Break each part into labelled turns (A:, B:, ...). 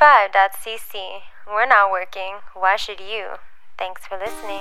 A: 9to5.cc. We're not working. Why should you? Thanks for listening.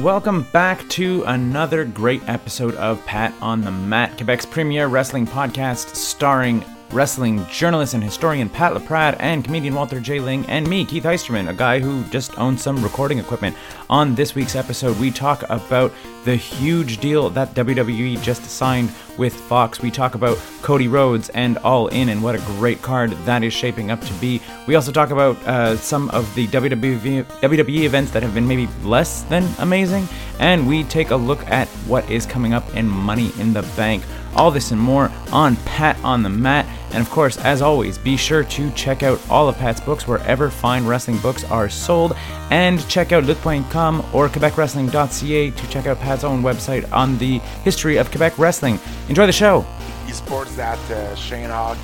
B: Welcome back to another great episode of Pat on the Mat, Quebec's premier wrestling podcast starring wrestling journalist and historian Pat LaPrade and comedian Walter J. Ling and me, Keith Eisterman, a guy who just owns some recording equipment. On this week's episode, we talk about the huge deal that WWE just signed with Fox. We talk about Cody Rhodes and All In and what a great card that is shaping up to be. We also talk about uh, some of the E, WWE, WWE events that have been maybe less than amazing, and we take a look at what is coming up in Money in the Bank. All this and more on Pat on the Mat. And of course, as always, be sure to check out all of Pat's books wherever fine wrestling books are sold. And check out look.com or quebecwrestling.ca to check out Pat's own website on the history of Quebec wrestling. Enjoy the show.
C: He sports that uh, Shane Hogg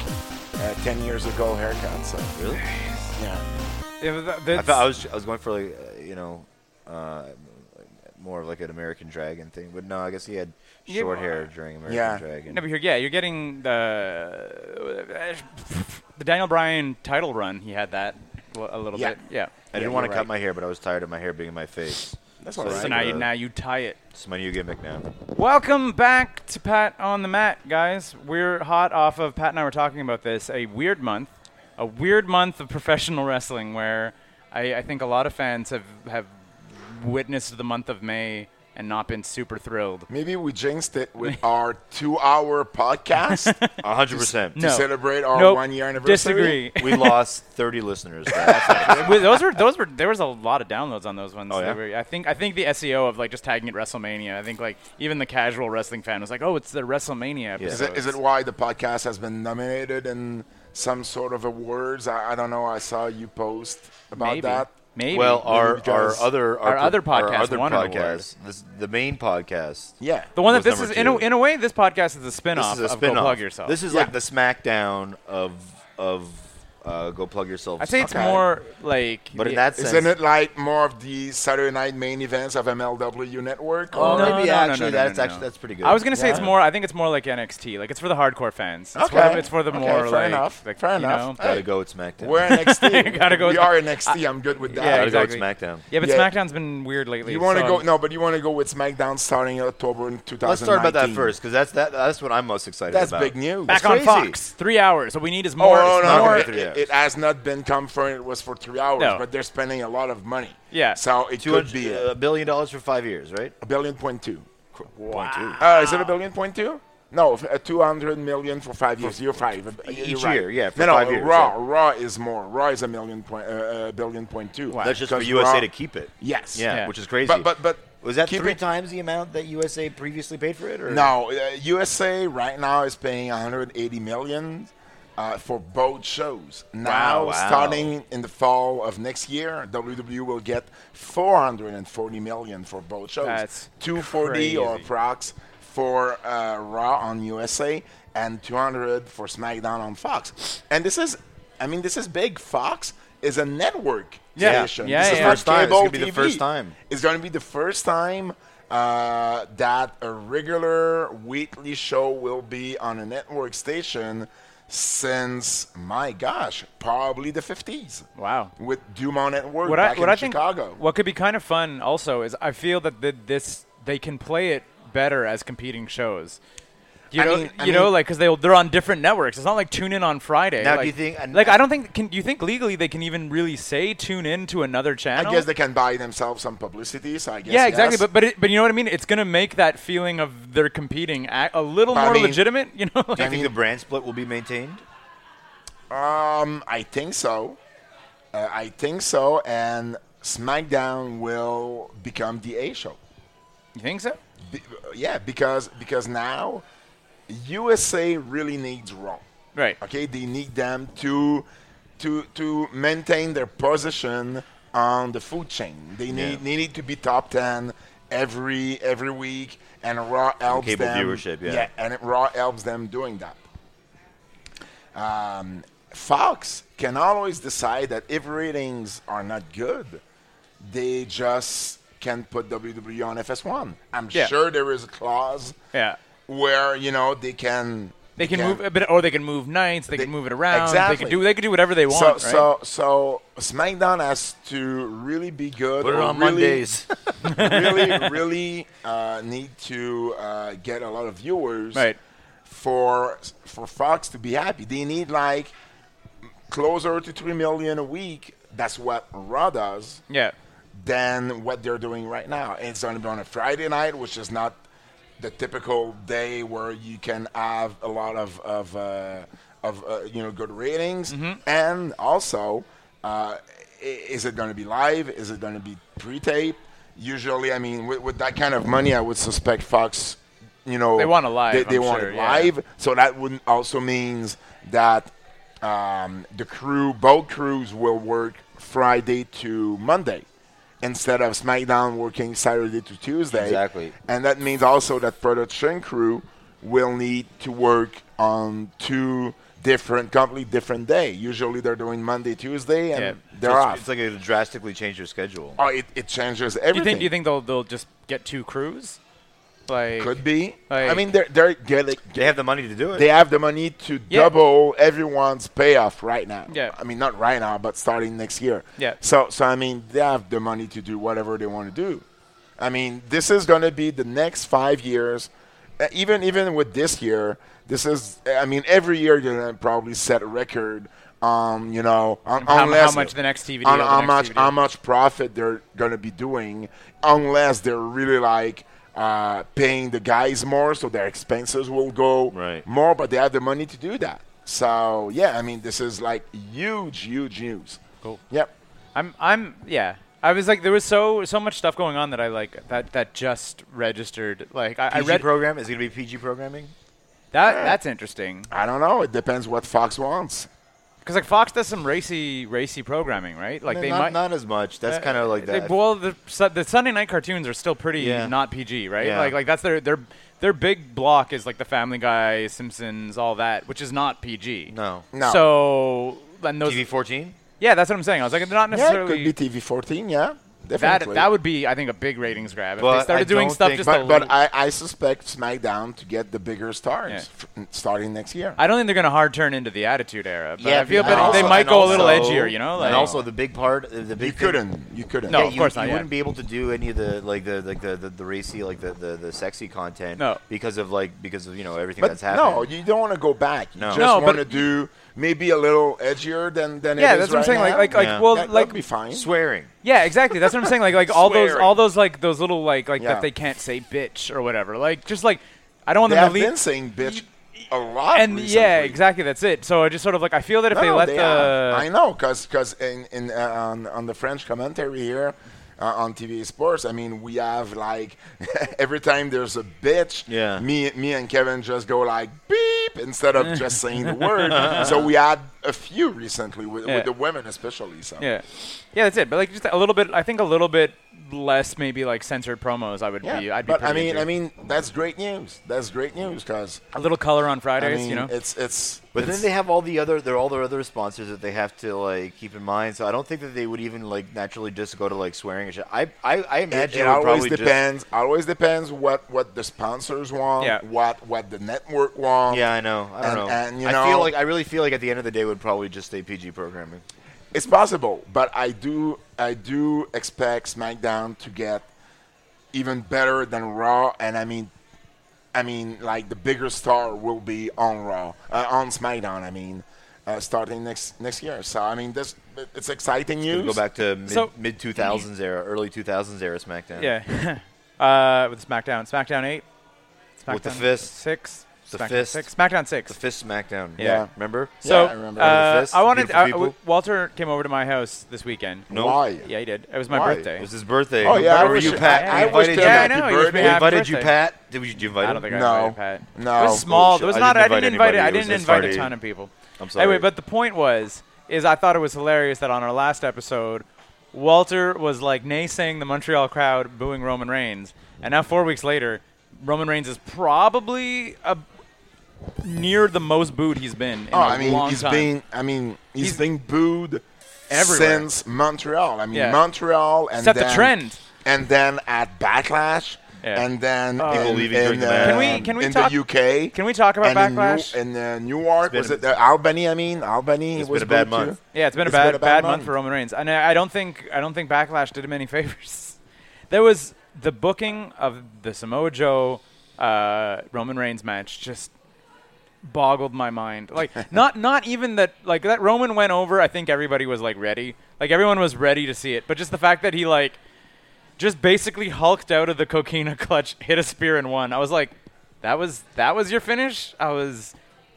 C: uh, 10 years ago haircut. So,
D: Really?
C: yeah.
E: Yeah, but that,
D: I
E: that's,
D: thought I was I was going for like uh, you know, uh, more of like an American Dragon thing, but no, I guess he had
E: Yeah,
D: short
E: but-
D: hair during American
C: Yeah.
D: Dragon.
E: no, but you're, yeah, you're getting the the Daniel Bryan title run. He had that l- a little
C: Yeah.
E: bit. Yeah.
D: I didn't
C: Yeah,
D: want to
C: you're
D: cut
C: right.
D: my hair, but I was tired of my hair being in my face.
C: That's
D: So
C: all
D: it's
C: right.
E: So now you
D: Uh,
E: now you tie it.
D: It's my new gimmick now.
E: Welcome back to Pat on the Mat, guys. We're hot off of Pat and I were talking about this. A weird month, a weird month of professional wrestling where I, I think a lot of fans have have witnessed the month of May and not been super thrilled.
C: Maybe we jinxed it with our two hour podcast
D: A hundred percent.
C: to celebrate our
E: Nope.
C: one year anniversary.
E: Disagree.
D: We lost thirty listeners. That's not-
E: Well, those were those were there was a lot of downloads on those ones.
D: Oh, yeah?
E: They were- I think I think the SEO of like just tagging it WrestleMania. I think like even the casual wrestling fan was like, oh, it's the WrestleMania episode.
C: Is it, is it why the podcast has been nominated in some sort of awards? I, I don't know. I saw you post about
E: maybe
C: that.
E: maybe
D: well, our our
C: because
D: other
E: our other podcast
D: our other
E: won an award.
D: podcast, this, the main podcast.
C: Yeah.
E: the one that
D: was
E: this is
D: number
E: in a,
D: two.
E: in a way this podcast is a spinoff
D: This is a
E: of Go
D: spin-off.
E: Plug Yourself.
D: This is
C: Yeah.
D: like the SmackDown of of uh, Go Plug Yourself.
E: I say it's
C: Okay.
E: more like
D: but in
E: the-
D: that sense,
C: Isn't it like more of the Saturday night main events of MLW Network?
D: Oh,
E: No,
D: maybe
E: no, no,
D: actually
E: no, no,
D: that's
E: no, no.
D: actually that's pretty good.
E: I was gonna say it's
D: Yeah.
E: more. I think it's more like NXT. Like it's for the hardcore fans. It's
C: Okay.
E: For, it's for the
C: Okay,
E: more
C: fair
E: like,
C: enough.
E: like,
C: Fair
E: you
C: enough.
E: know.
D: Gotta go with SmackDown.
C: We're NXT.
E: Gotta go
C: we
E: with-
C: are NXT. I'm good with that.
E: Yeah,
D: Gotta
E: exactly.
D: go with SmackDown.
E: Yeah, but
C: Yeah.
E: SmackDown's been weird lately.
C: You want to
E: so
C: go?
E: I'm-
C: No, but you want to go with SmackDown starting in October in 2019.
D: Let's start about that first, because that's that, that's what I'm most excited
C: That's
D: about.
C: big news.
E: back
D: It's
E: on
D: crazy.
E: Fox. Three hours. What we need is
C: Oh
E: more.
C: no,
E: It's
C: no,
E: not
D: gonna
C: no,
D: be
C: It,
D: three hours.
C: it has not been confirmed. It was for three hours,
E: No.
C: but they're spending a lot of money.
E: Yeah.
C: So it
D: Two
C: could be
D: hundred uh,
C: a
D: a billion dollars for five years, right?
C: billion point two.
D: Point two.
C: Uh, is it a billion point two? No, f- uh, 200 million for five years. Year five. uh,
D: Each
C: you're right.
D: year, yeah, for
C: no, no,
D: five years,
C: Raw,
D: yeah.
C: Raw is more. Raw is a million point, uh, uh, billion point two.
D: That's just for
C: Because
D: USA
C: Raw-
D: to keep it.
C: Yes.
D: Yeah,
E: Yeah.
D: which is crazy.
C: But but but
D: was that
C: keep
D: three
C: it-
D: times the amount that USA previously paid for it? Or?
C: No, uh, USA right now is paying 180 million uh, for both shows. Now,
D: Wow, wow.
C: starting in the fall of next year, WWE will get 440 million for both shows.
E: That's
C: 240 or
E: crazy.
C: prox for uh, Raw on USA and 200 for SmackDown on Fox. And this is, I mean, this is big. Fox is a network
E: Yeah.
C: station.
E: Yeah,
C: this
E: yeah,
C: is
E: yeah.
C: not
D: First time. It's
C: cable
D: gonna be the
C: TV.
D: first time.
C: It's going to be the first time uh, that a regular weekly show will be on a network station since my gosh, probably the 50s.
E: Wow.
C: With Dumont Network
E: what
C: back
E: I what
C: in
E: I think
C: Chicago.
E: what could be kind of fun also is I feel that the, this they can play it better as competing shows. You
C: I
E: know,
C: mean- I
E: you know,
C: mean-
E: like because they they're on different networks. It's not like tune in on Friday.
D: Now, do
E: like,
D: you think- and-
E: like I don't think can do you think legally they can even really say tune in to another channel?
C: I guess they can buy themselves some publicity, so I guess
E: yeah, exactly.
C: yes.
E: But but it, but you know what I mean. It's gonna make that feeling of they're competing a, a little
C: I
E: more
C: mean-
E: legitimate. You know,
D: Do you
E: like,
D: think the brand split will be maintained?
C: Um, I think so. Uh, I think so. And SmackDown will become the A show.
E: you think so?
C: Be- yeah, because because now USA really needs Raw.
E: Right.
C: Okay, they need them to to to maintain their position on the food chain. They need
D: Yeah.
C: they need to be top ten every every week, and Raw helps
D: cable
C: them.
D: viewership, yeah.
C: and it, Raw helps them doing that. Um, Fox can always decide that if ratings are not good, they just can put WWE on FS1. I'm
E: Yeah.
C: sure there is a clause
E: Yeah.
C: where you know they can
E: They can
C: can.
E: move, a bit, or they can move nights. They,
C: They-
E: can move it around. They
C: exactly.
E: can do. They can do whatever they want.
C: So,
E: right?
C: so, so SmackDown has to really be good.
F: Put it
C: or
F: on
C: really,
F: Mondays.
C: really, really uh, need to uh, get a lot of viewers
E: Right.
C: for for Fox to be happy. They need like closer to three million a week. That's what Raw does.
E: yeah,
C: Than what they're doing right now. And it's going to be on a Friday night, which is not the typical day where you can have a lot of of uh, of uh, you know good ratings.
E: Mm-hmm.
C: And also, uh, i- is it going to be live? Is it going to be pre-tape? Usually, I mean, with, with that kind of money, I would suspect Fox. You know,
E: They want it live,
C: They, they
E: I'm
C: want
E: sure,
C: it
E: yeah.
C: live. So that would also means that um, the crew, both crews, will work Friday to Monday instead of SmackDown working Saturday to Tuesday.
D: Exactly.
C: And that means also that production crew will need to work on two different, completely different day. Usually they're doing Monday, Tuesday, and
E: Yeah.
C: they're
D: it's,
C: off.
D: it's like it'll drastically change your schedule.
C: oh, it, it changes
E: do you
C: everything.
E: think? Do you think they'll they'll just get two crews? Like
C: could be? I
E: like-
C: mean, they're they're getting.
D: They have the money to do it.
C: They have the money to
E: Yeah.
C: double everyone's payoff right now.
E: Yeah.
C: I mean, not right now, but starting next year.
E: Yeah.
C: So, so I mean, they have the money to do whatever they want to do. I mean, this is going to be the next five years. uh, Even even with this year, this is. I mean, every year they're going to probably set a record. Um, you know, un-
E: how- how
C: unless
E: much the next TV
C: on
E: deal, the
C: how
E: next
C: much
E: TV deal.
C: how much profit they're going to be doing, unless they're really like uh, paying the guys more, so their expenses will go
F: Right.
C: more, but they have the money to do that. So yeah, I mean, this is like huge, huge news.
E: Cool.
C: Yep.
E: I'm I'm yeah. I was like there was so so much stuff going on that I like that that just registered. Like I, I
D: PG
E: read
D: program is it going to be PG programming.
E: that that's interesting
C: I don't know. It depends what Fox wants.
E: because like Fox does some racy racy programming, right? Like
D: No,
E: they
D: not,
E: might. Uh,
D: not as much. That's kind of like
E: they-
D: that.
E: well, the, su- the Sunday night cartoons are still pretty
D: Yeah.
E: not PG, right?
D: Yeah.
E: Like, like that's their their their big block is like the Family Guy, Simpsons, all that, which is not PG.
D: no.
C: No.
E: So and those,
D: TV 14.
E: yeah, that's what I'm saying. I was like, they're not
C: yeah, it
E: necessarily
C: could be TV 14. Yeah,
E: that.
C: definitely.
E: That would be, I think, a big ratings grab if
D: But
E: they started
D: I
E: doing
D: don't
E: stuff
D: think-
E: just a
C: but
E: little.
C: but I, I suspect SmackDown to get the bigger stars
E: Yeah.
C: f- starting next year.
E: I don't think they're going to hard turn into the Attitude Era. But
D: Yeah,
E: I feel
D: because-
E: that
D: and
E: they
D: also-
E: might
D: and
E: go a little
D: also-
E: edgier, you know? Like,
D: and also the big part, uh, the
C: you
D: big thing-
C: couldn't. You couldn't.
E: No.
D: yeah,
E: of
D: you,
E: course
D: you
E: not, yeah.
D: wouldn't be able to do any of the like the like the, the, the racy like the, the, the sexy content
E: No.
D: because of like because of you know everything
C: But
D: that's happening.
C: no, you don't want to go back. You
D: No.
C: just
E: No, but-
C: want to do maybe a little edgier than than
E: yeah,
C: it is
E: that's what I'm
C: right
E: saying. Like,
C: now.
E: like, like,
D: Yeah.
E: well,
C: That- that'd
E: like,
C: be fine.
D: swearing.
E: yeah, exactly. That's what I'm saying. Like, like all those,
C: Swearing.
E: all those, like those little, like, like
C: Yeah.
E: that they can't say bitch or whatever. Like, just like, I don't want
C: They
E: them
C: have
E: to leave.
C: been saying bitch a lot.
E: and yeah,
C: recently.
E: exactly. That's it. So I just sort of like I feel that if
C: No,
E: they let
C: they
E: the
C: are. I know, cause 'cause in in uh, on on the French commentary here. Uh, on TV Sports, I mean, we have like every time there's a bitch,
D: Yeah.
C: me me and Kevin just go like beep instead of just saying the word. so we had a few recently with,
E: Yeah.
C: with the women especially. So
E: yeah, yeah, that's it. But like just a little bit. I think a little bit less maybe like censored promos. I would
C: Yeah,
E: be. I'd be
C: but I
E: pretty
C: mean,
E: into.
C: I mean, that's great news. That's great news, cause
E: a little color on
C: I
E: Fridays.
C: mean,
E: you know,
C: it's it's.
D: But
C: it's-
D: then they have all the other there are all their other sponsors that they have to like keep in mind. So I don't think that they would even like naturally just go to like swearing and shit. I I, I
C: it,
D: imagine
C: it
D: would
C: always
D: probably just-
C: depends. Always depends what what the sponsors want,
E: Yeah.
C: what what the network wants.
D: yeah, I know. I don't
C: And-
D: know.
C: and, you
D: I feel
C: know-
D: like I really feel like at the end of the day would probably just stay PG programming.
C: it's possible. But I do I do expect SmackDown to get even better than Raw, and I mean, I mean, like the bigger star will be on Raw uh, on SmackDown. I mean, uh, starting next next year. So I mean, this it's exciting news.
D: Go back to mid
E: So-
D: mid two thousands era, early two thousands era SmackDown.
E: yeah. uh, with SmackDown, SmackDown eight, SmackDown
D: With the fist.
E: six,
D: The
E: SmackDown
D: fist.
E: six, SmackDown six.
D: The fist SmackDown.
E: Yeah.
D: remember?
E: So
C: I remember.
E: uh,
D: The fist,
E: I
D: the
E: wanted.
D: beautiful
E: I-
D: people.
E: Walter came over to my house this weekend.
D: No.
C: Why?
E: Yeah, he did. It was my
C: Why?
E: birthday.
D: It was his birthday.
C: Oh, yeah, I
D: Where were
C: wish-
D: you,
E: I-
D: Pat? We
E: I
C: wish
D: invited
C: they
D: you.
E: yeah, I
C: Happy
E: know. He was
C: birthday.
E: my
D: We
E: happy
D: invited you,
E: birthday.
D: Pat. Did, we, did you invite
E: I
D: him?
E: don't think I
C: No.
E: invited Pat.
C: No.
E: it was small.
D: Bullshit.
E: There was
D: I
E: not. I
D: didn't
E: didn't invite.
D: invite
E: I
D: anybody. It
E: didn't
D: was his
E: invite a
D: party.
E: ton of people.
D: I'm sorry.
E: Anyway, but the point was, is I thought it was hilarious that on our last episode, Walter was like naysaying the Montreal crowd booing Roman Reigns, and now four weeks later, Roman Reigns is probably a, near the most booed he's been. In
C: Oh,
E: a
C: I mean,
E: long
C: he's
E: time.
C: being. I mean, he's
E: He's-
C: being booed
E: Everywhere.
C: since Montreal. I mean,
E: Yeah.
C: Montreal and
E: Set the
C: then-
E: trend.
C: and then at Backlash.
E: Yeah.
C: and then
E: People
C: in,
D: leaving
C: in,
D: during the
C: uh,
D: match.
E: Can we- can we
C: in
E: talk-
C: the UK?
E: can we talk about
C: and
E: Backlash?
C: In, New, in uh, Newark, was
D: been a-
C: it uh, Albany? I mean, Albany
D: It's
C: was
D: been a bad
C: booed too.
D: month.
E: Yeah, it's been a bad, bad, month, for Roman Reigns, and I, I don't think I don't think Backlash did him any favors. There was the booking of the Samoa Joe uh, Roman Reigns match just boggled my mind. Like not not even that like that Roman went over. I think everybody was like ready, like everyone was ready to see it. But just the fact that he like just basically hulked out of the coquina clutch, hit a spear and won. I was like, that was that was your finish. I was,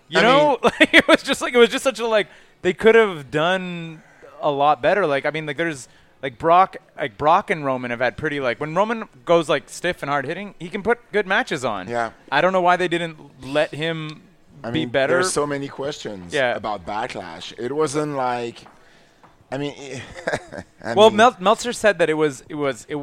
E: you
C: I
E: know,
C: mean-
E: like it was just like it was just such a like they could have done a lot better. Like I mean, like there's like Brock, like Brock and Roman have had pretty like when Roman goes like stiff and hard hitting, he can put good matches on.
C: Yeah.
E: I don't know why they didn't let him
C: I
E: be
C: mean,
E: better.
C: There's so many questions
E: Yeah.
C: about backlash. It wasn't like, I mean, I
E: Well,
C: mean,
E: Mel- Meltzer said that it was it was it,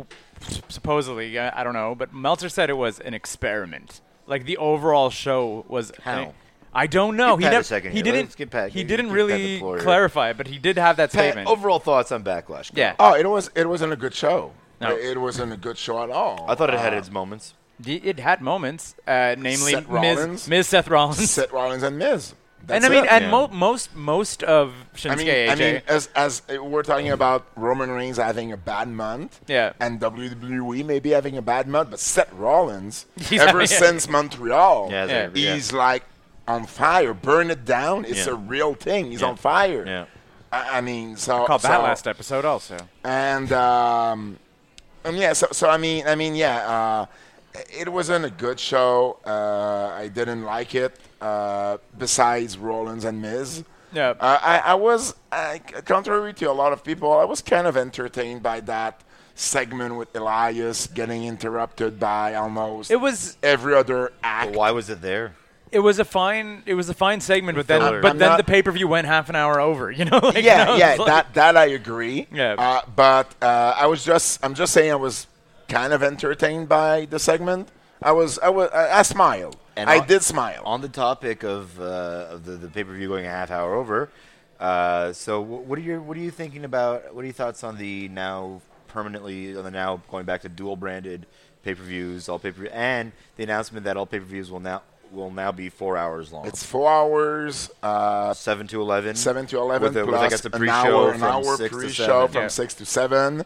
E: supposedly I, I don't know, but Meltzer said it was an experiment. Like the overall show was
D: How?
E: I don't know.
D: Give
E: he
D: Pat a
E: never,
D: second
E: he
D: here.
E: didn't
D: Let's give Pat-
E: he
D: give-
E: didn't
D: give Pat the
E: really
D: floor here.
E: clarify, but he did have that
D: Pat,
E: statement.
D: overall thoughts on Backlash? Go.
E: yeah.
C: oh, it was it wasn't a good show.
E: No.
C: It wasn't a good show at all.
D: I thought it
E: Uh,
D: had its moments.
E: D- it had moments, uh, namely
C: Seth
E: Ms.
C: Rollins.
E: Ms. Seth Rollins.
C: Seth Rollins and Miz.
E: and
C: That's
E: I mean,
C: it.
E: and
D: Yeah.
E: mo- most most of Shinsuke
C: I mean,
E: AJ.
C: I mean, as as uh, we're talking about Roman Reigns having a bad month,
E: Yeah.
C: and WWE maybe having a bad month, but Seth Rollins,
E: Yeah,
C: ever
E: yeah.
C: since Montreal,
D: Yeah, it's
E: Yeah.
D: like- yeah.
C: he's like on fire. Burn it down. It's
D: Yeah.
C: a real thing. He's
D: Yeah.
C: on fire.
D: Yeah.
C: I, I mean, so
E: called that
C: so-
E: last episode also.
C: and um, um, yeah, so so I mean, I mean, yeah, uh, it wasn't a good show. Uh, I didn't like it. Uh, besides Rollins and Miz,
E: Yeah.
C: uh, I, I was uh, contrary to a lot of people. I was kind of entertained by that segment with Elias getting interrupted by almost
E: It was
C: every other act.
D: But why was it there?
E: it was a fine it was a fine segment, but then
D: filler.
E: but
C: I'm
E: then
C: not-
E: the pay per view went half an hour over. You know, like,
C: yeah,
E: you know,
C: yeah,
E: it's like-
C: that that I agree.
E: Yeah.
C: Uh, but uh, I was just, I'm just saying, I was kind of entertained by the segment. I was, I was, I, I smiled. I
D: on-
C: did smile.
D: On the topic of, uh, of the, the pay per view going a half hour over, uh, so wh- what are your what are you thinking about? What are your thoughts on the now permanently on the now going back to dual branded pay per views, all pay per view, and the announcement that all pay per views will now will now be four hours long.
C: it's four hours, uh,
D: seven to eleven.
C: seven to eleven
D: with a,
C: plus
D: with, I guess, a
C: an
D: pre-show
C: hour, an
D: from
C: hour
D: six to
C: pre-show
D: seven.
C: from
E: Yeah.
C: six to seven.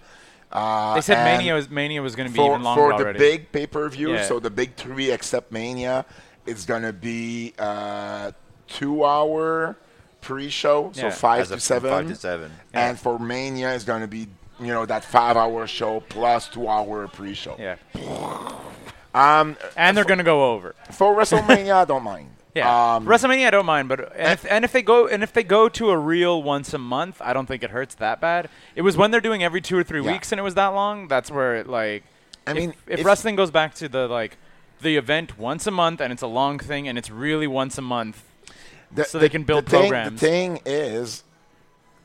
C: Uh,
E: They said
C: and
E: Mania was Mania was going to be
C: for,
E: even longer
C: for the
E: already.
C: big pay-per-view,
E: Yeah.
C: so the big three except Mania, it's gonna be uh, two-hour pre-show, so
E: Yeah.
C: five
D: As
C: to
D: of
C: seven.
D: five to seven.
C: And for Mania, it's gonna be you know that five-hour show plus two-hour pre-show.
E: yeah. Um, and they're going to go over.
C: For WrestleMania, I don't mind.
E: Yeah,
C: Um, eh.
E: WrestleMania I don't mind, but and if, and if they go and if they go to a real once a month, I don't think it hurts that bad. It was when they're doing every two or three
C: Yeah.
E: weeks and it was that long. That's where it like.
C: I
E: if-
C: mean,
E: if,
C: if-
E: wrestling goes back to the like the event once a month and it's a long thing and it's really once a month,
C: the-
E: so
C: the-
E: they can build
C: the thing-
E: programs.
C: the thing is,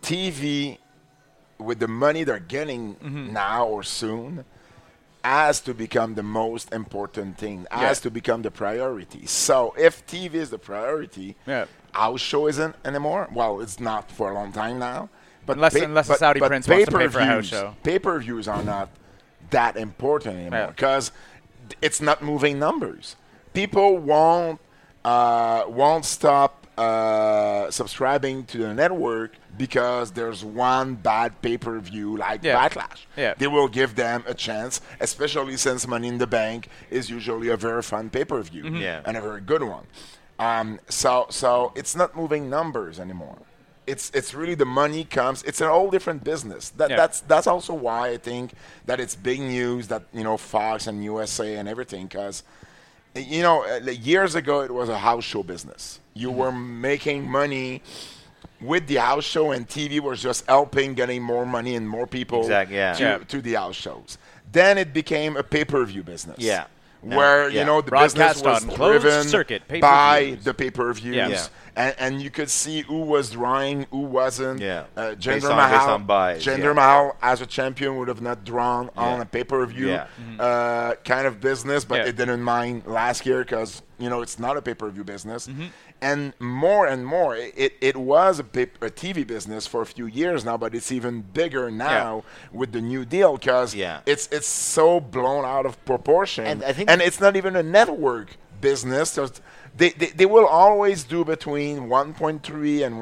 C: TV with the money they're getting
E: Mm-hmm.
C: now or soon has to become the most important thing. Has
E: Yeah.
C: to become the priority. So if TV is the priority,
E: Yeah.
C: our show isn't anymore. Well, it's not for a long time now. But
E: Unless- unless a Saudi prince wants to pay for a house show.
C: Pay per views are not that important anymore
E: Yeah.
C: because it's not moving numbers. People won't uh, won't stop uh, subscribing to the network because there's one bad pay per view like
E: Yeah.
C: Backlash.
E: Yeah.
C: They will give them a chance, especially since Money in the Bank is usually a very fun pay per view
D: Yeah.
C: and a very good one. Um, so so it's not moving numbers anymore. It's it's really the money comes. It's an all different business. That
E: Yeah.
C: that's that's also why I think that it's big news that you know Fox and USA and everything because. You know, uh, like years ago it was a house show business.
D: Mm-hmm.
C: You were making money with the house show, and TV was just helping getting more money and more people
D: Exact- yeah.
C: to,
E: Yeah.
C: to the house shows. Then it became a pay-per-view business.
D: Yeah. Now-
C: Where you
D: yeah.
C: know the
E: Broadcast
C: business was
E: on closed
C: driven
E: circuit pay-per-views.
C: by the pay-per-views,
E: Yeah.
D: Yeah.
C: And, and you could see who was drawing, who wasn't.
D: Yeah.
C: Uh, Jinder
D: Based on-
C: Mahal,
D: based on buys,
C: Jinder
D: yeah.
C: Mahal as a champion would have not drawn on a pay-per-view
D: Yeah.
C: uh, kind of business, but
E: Yeah.
C: it didn't mind last year because You know, it's not a pay per view business.
D: Mm-hmm.
C: And more and more, i- it, it was a, pay- a TV business for a few years now, but it's even bigger now with the new deal because
D: Yeah.
C: it's it's so blown out of proportion.
D: And I think-
C: and it's not even a network business. So it's- they, they, they will always do between 1.3 and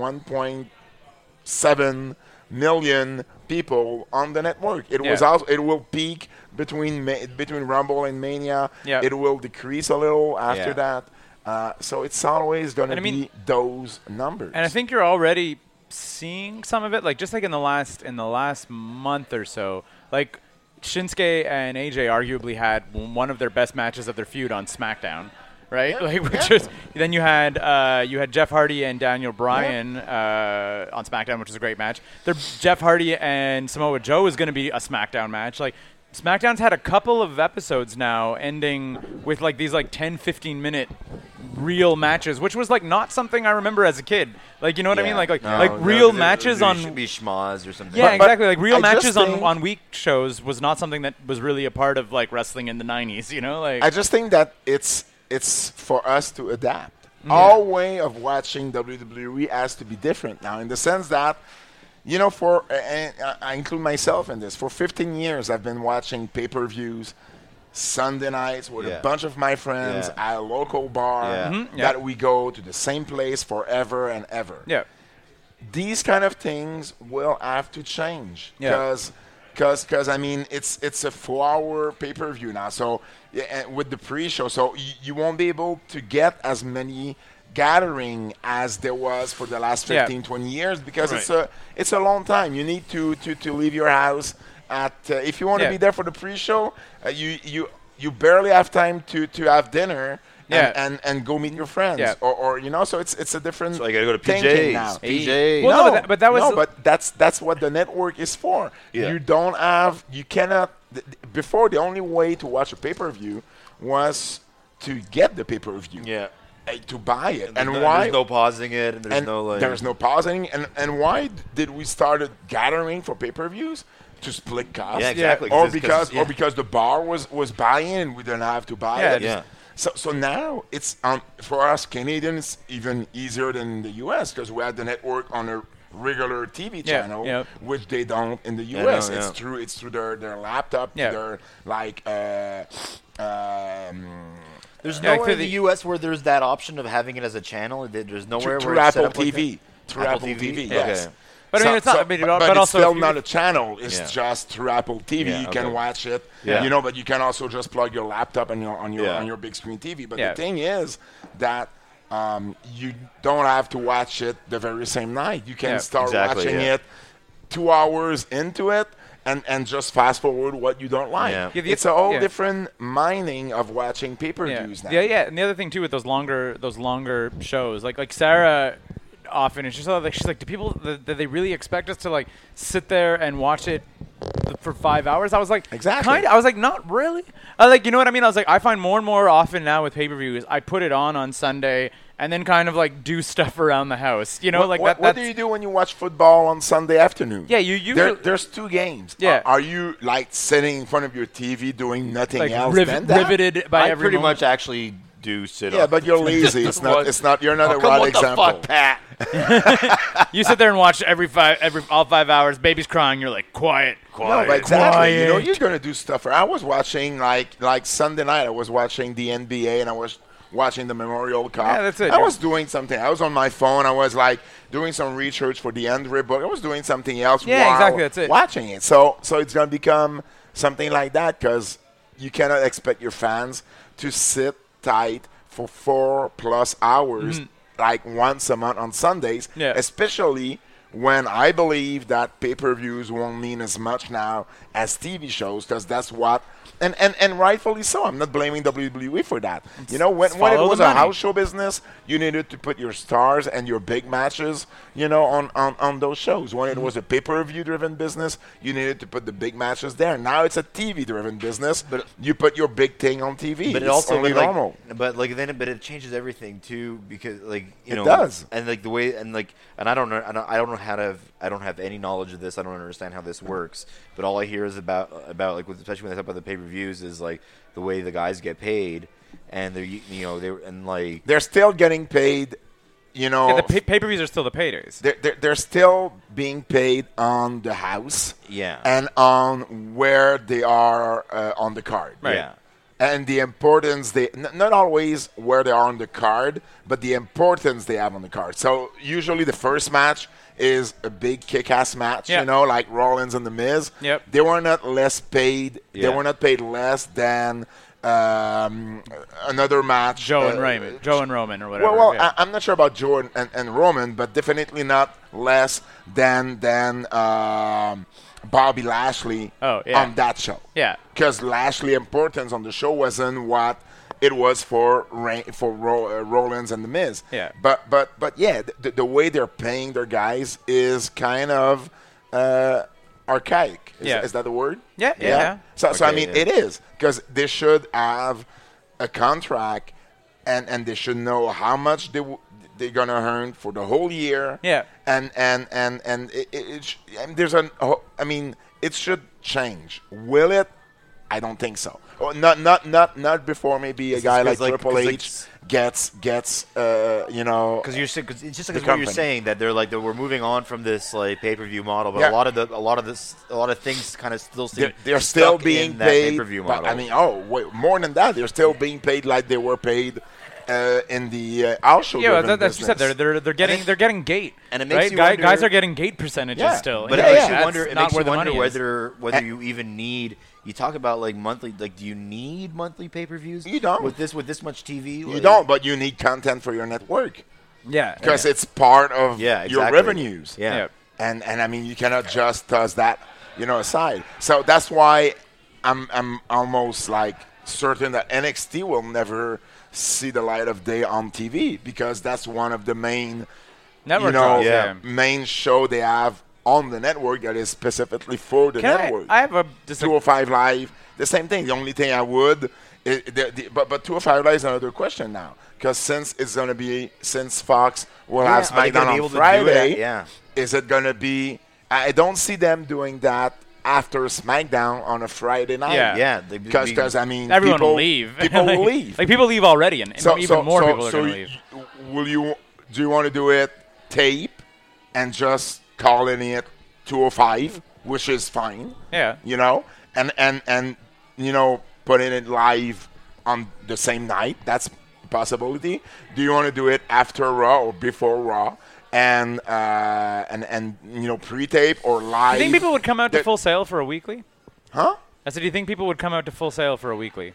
C: 1.7 million people on the network. It was
E: Yeah.
C: also, it will peak between Ma- between Rumble and Mania.
E: Yeah.
C: It will decrease a little after
D: Yeah.
C: that. Uh, so it's always going to
E: And I
C: be
E: mean-
C: those numbers.
E: And I think you're already seeing some of it, like just like in the last in the last month or so, like Shinsuke and AJ arguably had one of their best matches of their feud on SmackDown, right? like, which is then you had uh, you had Jeff Hardy and Daniel Bryan uh, on SmackDown, which is a great match. Their Jeff Hardy and Samoa Joe is going to be a SmackDown match, like. SmackDown's had a couple of episodes now ending with like these like 10 15 minute real matches, which was like not something I remember as a kid. Like you know what I mean?
D: Yeah.
E: Like like,
D: No,
E: like
D: no,
E: real
D: there-
E: matches
D: there
E: on
D: should be schmas or something.
E: yeah
C: But- but
E: exactly like real
C: I just
E: matches on
C: think-
E: on week shows was not something that was really a part of like wrestling in the 90s. You know like
C: I just think that it's it's for us to adapt. Our way of watching WWE has to be different now, in the sense that, you know, for and I include myself in this. For 15 years, I've been watching pay-per-views, Sunday nights with
D: Yeah.
C: a bunch of my friends
D: Yeah.
C: at a local bar
D: Yeah. Mhm,
E: Mm-hmm. yeah.
C: that we go to the same place forever and ever
E: yeah.
C: these kind of things will have to change
E: Yeah.
C: because because because I mean it's it's a four hour pay per view now so yeah, and with the pre show so y- you won't be able to get as many gathering as there was for the last
E: Yeah.
C: 15 20 years because it's
E: Right.
C: a it's a long time you need to to, to leave your house at uh, if you want to
E: Yeah.
C: be there for the pre show uh, you you you barely have time to to have dinner
E: Yeah.
C: and, and and go meet your friends
E: Yeah.
C: or, or you know so it's it's a different
D: So I gotta go to
C: thinking
D: PJs.
C: now
D: PJs.
E: Well, no, but that- but that was-
C: no, but that's that's what the network is for.
D: Yeah.
C: You don't have, you cannot. Th- th- before, the only way to watch a pay per view was to get the pay per view.
D: Yeah.
C: to buy it, and,
D: And no-
C: why?
D: There's no pausing it, and there's
C: and
D: no like.
C: there's no pausing, and and why d- did we started gathering for pay per views? To split costs,
D: Yeah, exactly, 'cause
C: or
D: it's- 'cause-
C: because
D: yeah.
C: or because the bar was was buying, and we didn't have to buy
E: Yeah,
C: it.
D: just- Yeah.
C: So, so now it's um, for us Canadians even easier than the U.S. because we have the network on a regular TV
E: Yeah,
C: channel,
E: yeah.
C: which they don't in the
D: I
C: U.S.
D: know,
C: it's
D: yeah.
C: through it's through their their laptop,
E: Yeah.
C: their like uh, um,
D: There's
E: Yeah, like
D: nowhere
E: through
D: in the
E: the-
D: U.S. where there's that option of having it as a channel. There- There's nowhere
C: through,
D: where
C: through
D: it's
C: Apple
D: set up like
C: TV, through
D: Apple
C: Apple
D: TV?
C: TV,
D: Okay.
C: yes.
E: But I mean, it's not- I mean,
C: but,
E: but
C: it's
E: also if
C: still
E: you-
C: not a channel. It's
D: Yeah.
C: just through Apple TV.
D: Yeah,
C: you can
D: okay.
C: watch it.
D: Yeah.
C: You know, but you can also just plug your laptop and your on your
D: Yeah.
C: on your big screen TV. But
E: Yeah.
C: the thing is that um, you don't have to watch it the very same night. You can
E: Yeah.
C: start
D: Exactly,
C: watching
D: yeah.
C: it two hours into it. And, and just fast forward what you don't like.
D: Yeah.
E: Yeah, the-
C: it's a whole
E: yeah.
C: different mining of watching
E: Yeah.
C: pay-per-views now.
E: yeah, yeah. And the other thing too with those longer those longer shows, like like Sarah often is just like she's like, do people th- do they really expect us to like sit there and watch it th- for five hours? I was like,
C: Exactly.
E: Kind. I was like, not really. I like you know what I mean. I was like, I find more and more often now with pay per views, I put it on on Sunday and then kind of like do stuff around the house. You know, like
C: what,
E: that.
C: what do
E: that's,
C: you do when you watch football on Sunday afternoon?
E: Yeah, you usually-
C: There, there's two games.
E: Yeah.
C: Are, are you like sitting in front of your TV doing nothing
E: like
C: else?
E: riv-
C: than that?
E: riveted by
D: I
E: every
D: pretty
E: moment.
D: much actually do sit
C: Yeah,
D: up.
C: but you're lazy. It's not. It's
D: Oh,
C: not. You're not
E: Oh,
C: a right example.
D: Pat?
E: You sit there and watch every five, every all five hours. Baby's crying. You're like, quiet,
C: No,
E: quiet,
C: but exactly. You know,
E: quiet.
C: you're gonna do stuff. I was watching like like Sunday night. I was watching the NBA and I was watching the Memorial Cup.
E: Yeah, that's it.
C: I
E: You're-
C: was doing something. I was on my phone. I was like doing some research for the Andre book. I was doing something else.
E: Yeah,
C: while
E: exactly, that's it.
C: Watching it. So so it's gonna become something like that because you cannot expect your fans to sit tight for four plus hours like once a month on Sundays.
E: Mm-hmm. Yeah.
C: Especially when I believe that pay-per-views won't mean as much now as TV shows, because that's what, and, and and rightfully so. I'm not blaming WWE for that. You know, when, when it
E: follow the
C: was a
E: money.
C: house show business, you needed to put your stars and your big matches, you know, on on, on those shows. When
D: Mm-hmm.
C: it was a pay-per-view driven business, you needed to put the big matches there. Now it's a TV driven business, but you put your big thing on TV.
D: But it
C: It's
D: also
C: only
D: but, like,
C: normal.
D: But like then, but it changes everything too because like you
C: It
D: know
C: does.
D: and like the way and like and I don't know I don't, I don't know how to have, I don't have any knowledge of this I don't understand how this works but all I hear is about about like with, especially when they talk about the pay per views is like the way the guys get paid and they're you you know they were and like
C: They're still getting paid, you know.
E: the pay- pay-per-views are still the paydays.
C: they're, they're, they're still being paid on the house
D: Yeah.
C: and on where they are uh, on the card
E: Right.
D: yeah
C: and the importance they n- not always where they are on the card but the importance they have on the card so usually the first match is a big kick-ass match
E: Yeah.
C: you know like rollins and the miz
E: Yep.
C: they were not less paid
D: Yeah.
C: they were not paid less than um, another match
E: Joe and
C: uh,
E: Raymond, Joe and Roman, or whatever.
C: well, well
E: yeah.
C: I, I'm not sure about Jordan and, and Roman, but definitely not less than than um, Bobby Lashley
E: Oh, yeah.
C: on that show.
E: Yeah.
C: because Lashley importance on the show wasn't what it was for Ra- for Ro- uh, Rollins and the Miz.
E: Yeah.
C: but but but yeah, the, the way they're paying their guys is kind of uh, archaic. Is,
E: Yeah.
C: is that the word?
E: Yeah, yeah, yeah.
C: So, so I
D: Okay,
C: mean,
D: yeah.
C: it is because they should have a contract, and and they should know how much they w- they're gonna earn for the whole year.
E: Yeah.
C: And and and and it, it, it sh- and there's an oh, I mean, it should change. Will it? I don't think so. Or not not not not before maybe a guy like,
D: because, like-
C: Triple
D: because, like,
C: H gets gets uh you know
D: because you're sa- cause it's just
C: The
D: like what you're
C: company.
D: saying that they're like that we're moving on from this like pay per view model, but
C: Yeah.
D: a lot of the a lot of this a lot of things kind of still seem
C: they're, they're still
D: stuck
C: being
D: in that
C: paid.
D: pay per view
C: but,
D: model.
C: I mean, oh wait, more than that, they're still being paid like they were paid uh, in the uh, also.
E: yeah, well, that, that's what you said. They're they're they're getting
D: it-
E: they're getting gate,
D: and it makes
E: right?
D: you
E: Guy-
D: wonder-
E: guys are getting gate percentages
C: Yeah,
E: still. and
D: But it makes
E: like,
D: you
E: that's
D: wonder. It
E: not
D: makes
E: where
D: you
E: the
D: wonder
E: money is.
D: whether whether you even need. You talk about like monthly. Like, do you need monthly pay per views?
C: You don't.
D: with this with this much TV.
C: you don't, but you need content for your network
E: yeah,
C: because it's part of
D: Yeah, exactly.
C: your revenues.
E: yeah.
D: Yeah.
E: yeah.
C: and and I mean, you cannot just toss that you know aside. So that's why I'm I'm almost like certain that NXT will never see the light of day on TV because that's one of the main
E: Network
C: you know,
E: draws, yeah.
C: main show they have on the network that is specifically for the
E: Can
C: network.
E: I, I have a just a,
C: 205 Live, the same thing. The only thing I would, i the, the, but but 205 Live is another question now because since it's gonna be since Fox will
D: Yeah,
C: have
D: are they gonna
C: SmackDown
D: be
C: on
D: able to do
C: Friday,
D: that? Yeah.
C: is it gonna be? I I don't see them doing that after SmackDown on a Friday night.
E: Yeah.
D: Yeah, they-
C: because
D: they-
C: I mean,
E: everyone
C: people,
E: will leave.
C: People
E: like,
C: will leave.
E: Like people leave already, and, and
C: So-
E: even
C: so-
E: more
C: so-
E: people are
C: so
E: going to
C: you-
E: leave.
C: Will you? Do you want to do it tape and just calling it 205, which is fine?
E: Yeah.
C: You know, and and and you know, putting it live on the same night. That's a possibility. Do you want to do it after Raw or before Raw? And uh, and and you know, pre-tape or live.
E: Do you think people would come out to
C: That-
E: Full Sail for a weekly?
C: Huh?
E: I said, do you think people would come out to Full Sail for a weekly?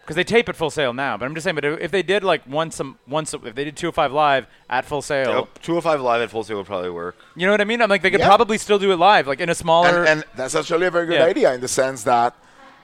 E: Because they tape at Full Sail now, but I'm just saying. But if they did like once, a, once a, if they did two five live at Full Sail,
D: Two hundred five live at Full Sail would probably work.
E: you know what I mean? I'm like they could
C: Yeah.
E: probably still do it live, like in a smaller.
C: and, and that's actually a very good
E: Yeah.
C: idea in the sense that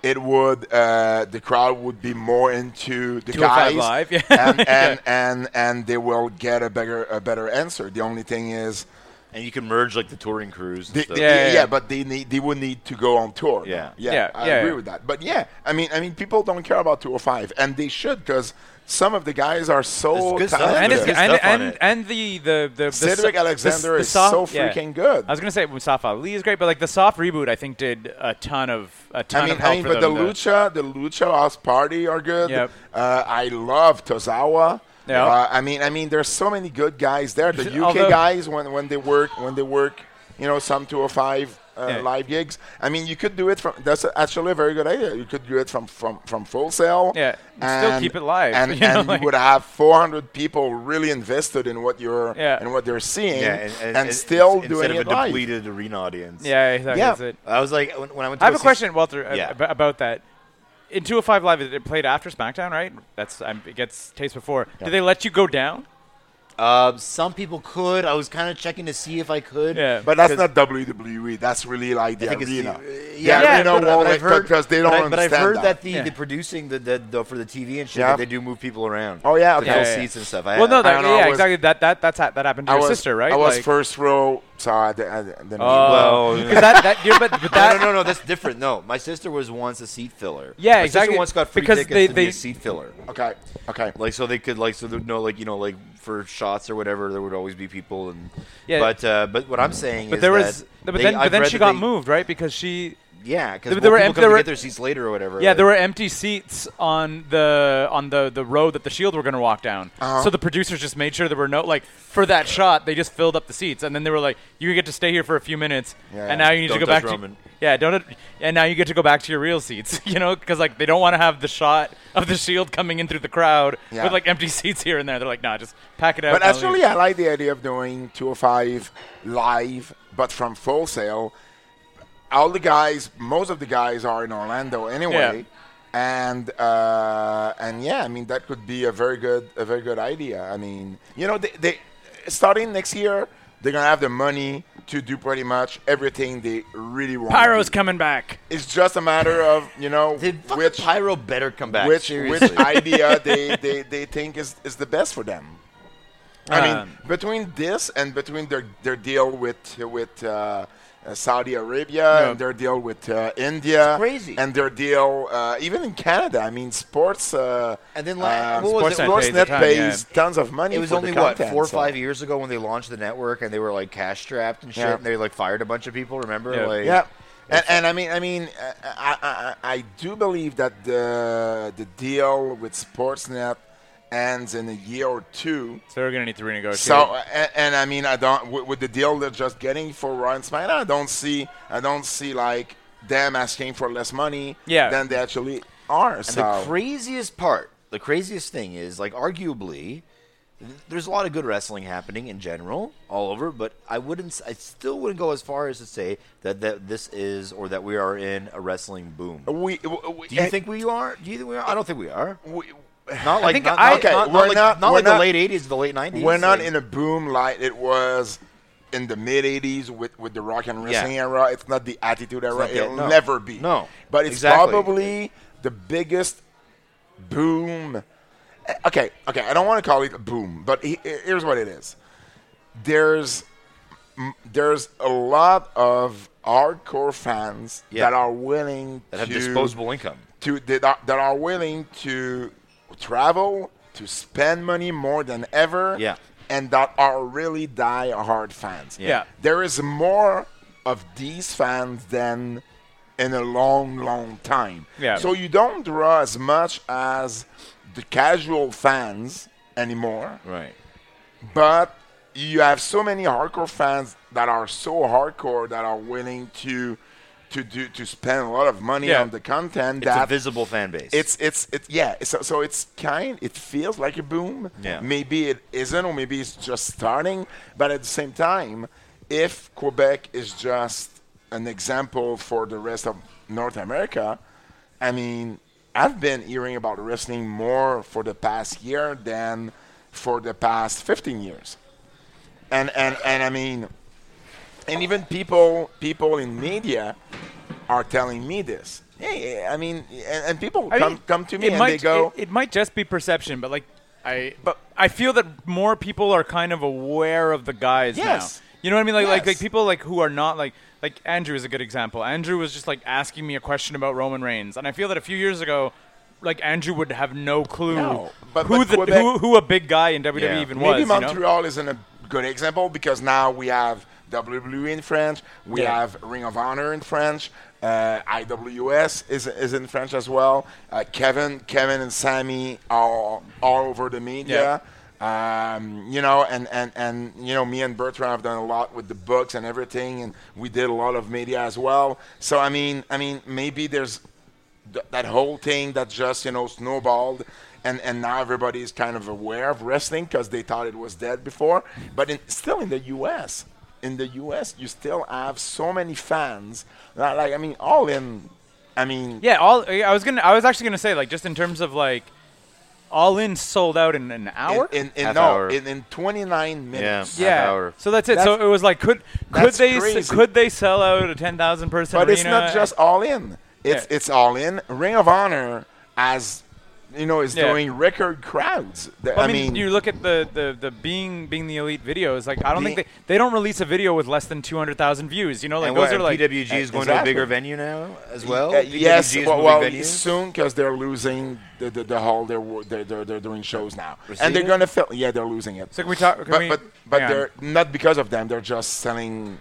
C: it would uh, the crowd would be more into the
E: 205
C: guys
E: Live, yeah.
C: and, and, and and they will get a better a better answer. The only thing is
D: And you can merge like the touring crews. And
C: they,
D: stuff.
C: yeah,
E: Yeah, yeah,
C: yeah,
E: yeah.
C: but they need they would need to go on tour.
D: Yeah.
C: yeah,
E: Yeah,
C: I
E: yeah,
C: agree
E: yeah.
C: with that. But yeah, I mean, I mean, people don't care about 205, and they should because some of the guys are so
D: It's good stuff.
E: and,
C: talented.
E: it's,
D: Good
E: and,
D: stuff on
E: and,
D: it.
E: and the the the, the
C: Cedric
E: so-
C: Alexander is so
E: yeah.
C: freaking good.
E: I was gonna say Mustafa Lee is great, but like the soft reboot, I think did a ton of a ton
C: I mean,
E: of help
C: I mean,
E: for
C: but the
E: them to-
C: lucha, the lucha house party are good.
E: Yep.
C: Uh, I love Tozawa.
E: Yeah.
C: Uh, I mean, I mean, there's so many good guys there. The UK
E: Although-
C: guys, when when they work, when they work, you know, some 205 uh,
E: Yeah.
C: live gigs. I mean, you could do it from. That's actually a very good idea. You could do it from from from full sale.
E: Yeah. Still keep it live,
C: And
E: you know,
C: and
E: like-
C: you would have 400 people really invested in what you're
E: Yeah.
C: in what they're seeing.
D: Yeah, and, and, and
C: still
D: instead
C: doing
D: of
C: it
D: a
C: live.
D: depleted arena audience.
E: Yeah, exactly.
C: Yeah.
E: That's it.
D: I was like when, when I went. To
E: I have
D: go
E: a
D: see-
E: question, Walter, ab-
D: Yeah.
E: ab- about that. In 205 Live, it it played after SmackDown, right? That's um, it gets tapes before. Did they let you go down?
D: Uh, some people could. I was kind of checking to see if I could.
E: Yeah.
C: But that's not WWE. That's really like the
D: I think it's
C: arena.
D: the- uh,
C: The,
D: yeah,
E: yeah,
C: arena
E: but-
D: But
C: won't
D: I've heard
C: because they don't
D: but I, but I've
C: understand
D: heard that,
C: that.
D: the,
E: Yeah.
D: the producing the, the, the for the TV and shit
C: Yeah.
D: that they do move people around.
C: Oh, yeah,
D: to
C: okay.
D: fill
E: Yeah, yeah.
D: seats and stuff. I,
E: well, no,
D: I
E: that,
C: don't
E: yeah,
C: know, I was-
E: exactly. That that that's ha- that happened to
C: I
E: your
C: was,
E: sister, right?
C: I was
E: Like-
C: first row, so I, di- I, di- didn't.
E: Oh,
D: Well,
E: 'cause that, that, you're, but, but
D: No,
E: that,
D: no, no, no, that's different. No, my sister was once a seat filler.
E: Yeah,
D: my
E: exactly,
D: Sister once got free
E: because
D: tickets
E: they-
D: to
E: they-
D: be a seat filler.
C: okay, okay.
D: Like so they could like so there no like you know like for shots or whatever there would always be people and
E: Yeah.
D: But uh, but what I'm saying
E: But
D: is
E: there was,
D: that
E: but
D: they-
E: then,
D: I've
E: but then
D: read
E: she
D: that
E: got
D: they-
E: moved, right? Because she
D: yeah, because
E: There- there were-
D: people come
E: there
D: to
E: were-
D: get their seats later or whatever.
E: Yeah, there were empty seats on the on the the road that the Shield were going to walk down.
D: Uh-huh.
E: So the producers just made sure there were no like for that shot. They just filled up the seats, and then they were like, "You get to stay here for a few minutes,
C: Yeah.
E: and now you need
D: Don't
E: to go
D: touch
E: back
D: Roman.
E: to yeah, don't and now you get to go back to your real seats, you know, because like they don't want to have the shot of the Shield coming in through the crowd
C: Yeah.
E: with like empty seats here and there. They're like, "Nah, just pack it out."
C: But
E: and I'll
C: actually,
E: leave."
C: I like the idea of doing 205 live, but from full sale. All the guys, most of the guys are in Orlando anyway. And uh, and yeah, I mean that could be a very good a very good idea. I mean, you know, they, they starting next year, they're gonna have the money to do pretty much everything they really want.
E: Pyro's coming back.
C: It's just a matter of you know
D: Did fucking
C: which
D: Pyro better come back?
C: which
D: seriously.
C: which idea they, they, they think is, is the best for them. I mean,
E: Um,
C: between this and between their their deal with with uh, uh, Saudi Arabia and their deal with uh, India,
D: It's crazy.
C: and their deal uh, even in Canada. I mean, sports uh,
D: And then la-
C: um,
D: what was
C: sports,
E: it?
C: Sportsnet
E: Sportsnet pays a ton,
C: pays tons of money.
D: it was
C: for the
D: only what
C: content,
D: four or
C: so-
D: five years ago when they launched the network and they were like cash strapped and shit
C: Yeah.
D: and they like fired a bunch of people remember
E: Yeah.
D: like
C: Yeah. And, and I mean, I mean, uh, I, I, I I do believe that the the deal with Sportsnet ends in a year or two.
E: So we're gonna need to renegotiate.
C: So and, and I mean I don't with, with the deal they're just getting for Ryan Snyder, I don't see I don't see like them asking for less money
E: Yeah.
C: than they actually are.
D: and
C: so
D: the craziest part the craziest thing is like arguably th- there's a lot of good wrestling happening in general all over but i wouldn't s- i still wouldn't go as far as to say that that this is or that we are in a wrestling boom
C: we, w- we
D: do you
C: eh,
D: think we are do you think we are i don't think we are
C: we,
D: not like
E: think
D: not,
E: I-
D: not,
C: Okay,
D: not,
C: we're
D: like,
C: not-
D: not
C: we're
D: like the
C: not-
D: late 80s the late 90s
C: we're not
D: like-
C: in a boom like it was in the mid '80s with, with the rock and wrestling
D: Yeah.
C: era? It's not the Attitude Era.
D: not the-
C: It'll
D: no.
C: never be.
D: No.
C: but it's
D: Exactly.
C: probably the biggest boom. Eh, Okay, okay. I don't want to call it a boom, but he, he- here's what it is. There's m- there's a lot of hardcore fans
D: Yeah.
C: that are willing
D: that have
C: to
D: disposable income
C: to that are, that are willing to travel to spend money more than ever
D: Yeah.
C: and that are really die hard fans
E: Yeah.
C: there is more of these fans than in a long long time
E: Yeah.
C: so you don't draw as much as the casual fans anymore
D: right
C: but you have so many hardcore fans that are so hardcore that are willing to to do to spend a lot of money
E: Yeah.
C: on the content
D: it's a
C: that
D: visible fan base
C: it's it's it's yeah. it's- So, so it's kind. It feels like a boom.
D: Yeah.
C: Maybe it isn't, or maybe it's just starting. But at the same time, if Quebec is just an example for the rest of North America, I mean, I've been hearing about wrestling more for the past year than for the past 15 years. And and and I mean, and even people people in media are telling me this. Hey, I mean, and, and people
E: I
C: come
E: mean,
C: come to me
E: it
C: and
E: might,
C: they go,
E: It, it might just be perception, but like I, but I feel that more people are kind of aware of the guys
C: Yes.
E: now. You know what I mean? Like, like, like
C: Yes.
E: people like who are not like like Andrew is a good example. Andrew was just like asking me a question about Roman Reigns, and I feel that a few years ago. Like Andrew would have no clue
C: No, but-
E: who,
C: but
E: the,
C: Quebec-
E: who who a big guy in WWE
D: Yeah.
E: even was.
C: maybe
E: you know?
C: Montreal isn't a good example because now we have WWE in French, we
E: Yeah.
C: have Ring of Honor in French, uh, IWS is is in French as well. Uh, Kevin, Kevin, and Sammy are all over the media. Um, you know, and, and, and you know, me and Bertrand have done a lot with the books and everything, and we did a lot of media as well. So I mean, I mean, maybe there's th- that whole thing that just you know snowballed and and now everybody's kind of aware of wrestling because they thought it was dead before but in, still in the us in the us you still have so many fans Not like i mean all in i mean
E: Yeah, all I was gonna I was actually gonna say like just in terms of like all in sold out in an
C: in,
E: hour.
C: in, in
D: Half
C: no
D: hour.
C: in, in 29 minutes
E: Yeah.
D: half hour.
E: So that's it. so
C: That's-
E: it was like, could could
C: that's
E: they s-
C: crazy.
E: could they sell out a ten thousand person
C: but
E: arena?
C: it's not just all in it's
E: Yeah.
C: it's all in ring of honor as you know is
E: Yeah.
C: doing record crowds The-
E: I, mean, you look at the, the, the being being the elite videos. Like, I don't think
C: Being-
E: they they don't release a video with less than two hundred thousand views. You know, like
D: and
E: those
D: what,
E: are like
D: PWG is going to a
C: Exactly.
D: bigger venue now as well.
C: Uh,
D: PWG
C: yes,
D: is
C: well,
D: moving
C: well
D: venues?
C: soon because they're losing the the, the whole they're, wo- they're they're they're doing shows now,
D: Receiving
C: and they're
D: it?
C: gonna fill. Yeah, they're losing it.
E: So can we talk- can
C: but
E: we-
C: but but
E: hang on.
C: they're not because of them. They're just selling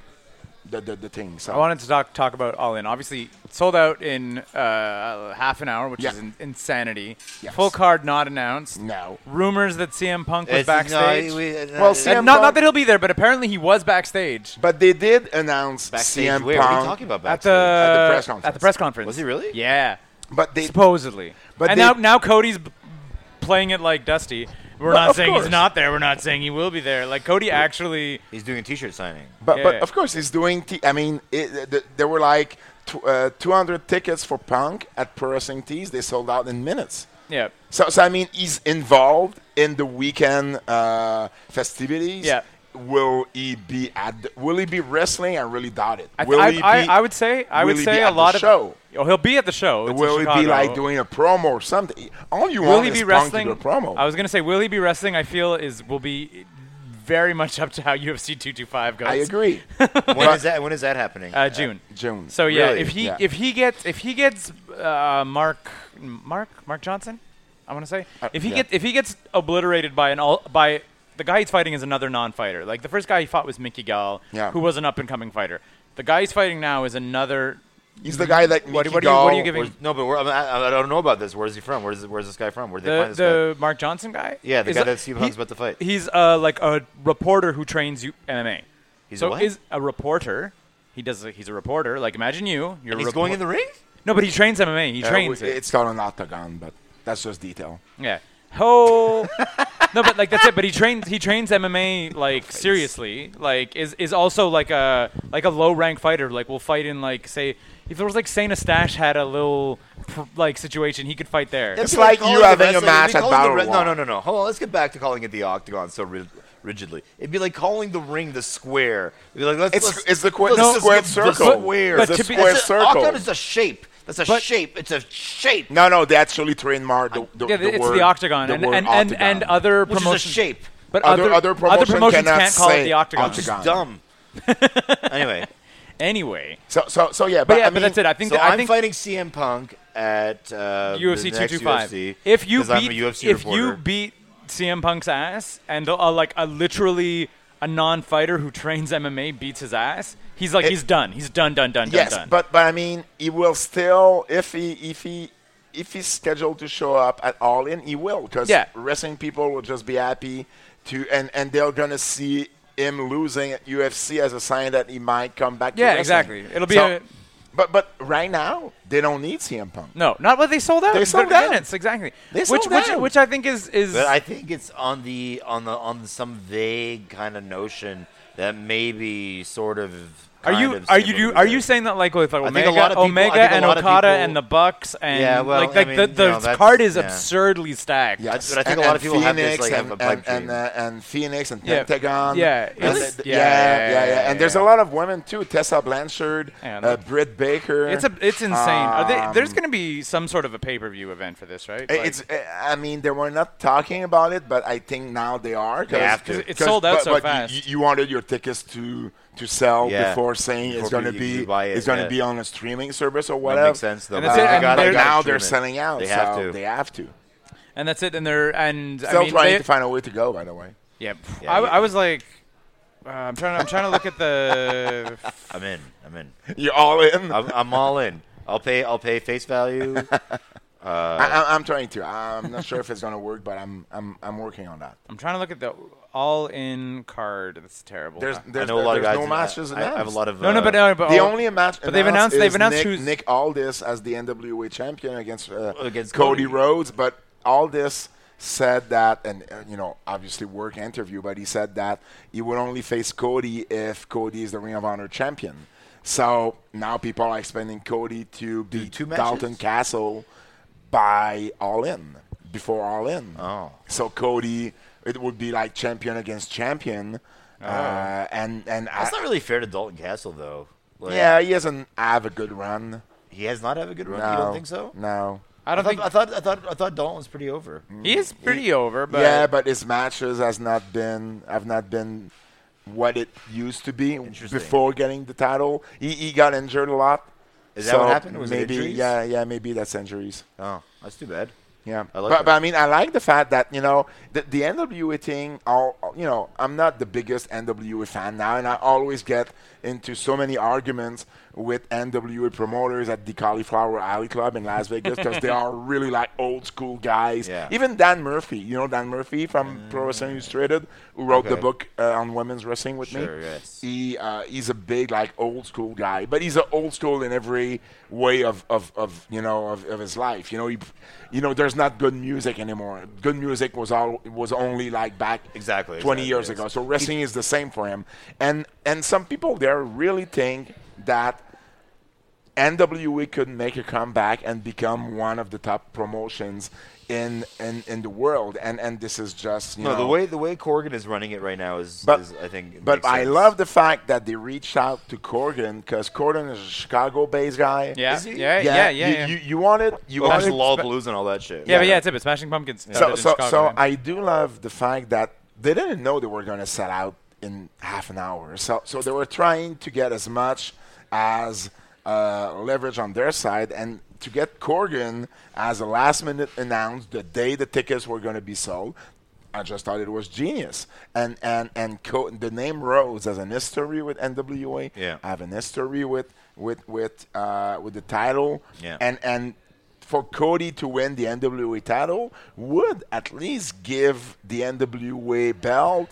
C: the, the, the thing. So
E: I wanted to talk talk about All In. Obviously, sold out in uh, half an hour, which
C: Yeah.
E: is in, insanity.
C: Yes.
E: Full card not announced.
C: No.
E: Rumors that CM Punk was
D: It's- no,
E: backstage.
D: we-
C: Well,
D: uh,
C: CM
E: And not,
C: Punk-
E: not that he'll be there, but apparently he was backstage
C: But they did announce
D: backstage.
C: CM
D: where? What are you
C: Punk.
D: talking about
E: at
D: backstage?
E: the,
C: At the
E: At
C: press
E: the
C: conference.
E: press conference.
D: Was he really?
E: Yeah,
C: But they
E: supposedly.
C: But
E: and
C: they-
E: now now Cody's b- playing it like Dusty. We're
C: Well,
E: not
C: of
E: saying
C: course.
E: he's not there. We're not saying he will be there. Like Cody actually.
D: He's doing a T-shirt signing.
C: But, but
E: Yeah.
C: of course, he's doing. T- I mean, it, th- there were like tw- uh, 200 tickets for Punk at Pro Wrestling Tees. They sold out in minutes.
E: Yeah.
C: So, so I mean, he's involved in the weekend uh, festivities.
E: Yeah.
C: Will he be at? The, will he be wrestling? I really doubt it.
E: I,
C: will
E: I,
C: he
E: I,
C: be-
E: I would say I
C: will
E: would
C: he
E: say
C: be
E: a
C: at the
E: lot of
C: show?
E: Oh, he'll be at the show. It's in
C: will he be like
E: Chicago.
C: doing a promo or something? All you
E: Will
C: want
E: he be
C: is Punk to
E: wrestling?
C: do a promo.
E: I was gonna say, will he be wrestling? I feel is will be very much up to how UFC 225 goes.
C: I agree.
D: When is that? When is that happening?
E: Uh, June.
C: June.
E: So yeah,
D: Really?
E: if he
C: Yeah.
E: if he gets if he gets uh, Mark Mark Mark Johnson, I want to say
D: Uh,
E: if he
C: yeah.
E: gets if he gets obliterated by an all by the guy he's fighting is another non-fighter. Like the first guy he fought was Mickey Gall,
C: Yeah.
E: who was an up-and-coming fighter. The guy he's fighting now is another.
C: He's the guy that
E: What,
C: Mickey
E: what, are, you, what are
C: Gall
E: you giving?
D: Where's- no, but where, I, mean, I, I don't know about this. Where's he from? Where's where's this guy from? Where did they
E: the
D: find this guy?
E: the Mark Johnson guy.
D: Yeah, the
E: Is
D: guy
E: a-
D: that Steve Hunt's about to fight.
E: He's uh, like a reporter who trains you MMA.
D: He's
E: so
D: a what?
E: is a reporter. He does. He's a reporter. Like imagine you. You're
D: And
E: a
D: he's
E: repor-
D: going in the ring.
E: No, but he trains MMA. He
C: Uh,
E: trains
C: w-
E: it.
C: It's called an octagon, but that's just detail.
E: Yeah. Ho. no, but like that's it. But he trains. He trains MMA like seriously. Like is is also like a like a low rank fighter. Like will fight in like say if there was like Saint Eustache had a little pr- like situation, he could fight there.
C: It's like you having a match at Battle
D: Royale. No,
C: Royale.
D: no, no, no. Hold on. Let's get back to calling it the octagon so ri- rigidly. It'd be like calling the ring the square. It'd be like, let's,
C: It's-
D: let's-
C: it's the que-
D: let's
C: no,
D: just
C: squared
D: get
C: circle.
D: The square.
E: But
D: The
E: to be-
D: square
E: it's
C: a-
D: circle.
C: octagon
D: Octagon
C: is
D: is a shape. That's a
E: But-
D: shape. It's a shape.
C: No, no, they actually trademarked the, the,
E: yeah,
C: the
E: it's
C: word.
E: the octagon
C: the
E: and,
C: word
E: and, and, and
C: octagon.
E: other
D: Which is a
E: promotions
D: shape.
E: But
C: Other-
E: other
C: other promotion
E: promotions
C: cannot
E: can't call it
C: say
E: the octagon.
C: octagon.
D: It's dumb. anyway,
E: Anyway,
C: So, so, so yeah, but,
E: but, yeah,
C: I mean,
E: but that's it. I think
D: so
E: that, I
D: I'm
E: think
D: fighting CM Punk at uh,
E: UFC
D: the next
E: 225.
D: UFC,
E: if you
D: 'cause I'm a
E: beat
D: UFC
E: if
D: reporter.
E: you beat CM Punk's ass and uh, like a literally a non-fighter who trains MMA beats his ass, he's like
C: It-
E: he's done. He's done done done
C: yes,
E: done done.
C: but but I mean, he will still if he if he if he's scheduled to show up at all in, he will because
E: Yeah.
C: wrestling people will just be happy to and and they're gonna see him losing at UFC as a sign that he might come back.
E: Yeah,
C: to wrestling.
E: exactly. It'll be
C: So-
E: a-
C: but but right now they don't need CM Punk.
E: no, not what they sold out.
C: They
E: in
C: sold
E: 30
C: out.
E: minutes exactly.
C: They
E: which
C: sold
E: which
C: out.
E: which I think is is
D: But I think it's on the on the on some vague kind of notion that maybe sort of.
E: are
D: kind
E: you
D: of
E: are you
D: similar
E: do, are
D: to
E: you
D: it.
E: saying that like with like,
D: I think a
E: Omega,
D: lot of people- I
E: Omega
D: think a
E: and
D: lot of
E: Okada
D: people-
E: and the Bucks and
D: Yeah, well,
E: like like
D: I
E: the
D: mean,
E: the
D: you know, that's-
E: card is
D: yeah.
E: absurdly stacked.
C: Yeah,
D: But I think a lot of people have this, like, have a
C: and,
D: pipe
C: and,
D: dream.
C: uh, and Phoenix and
E: Yeah.
C: Pentagon.
E: Yeah,
C: and
E: it's-
C: the- the-
E: yeah,
C: yeah, yeah,
E: yeah,
C: yeah,
E: yeah,
C: And there's
E: yeah.
C: a lot of women too. Tessa Blanchard,
E: Yeah,
C: uh,
E: that-
C: Britt Baker.
E: It's a, it's insane. Are they, there's
C: Um,
E: going to be some sort of a pay per view event for this, right?
C: I-
E: Like-
C: It's. uh, I mean, they were not talking about it, but I think now they are.
D: They have to.
E: It's sold out
C: but,
E: so
C: but you-
E: fast.
C: You, you wanted your tickets to to sell
D: Yeah.
C: before saying it's
D: Before
C: going to
D: you- you
C: be
D: buy it,
C: it's going to
D: yeah.
C: be on a streaming service or
D: That
C: whatever.
D: makes sense though.
E: And
D: but
E: that's
D: they
E: it, and
D: gotta-
E: they're-
C: but
D: gotta
C: now
D: stream
C: they're
D: it.
C: selling out.
D: They have
C: so
D: to.
C: They have to.
E: and that's it. And they're and
C: Still
E: I mean,
C: trying
E: they-
C: to find a way to go. By the way.
E: yeah,
D: Yeah,
E: I,
D: yeah.
E: I was like, uh, I'm trying. I'm trying to look at the.
D: I'm in. I'm in.
C: You're all in.
D: I'm, I'm all in. I'll pay. I'll pay face value.
C: I, I- I'm trying to. I'm not sure if it's gonna work, but I'm I'm I'm working on that.
E: I'm trying to look at the all in card. That's terrible.
C: There's
D: I
C: there's,
D: know a lot of
C: there's
D: guys.
C: no
D: in-
C: matches
D: I,
C: announced.
D: I have a lot of.
E: no, no,
D: uh,
E: but no, but oh,
C: The
E: all-
C: only match,
E: But they've announced.
C: is
E: They've announced
C: Nick,
E: who's.
C: Nick Aldis as the NWA champion against uh,
D: Against
C: Cody
D: Cody.
C: Rhodes, but Aldis said that, and uh, you know, obviously work interview, but he said that he would only face Cody if Cody is the Ring of Honor champion. So now people are expecting Cody to beat
D: two matches?
C: Dalton Castle by All In before All In.
D: Oh.
C: so Cody, it would be like champion against champion, uh, and and I-
D: Oh. That's not really fair to Dalton Castle though. Like,
C: yeah, he doesn't have a good run.
D: He has not have a good run.
C: No,
D: You don't think so?
C: No.
E: I don't
D: I
E: think Mm.
D: thought, I thought. I thought. I thought Dalton was pretty over.
E: he is pretty over, but
C: yeah, but his matches has not been have not been what it used to be
D: Interesting.
C: before getting the title. He, he got injured a lot.
D: Is that what
C: So
D: happened? Was it
C: maybe
D: injuries?
C: yeah, yeah, maybe that's injuries.
D: Oh, that's too bad.
C: Yeah,
D: I
C: but,
D: like
C: but
D: that.
C: I mean, I like the fact that you know the, the NWA thing. I'll, you know, I'm not the biggest NWA fan now, and I always get into so many arguments with NWA promoters at the Cauliflower Alley Club in Las Vegas because they are really like old school guys.
D: Yeah. Mm.
C: Even Dan Murphy, you know Dan Murphy from Pro Wrestling Illustrated, who wrote the
D: Okay.
C: book uh, on women's wrestling with
D: Sure,
C: me.
D: yes.
C: He uh, he's a big like old school guy, but he's an old school in every way of, of, of you know of, of his life. You know, he, you know, there's not good music anymore. Good music was all was only like back
D: Exactly,
C: twenty
D: exactly,
C: years
D: yes.
C: ago. So wrestling is the same for him. And and some people there really think that NWA could make a comeback and become one of the top promotions in in, in the world. And and this is just you
D: No,
C: know,
D: the way the way Corgan is running it right now is,
C: but
D: is I think.
C: but
D: makes
C: I
D: sense.
C: love the fact that they reached out to Corgan because Corgan is a Chicago-based guy.
E: Yeah. Is he? Yeah, yeah, yeah,
C: You,
E: yeah.
C: You, you wanted you
D: Well, that's
C: wanted
D: Lollapalooza and all that shit.
E: Yeah, but yeah, it's it. But Smashing Pumpkins.
C: so so so
E: I,
C: I do love the fact that they didn't know they were going to sell out in half an hour. So so they were trying to get as much as uh, leverage on their side and to get Corgan as a last minute announce the day the tickets were going to be sold. I just thought it was genius, and and and Co- the name Rhodes has an history with NWA.
D: Yeah.
C: I have an history with with with uh, with the title.
D: Yeah.
C: and and for Cody to win the NWA title would at least give the NWA belt.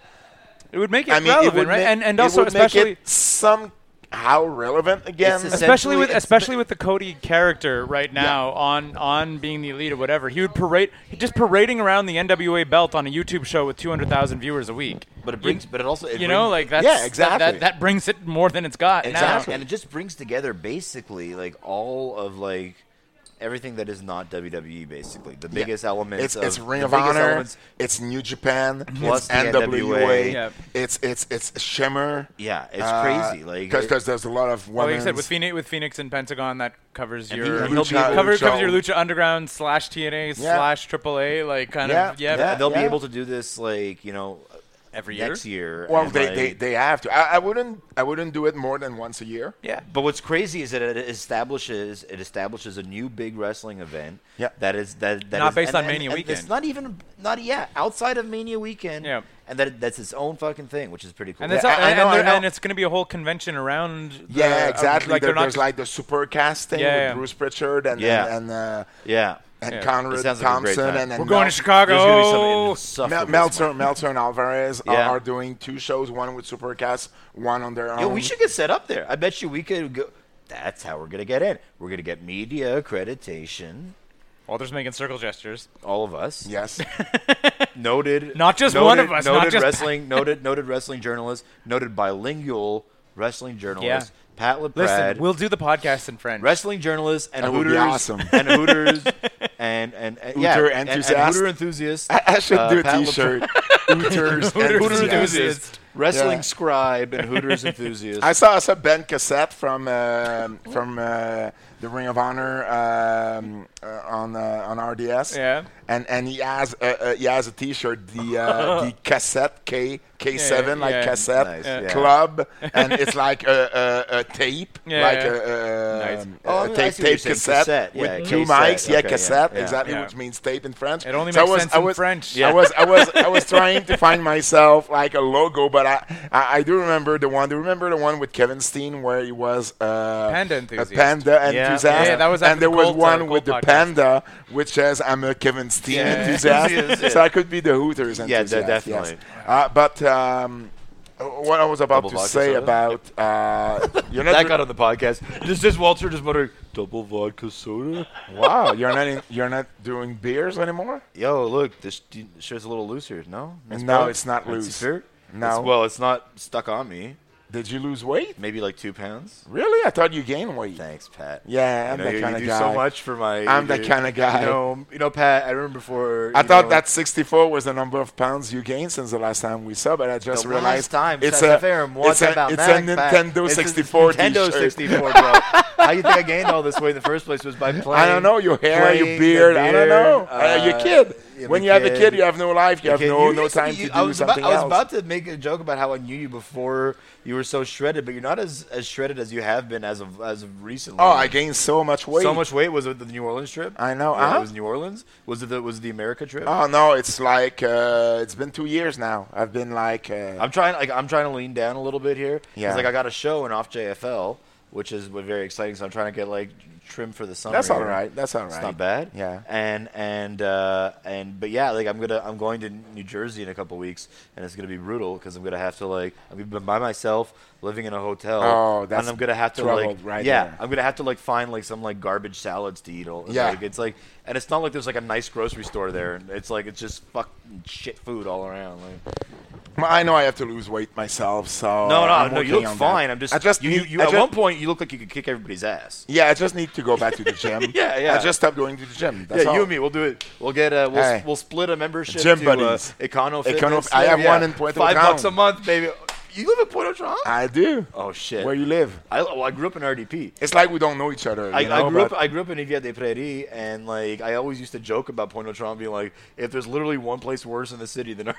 E: it would make it
C: I mean,
E: relevant,
C: it would
E: right?
C: make,
E: and and
C: it
E: also
C: would make
E: especially
C: it somehow relevant again.
D: It's the same-
E: especially with
D: Essentially, it's
E: especially with the Cody character right now on on being the elite or whatever. He would parade just parading around the NWA belt on a YouTube show with 200,000 viewers a week.
D: But it brings.
E: you,
D: but it also. It
E: you know like
D: brings-
E: that's
C: Yeah,
E: that-
C: exactly.
E: that, that brings it more than it's got
C: Exactly.
E: now.
D: and it just brings together basically like all of like everything that is not WWE. Basically, the biggest elements.
C: It's,
D: of,
C: it's Ring
D: the
C: of
D: biggest
C: Honor.
D: elements-
C: It's New Japan.
D: Plus
C: it's
D: the
C: NWA.
D: NWA.
E: Yep.
C: It's it's it's Shimmer.
D: Yeah, it's crazy, like-
C: because there's a lot of
E: Well,
C: women.
E: like I said, with Phoenix, with Phoenix and Pentagon, that covers
D: And
E: your cover,
D: he'll- he'll be able to
E: covers
C: show-
E: your Lucha Underground slash TNA
C: Yeah.
E: slash AAA, like kind of
C: Yeah,
E: yeah.
D: yeah, they'll
C: yeah.
D: be able to do this like you know
E: Every year?
D: next year.
C: well,
D: and,
C: they,
D: like-
C: they, they have to. I, I wouldn't I wouldn't do it more than once a year.
E: yeah.
D: But what's crazy is that it establishes it establishes a new big wrestling event.
C: Yeah.
D: That is that that
E: Not
D: is-
E: based
D: and-
E: on
D: and-
E: Mania
D: and It's
E: weekend.
D: not even not yeah outside of Mania weekend.
E: Yeah.
D: And that that's its own fucking thing, which is pretty cool.
E: And it's,
C: Yeah,
E: and,
C: I- I know,
E: and
C: I
E: they're-
C: know.
E: and it's going to be a whole convention around. the-
C: Yeah,
E: uh,
C: exactly.
E: Like
C: there,
E: they're not
C: there's
E: just-
C: like the super casting
E: Yeah,
C: with
E: yeah.
C: Bruce Pritchard and
D: Yeah.
C: and and, uh,
D: yeah.
C: and
E: Yeah.
C: Conrad
D: It sounds like a great
C: Thompson
D: time.
C: and, and
E: we're going to
C: Mel-
D: There's gonna be something
E: Chicago.
C: Mel-
D: insufferable.
C: Meltzer, Meltzer and Alvarez are-
D: Yeah.
C: are, doing two shows, one with Supercast, one on their own.
D: Yo, we should get set up there. I bet you we could go. That's how we're gonna get in. We're gonna get media accreditation.
E: Walter's making circle gestures.
D: All of us.
C: Yes.
D: Noted.
E: Not just
D: noted-
E: one of us, not
D: Noted
E: just-
D: wrestling. noted. Noted wrestling journalist. Noted bilingual wrestling journalist. Pat LaPrade.
E: Listen, we'll do the podcast in French.
D: wrestling journalists and
C: That would be
D: Hooters
C: awesome.
D: and Hooters and and, and yeah,
C: Hooter
D: and- and
C: enthusiast.
D: Hooter enthusiast.
C: I, I should
D: uh,
C: do a
D: Pat
C: T-shirt.
D: LaPrade-
C: Hooters,
E: Hooters
D: Hooter
E: Enthusiast.
D: enthusiast, wrestling
C: Yeah.
D: scribe, and Hooters enthusiast.
C: I saw, I saw Ben Cassette from uh, from uh, the Ring of Honor um, uh, on uh, on RDS.
E: Yeah.
C: And and he has uh, uh, he has a T-shirt the uh, the cassette K K seven
E: Yeah,
C: like
E: yeah, yeah.
C: cassette
D: Nice, Yeah. yeah.
C: club and it's like a, a, a tape
E: Yeah,
C: like
E: yeah.
C: a, a,
E: Nice.
C: um,
D: Oh, I
C: a
D: see
C: tape
D: what you're
C: tape
D: saying,
C: cassette,
D: cassette,
C: with
D: yeah,
C: two
D: cassette,
C: mics yeah
D: okay, yeah,
C: cassette
D: yeah.
C: exactly
E: Yeah.
C: which means tape in French.
E: It only
C: so I
E: makes
C: was,
E: sense
C: I
E: in
C: was,
E: French.
C: I was I was I was trying to find myself like a logo, but I, I, I do remember the one. Do you remember the one with Kevin Steen where he was uh,
E: Panda
C: a
E: enthusiast.
C: panda
D: Yeah.
C: enthusiast?
E: Yeah, that was
C: and
E: after
C: there
E: the
C: was
E: Colt, uh,
C: one
E: Colt
C: with the
E: podcast.
C: panda, which says I'm a Kevin Steen
E: Yeah.
C: enthusiast.
D: Enthusiast, yeah.
C: So I could be the Hooters
D: Yeah, de-
C: enthusiast.
D: definitely.
C: Yes. Uh, but um, what I was about
D: Double
C: to
D: vodka
C: say
D: soda?
C: about uh, you're not
D: that
C: dr-
D: got on the podcast. This is Walter just muttering double vodka soda.
C: wow, you're not in, you're not doing beers anymore.
D: Yo, look, this d- shirt's a little looser. No, That's
C: No,
D: better?
C: it's not
D: That's
C: loose.
D: fair?
C: No.
D: It's- well, it's not stuck on me.
C: Did you lose weight?
D: Maybe like two pounds.
C: Really? I thought you gained weight.
D: Thanks, Pat.
C: Yeah, I'm
D: you know,
C: that
D: you,
C: kinda
D: you do
C: guy.
D: so much for my.
C: I'm that kinda guy.
D: You know, you know, Pat. I remember before.
C: I
D: you
C: thought
D: know,
C: that 64 was the number of pounds you gained since the last time we saw, but I just
D: the
C: realized
D: last time
C: it's
D: Seth
C: a
D: Ferrum
C: it's
D: was
C: a,
D: about
C: it's a
D: Mac Pat.
C: Nintendo
D: It's a
C: 64
D: Nintendo
C: t-shirt.
D: 64, bro. How you think I gained all this weight in the first place was by playing.
C: I don't know your hair,
D: playing
C: your
D: the
C: beard. I don't know. Uh, you kid.
D: You
C: when
D: the
C: you have a
D: kid.
C: kid, you have no life. You have
D: Okay,
C: no
D: you
C: no
D: used to
C: time
D: be-
C: to
D: I
C: do
D: was, about,
C: something
D: I was
C: else.
D: about to make a joke about how I knew you before you were so shredded, but you're not as, as shredded as you have been as of as of recently.
C: Oh, I gained so much weight.
D: So much weight was it the New Orleans trip?
C: I know, uh-huh.
D: Yeah,
C: huh?
D: It was New Orleans. Was it the was it the America trip?
C: Oh no, it's like uh, it's been two years now. I've been like uh,
D: I'm trying like I'm trying to lean down a little bit here. 'cause,
C: Yeah.
D: Like I got a show in off JFL, which is w- very exciting. So I'm trying to get like trim for the summer.
C: that's all
D: here.
C: right. That's all right.
D: It's not bad.
C: Yeah.
D: And and uh, and but yeah, like I'm gonna I'm going to New Jersey in a couple weeks, and it's gonna be brutal because I'm gonna have to like I'm gonna be by myself, living in a hotel.
C: Oh, that's
D: and I'm gonna have to
C: trouble
D: like
C: right
D: yeah,
C: there.
D: I'm gonna have to like find like some like garbage salads to eat. All,
C: Yeah.
D: Like, it's like and it's not like there's like a nice grocery store there. It's like it's just fucking shit food all around. Like.
C: I know I have to lose weight myself, so
D: No, no,
C: Oh, I'm
D: no.
C: working
D: You look
C: on that.
D: fine. I'm just.
C: I just
D: you,
C: need-
D: you, you-
C: I
D: at
C: just-
D: one point, you look like you could kick everybody's ass.
C: Yeah, I just need to go back to the gym.
D: Yeah, yeah.
C: I just stopped going to the gym. That's
D: yeah,
C: all.
D: you and me, we'll do it. We'll get. Uh, we'll,
C: Hey.
D: we'll split a membership
C: Gym
D: to uh,
C: buddies.
D: Econo. Fitness.
C: I
D: Yeah,
C: have
D: yeah.
C: one in Puerto
D: Five
C: Rico.
D: bucks a month, baby. You live in Puerto Rico?
C: I do.
D: Oh shit.
C: Where you live?
D: I, well, I grew up in RDP.
C: It's like we don't know each other.
D: I,
C: you know,
D: I grew up.
C: but-
D: I grew up in Villa de Prairie, and like I always used to joke about Point Tron being like, if there's literally one place worse in the city than RDP.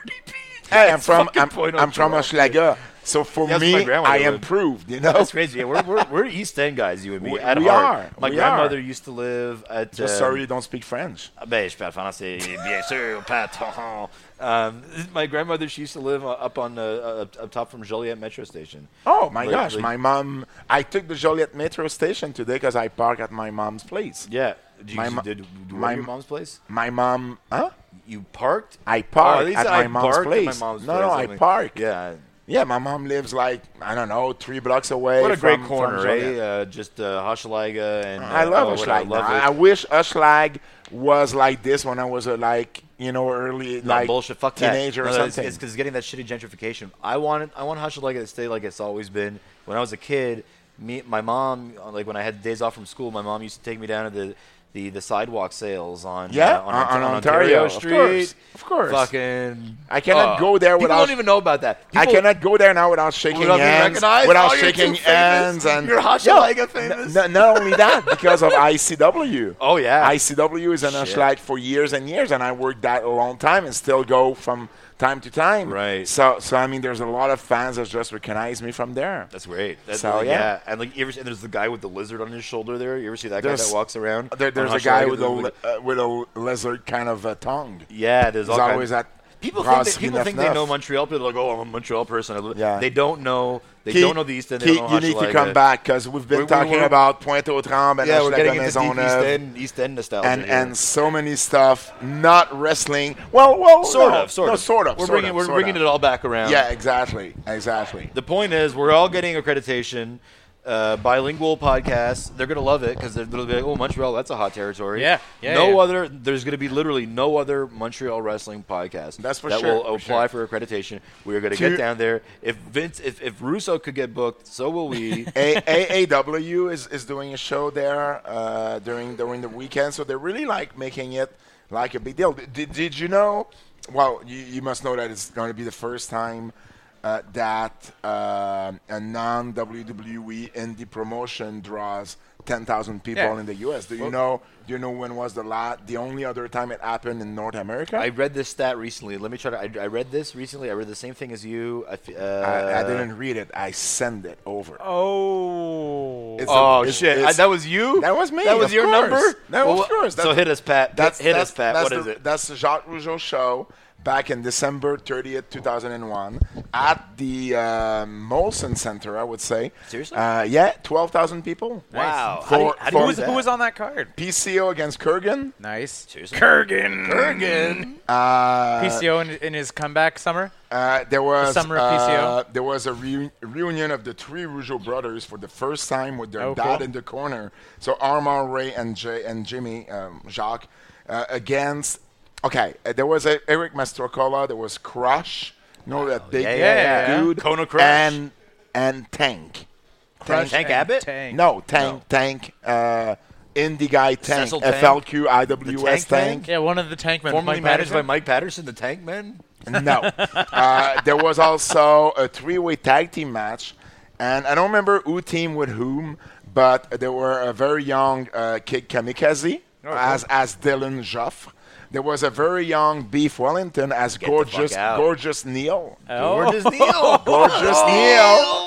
C: Hey, I'm
D: it's
C: from
D: fucking
C: I'm,
D: Point
C: I'm from
D: Tron.
C: Oshlaga, so for
D: That's my
C: me,
D: grandmother
C: I
D: lived.
C: improved. You know,
D: That's crazy. Yeah, we're, we're, we're East End guys, you and me.
C: We-
D: at
C: we
D: heart.
C: are.
D: My
C: We
D: grandmother
C: are.
D: used to live at.
C: Just
D: um,
C: sorry you don't speak French.
D: Ah, Ben, je parle français, bien sûr, patron. Um, my grandmother, she used to live uh, up on uh, uh, up- up top from Joliet Metro Station.
C: Oh my
D: Like-
C: gosh,
D: like-
C: my mom. I took the Joliet metro station today because I parked at my mom's place.
D: Yeah. Do you,
C: My mo-
D: did, did you
C: my
D: your
C: mo-
D: mom's place?
C: My mom, huh?
D: You parked?
C: I parked
D: they
C: at
D: said
C: my
D: I
C: mom's
D: barked at my
C: place.
D: mom's
C: No,
D: place.
C: no,
D: I'm
C: I
D: like-
C: parked.
D: Yeah.
C: Yeah, my mom lives like I don't know, three blocks away.
D: What a great
C: from- from
D: corner,
C: Joliet.
D: eh? Uh, just uh, Hochelaga and uh,
C: I love
D: oh, what
C: Ushlag.
D: I
C: now.
D: love
C: I,
D: it.
C: I wish Ushlag was like this when I was a like you know early
D: No,
C: like
D: bullshit. Fuck that.
C: teenager
D: No,
C: or
D: no, it's-
C: something.
D: It's because getting that shitty gentrification. I want it. I want Hochelaga to stay like it's always been. When I was a kid, me, my mom, like when I had days off from school, my mom used to take me down to the the, the sidewalk sales on
C: Yeah,
D: uh,
C: on-
D: on, Ont-
C: on
D: on
C: Ontario, of
D: Street.
C: course, of course.
D: Fucking.
C: I cannot
D: oh.
C: go there
D: People
C: without-
D: don't even know about that.
C: I
D: People-
C: cannot go there now without shaking
D: Without being
C: hands,
D: recognized?
C: without
D: Oh, you're too
C: shaking
D: famous.
C: hands, and
D: You're Hochelaga famous.
C: N- not only that, because of ICW.
D: Oh, yeah.
C: ICW is an
D: Shit.
C: Ushlag for years and years, and I worked that a long time and still go from time to time.
D: Right.
C: So, so I mean, there's a lot of fans that just recognize me from there.
D: That's great. That's
C: So,
D: like,
C: yeah.
D: yeah. and like you ever see, and there's the guy with the lizard on his shoulder there. You ever see that guy
C: There's-
D: that walks around?
C: There-
D: on
C: there's a
D: Hochelaga?
C: guy with a
D: There's,
C: le-
D: like,
C: uh, with a lizard kind of uh, tongue.
D: yeah. There's all
C: There's
D: kinds-
C: always that.
D: People think,
C: Ross
D: that, people think they
C: Enough.
D: know Montreal. People are like, oh, I'm a Montreal person. I live.
C: Yeah.
D: They don't know. They
C: Keith,
D: don't know the East End. They
C: Keith,
D: don't know
C: you need to
D: Hochelaga.
C: come back because we've been
D: uh, We- we
C: talking
D: were-
C: about Pointe aux Trembles and
D: Yeah, we're
C: Hochelaga
D: getting into deep East
C: Maisonneuve.
D: End, East End nostalgia.
C: and
D: here.
C: and so many stuff not wrestling. Well, well,
D: sort
C: no,
D: of, sort
C: no,
D: of,
C: sort of.
D: We're
C: sort
D: bringing
C: of,
D: we're
C: sort
D: bringing
C: of.
D: it all back around.
C: Yeah, exactly, exactly.
D: The point is, we're all getting accreditation. Uh, bilingual podcasts, they're gonna love it because they're gonna be like, "Oh, Montreal, that's a hot territory."
E: Yeah, yeah,
D: No
E: yeah.
D: other. There's gonna be literally no other Montreal wrestling podcast
C: That's for
D: that
C: sure,
D: will
C: for
D: apply for accreditation. We are gonna
C: To-
D: get down there. If Vince, if if Russo could get booked, so will we.
C: A- AAW is is doing a show there uh, during during the weekend, so they're really like making it like a big deal. Did did you know? Well, you, you must know that it's going to be the first time. Uh, that uh, a non WWE indie promotion draws ten thousand people
E: Yeah.
C: in the U.S. Do you know? Do you know when was the la- the only other time it happened in North America?
D: I read this stat recently. Let me try to. I, I read this recently. I read the same thing as you. I, f- uh,
C: I, I didn't read it. I sent it over.
E: Oh.
C: It's
D: Oh
C: it's-
D: shit! I,
C: it's-
D: that was you.
C: That was me,
D: That was
C: of
D: your
C: course.
D: number.
C: That was
D: Well,
C: yours.
D: so
C: That's-
D: hit us, Pat.
C: that's
D: hit
C: that's,
D: us, Pat.
C: That's
D: What
C: the,
D: is it?
C: That's the Jacques Rougeau show back in December 30th, 2001, at the uh, Molson Center, I would say.
D: Seriously?
C: Uh, yeah, 12,000 people.
D: Wow.
C: For,
D: How do you- how
E: Who
D: do you-
C: for
E: was, who was on that card?
C: PCO against Kurgan.
E: Nice.
D: Seriously?
E: Kurgan. Kurgan.
C: Uh,
E: PCO in, in his comeback summer.
C: Uh, there was
E: The summer of PCO.
C: uh, there was a reu- reunion of the three Rougeau brothers for the first time with their
E: Oh,
C: dad
E: cool.
C: in the corner. So Armand, Ray, and Jay and Jimmy um, Jacques uh, against. Okay, uh, there was a Eric Mastrocola. There was Crush. No, that big
D: Yeah, yeah,
E: yeah.
C: dude.
D: Kona Crush.
C: and and Tank.
E: Crush
D: Tank
E: and
D: Abbott?
E: Tank.
C: No, Tank, Tank, uh, Indie Guy Tank,
D: Cecil Tank?
C: FLQ, IWS
D: The Tank
C: Tank.
E: Yeah, one of the tank men.
D: Formerly
E: Mike
D: managed by
E: Patterson.
D: Mike Patterson, the Tank Man.
C: No. uh, there was also a three way tag team match. And I don't remember who team with whom,
D: Oh,
C: but there were a very young uh, kid Kamikaze as, as Dylan Joffre. There was a very young Beef Wellington as
D: the fuck
C: gorgeous,
D: out. Uh.
C: gorgeous Neil.
E: Oh.
D: Gorgeous Oh. Neil.
C: Gorgeous Neil.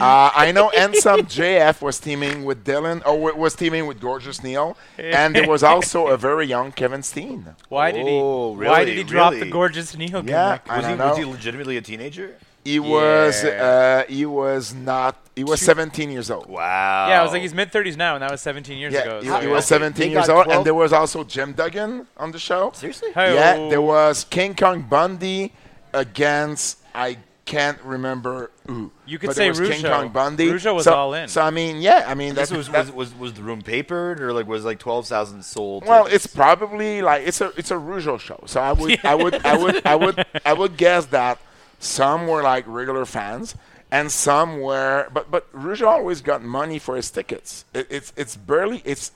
C: Uh, I know Ensom JF was teaming with Dylan, or wa- was teaming with Gorgeous Neil, and there was also a very young Kevin Steen.
E: Why did he?
D: Oh,
E: why
D: really,
E: did he drop the
D: really?
E: gorgeous Neil?
C: Yeah,
E: gimmick?
C: I
D: Was he,
C: don't
D: was he
C: know.
D: legitimately a teenager?
C: He was.
D: Yeah.
C: Uh, he was not. He was 17 years old.
D: Wow.
E: yeah. I was like, he's mid 30s now, and that was 17 years
C: Yeah,
E: ago.
C: he,
E: so
C: he
E: yeah.
C: was 17
D: They
C: years
D: got
C: old,
D: 12?
C: and there was also Jim Duggan on the show.
D: seriously.
E: Hey-o.
C: Yeah, there was King Kong Bundy against I can't remember who.
E: You could
C: but there
E: say
C: was King
E: Rougeau.
C: Kong Bundy.
E: Rougeau was
C: so,
E: all in.
C: So I mean, yeah, I mean
D: This
C: that's,
D: was,
C: that's
D: was, was was the room papered or like was like twelve thousand sold?
C: well,
D: tickets?
C: it's probably like it's a it's a Rougeau show. So I would I would I would I would I would guess that some were like regular fans and some were but but Rougeau always got money for his tickets. It, it's it's barely it's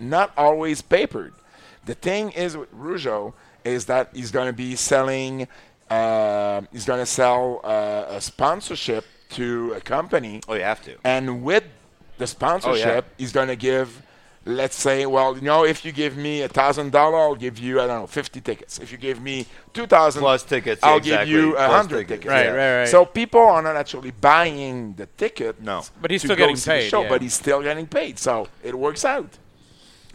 C: not always papered. The thing is with Rougeau is that he's going to be selling uh, he's going to sell uh, a sponsorship to a company.
D: Oh, you have to.
C: And with the sponsorship, he's going to give, let's say, well, you know, if you give me a thousand dollar, I'll give you, I don't know, fifty tickets. If you give me two thousand
D: Plus tickets, yeah,
C: I'll
D: exactly.
C: give you a
D: Plus
C: hundred
D: tickets,
C: tickets.
E: Right, yeah. right, right.
C: So people are not actually buying the ticket.
D: No.
E: But he's
C: to
E: still
C: go
E: getting
C: see the
E: paid,
C: show,
E: yeah.
C: But he's still getting paid, so it works out.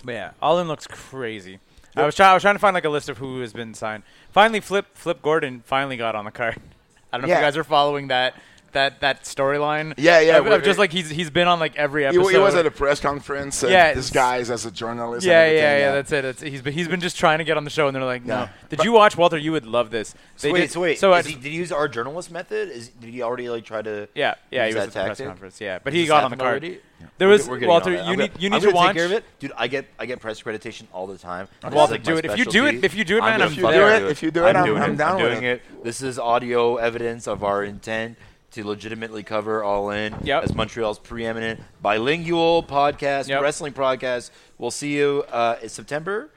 E: But yeah, All In looks crazy. I was trying. I was trying to find like a list of who has been signed. Finally, Flip Flip Gordon finally got on the card. I don't know
C: Yeah.
E: if you guys are following that that that storyline.
C: Yeah, yeah,
E: Of, of
C: we're-
E: just like he's he's been on like every
C: He,
E: episode.
C: wa- he was at a press conference. And
E: Yeah,
C: yeah,
E: it's-
C: this guy's as a journalist. and
E: yeah, yeah,
C: everything,
E: yeah, That's it. That's, he's been he's been just trying to get on the show, and they're like, no.
C: Yeah.
E: Did you watch Walter? You would love this. They
D: So wait,
E: did-
D: so wait.
E: So
D: is
E: at-
D: he, did he use our journalist method? Is did he already like try to?
E: yeah, yeah,
D: use
E: he was at
D: that
E: the press
D: tactic?
E: conference. Yeah, but
D: Has
E: he
D: this
E: got on the
D: happened
E: card.
D: already?
E: There
D: We're
E: was
D: g- we're getting
E: Walter.
D: on it. I'm
E: You
D: gonna-
E: need you
D: I'm
E: need to
D: gonna
E: watch.
D: Take care of it, dude. I get I get press accreditation all the time. This
E: Walter,
D: is, like,
E: do
D: my
E: it. If you do
D: specialty.
E: it- if you do it, man,
D: doing
E: I'm
C: If you
E: down.
C: do
E: there.
C: it, if you do it, I'm,
D: doing
C: I'm
D: it.
C: down
D: I'm
C: with
D: doing
C: it.
D: it. This is audio evidence of our intent to legitimately cover All In
E: Yep.
D: as Montreal's preeminent bilingual podcast,
E: Yep.
D: wrestling podcast. We'll see you uh, in September.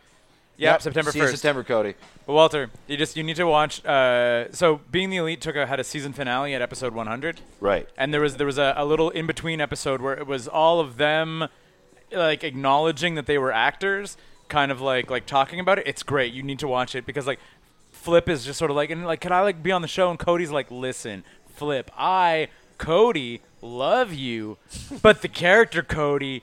E: Yeah, September
D: See you in
E: first.
D: September, Cody.
E: But Walter, you just you need to watch. Uh, so, being the elite took a, had a season finale at episode 100,
D: Right.
E: and there was there was a, a little in between episode where it was all of them like acknowledging that they were actors, kind of like like talking about it. It's great. You need to watch it because like Flip is just sort of like and like can I like be on the show? And Cody's like, listen, Flip, I Cody love you, but the character Cody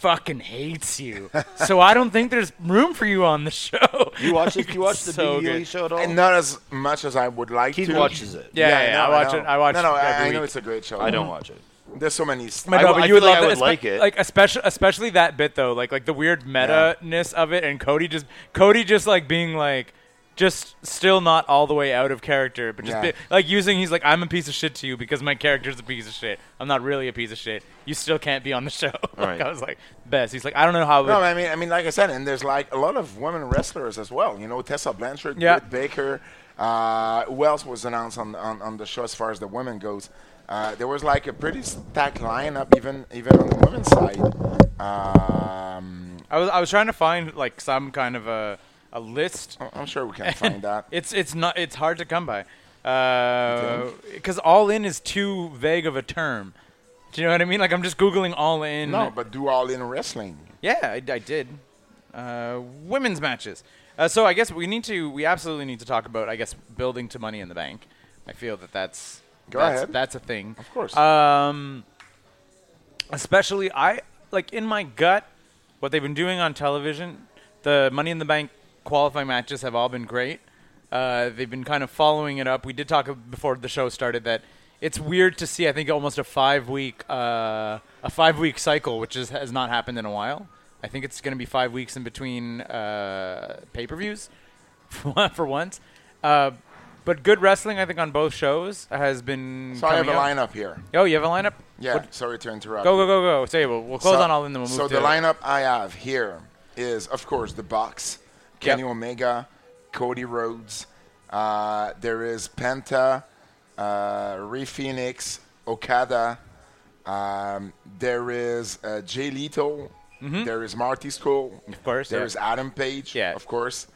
E: fucking hates you. so I don't think there's room for you on the show.
D: You watch this? You watch the
E: So
D: Big Ely
E: good.
D: E show at all?
C: And not as much as I would like
D: Keith
C: to.
D: watches it.
E: Yeah, yeah, I
C: know,
E: watch
C: know.
E: it- I watch
C: No, no,
E: it every
C: I, I know
E: week.
C: it's a great show.
D: I don't watch it.
C: There's so many. s-
E: But
D: I
E: no,
D: w-
E: but
D: I
E: you would
D: feel
E: love
D: like I
E: that,
D: would
E: espe-
D: like it.
E: Like especially, especially that bit though, like like the weird meta ness of it, and Cody just Cody just like being like, just still not all the way out of character, but just be-
C: Yeah.
E: like using he's like I'm a piece of shit to you because my character's a piece of shit. I'm not really a piece of shit. You still can't be on the show. like,
D: Right.
E: I was like, best. He's like I don't know how.
C: No,
E: it-
C: I mean, I mean, like I said, and there's like a lot of women wrestlers as well. You know, Tessa Blanchard,
E: Yeah.
C: Britt Baker. Uh, who else was announced on, on on the show as far as the women goes? Uh, there was like a pretty stacked lineup, even even on the women's side. Um,
E: I was I was trying to find like some kind of a a list.
C: I- I'm sure we can find that.
E: It's it's not it's hard to come by. Because all in is too vague of a term. Do you know what I mean? Like I'm just googling all in.
C: No, but do all in wrestling.
E: yeah, I, I did. Uh, women's matches. Uh, so I guess we need to we absolutely need to talk about I guess building to Money in the Bank. I feel that that's
C: Go
E: that's,
C: ahead.
E: that's a thing.
C: Of course.
E: Um, especially I like in my gut, what they've been doing on television, the Money in the Bank qualifying matches have all been great. Uh, they've been kind of following it up. We did talk before the show started that it's weird to see. I think almost a five week uh, a five week cycle, which is, has not happened in a while. I think it's going to be five weeks in between uh, pay per views for once. Uh, but good wrestling, I think, on both shows has been.
C: so I have a
E: coming up.
C: lineup here.
E: Oh, you have a lineup?
C: Yeah,
E: What-
C: sorry to interrupt.
E: Go, go, go, go. Say, we'll, we'll close
C: So-
E: on all in then we'll move
C: So
E: to
C: the lineup I have here is, of course, the box. Kenny
E: Yep.
C: Omega, Cody Rhodes. Uh, there is Penta, uh, Ray Phoenix, Okada. Um, there is uh, Jay Leto. There is Marty Skull.
E: Mm-hmm. Of course,
C: There
E: yeah.
C: is Adam Page.
E: Yeah.
C: Of course.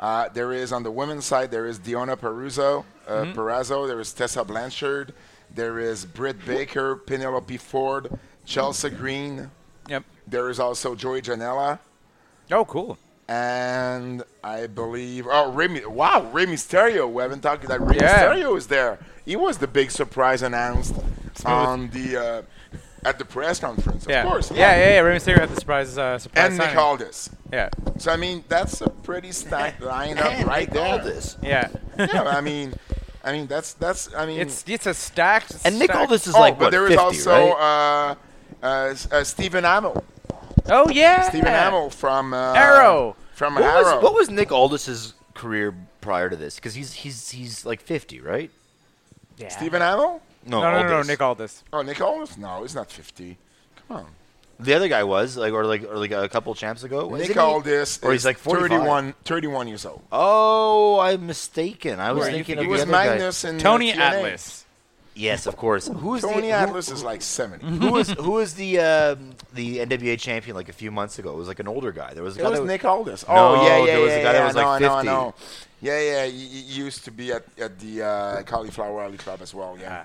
C: Uh, there is on the women's side. There is Diona Peruso, uh,
E: Mm-hmm.
C: Perazzo. There is Tessa Blanchard. There is Britt Baker, Penelope Ford, Chelsea Green,
E: Yep.
C: there is also Joey Janela.
E: Oh, cool.
C: and I believe oh Rey, My- wow Rey Mysterio. We haven't talked that Rey
E: Yeah.
C: Mysterio is there. He was the big surprise announced on the uh, at the press conference.
E: Yeah.
C: Of course,
E: Yeah, yeah, yeah. Rey Mysterio had the surprise, uh, surprise
C: And
E: signing.
C: Nick Aldis.
E: Yeah,
C: So I mean, that's a pretty stacked lineup
D: And
C: right
D: Nick
C: there.
D: Aldis.
E: yeah.
C: yeah, I mean, I mean that's that's I mean
E: it's it's a stacked.
F: And Nick
E: stacked-
F: Aldis is
C: oh,
F: like
C: but
F: what
C: there is
F: 50,
C: also um,
F: right?
C: uh, uh, s- uh, Stephen Amell,
E: Oh yeah.
C: Stephen Amell from uh,
E: Arrow.
C: from
F: What
C: Arrow.
F: was, what was Nick Aldis's?
D: Career prior to this, because he's he's he's like 50, right?
E: Yeah.
C: Stephen Amell?
E: No, no, no, no,
D: Aldis.
E: Nick Aldis.
C: Oh, Nick Aldis? No, he's not fifty. Come on.
D: The other guy was like, or like, or like a couple champs ago. wasn't
C: Nick
D: he?
C: Aldis
D: or
C: is
D: he's like 45.
C: 31, 31 years old.
D: Oh, I'm mistaken. I was
E: Were you
D: thinking of
E: thinking
C: He
D: the
C: was
D: other guy.
C: Magnus in
E: Tony
C: TNA.
E: Atlas.
D: Yes, of course. Who's
C: Tony
D: the, Mm-hmm.
C: Atlas is like seventy.
D: Who, who was who was the um, the NWA champion like a few months ago? It was like an older guy. There was a
C: It
D: guy
C: was
D: that
C: Nick Aldis. Oh yeah, yeah,
D: there was
C: yeah,
D: a guy that
C: yeah,
D: was,
C: I know,
D: like,
C: I know, I
D: 50.
C: know. Yeah, yeah. He, he used to be at, at the uh, Cauliflower Alley Club as well. Yeah,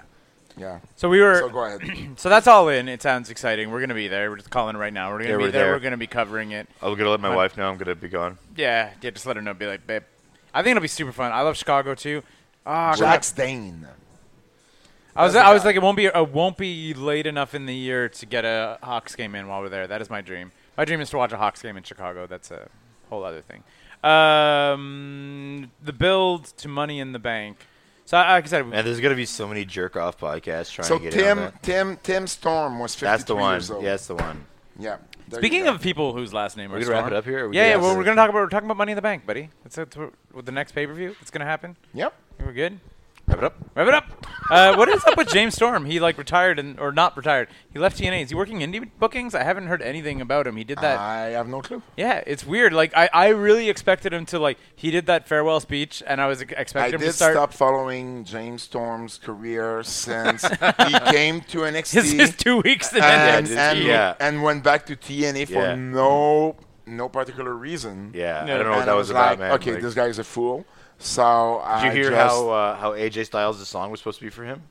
C: yeah.
E: So we were.
C: So go ahead.
E: So that's all in. It sounds exciting. We're gonna be there. We're just calling it right now. We're gonna
D: Yeah,
E: be
D: we're
E: there.
D: there.
E: We're gonna be covering it.
D: I'm gonna let my wife know. I'm gonna be gone.
E: Yeah, yeah. Just let her know. Be like, babe. I think it'll be super fun. I love Chicago too. Ah,
C: Jack Stain.
E: I was
C: That's the
E: I was
C: guy.
E: like, it won't be it won't be late enough in the year to get a Hawks game in while we're there. That is my dream. My dream is to watch a Hawks game in Chicago. That's a whole other thing. Um, the build to Money in the Bank. So I- like I said,
D: And there's gonna be so many jerk off podcasts trying
C: So
D: to get in on
C: Tim,
D: that.
C: Tim, Tim Storm was fifty-two
D: That's the one.
C: years old.
D: Yeah, that's the one.
C: Yeah. there you
E: speaking
C: go.
E: of people whose last name
D: Are
E: are
D: we gonna wrap
E: Storm-
D: it up here? Are we
E: Yeah, yeah.
D: good?
E: Well, we're gonna talk about we're talking about Money in the Bank, buddy. That's, that's what, with the next pay per view. It's gonna happen.
C: Yep.
E: We're good.
D: Wrap it up.
E: Wrap it up. Uh, what is up with James Storm? He like retired and or not retired. He left TNA. Is he working indie bookings? I haven't heard anything about him. He did that.
C: I have no clue.
E: Yeah, it's weird. Like I, I really expected him to like he did that farewell speech, and I was ex-
C: I
E: expecting him to
C: did
E: start.
C: stop following James Storm's career since he came to NXT.
E: His, his two weeks in
C: and,
E: NXT.
C: and,
D: Yeah.
C: and went back to TNA for
D: Yeah.
C: no no particular reason.
D: Yeah,
E: No.
D: I don't
C: And
D: know what that
C: I
D: was,
C: was
D: about,
C: like,
D: man.
C: okay,
D: Like,
C: this guy is a fool. So
D: did you
C: I
D: hear
C: just,
D: how uh, how AJ Styles' song was supposed to be for him?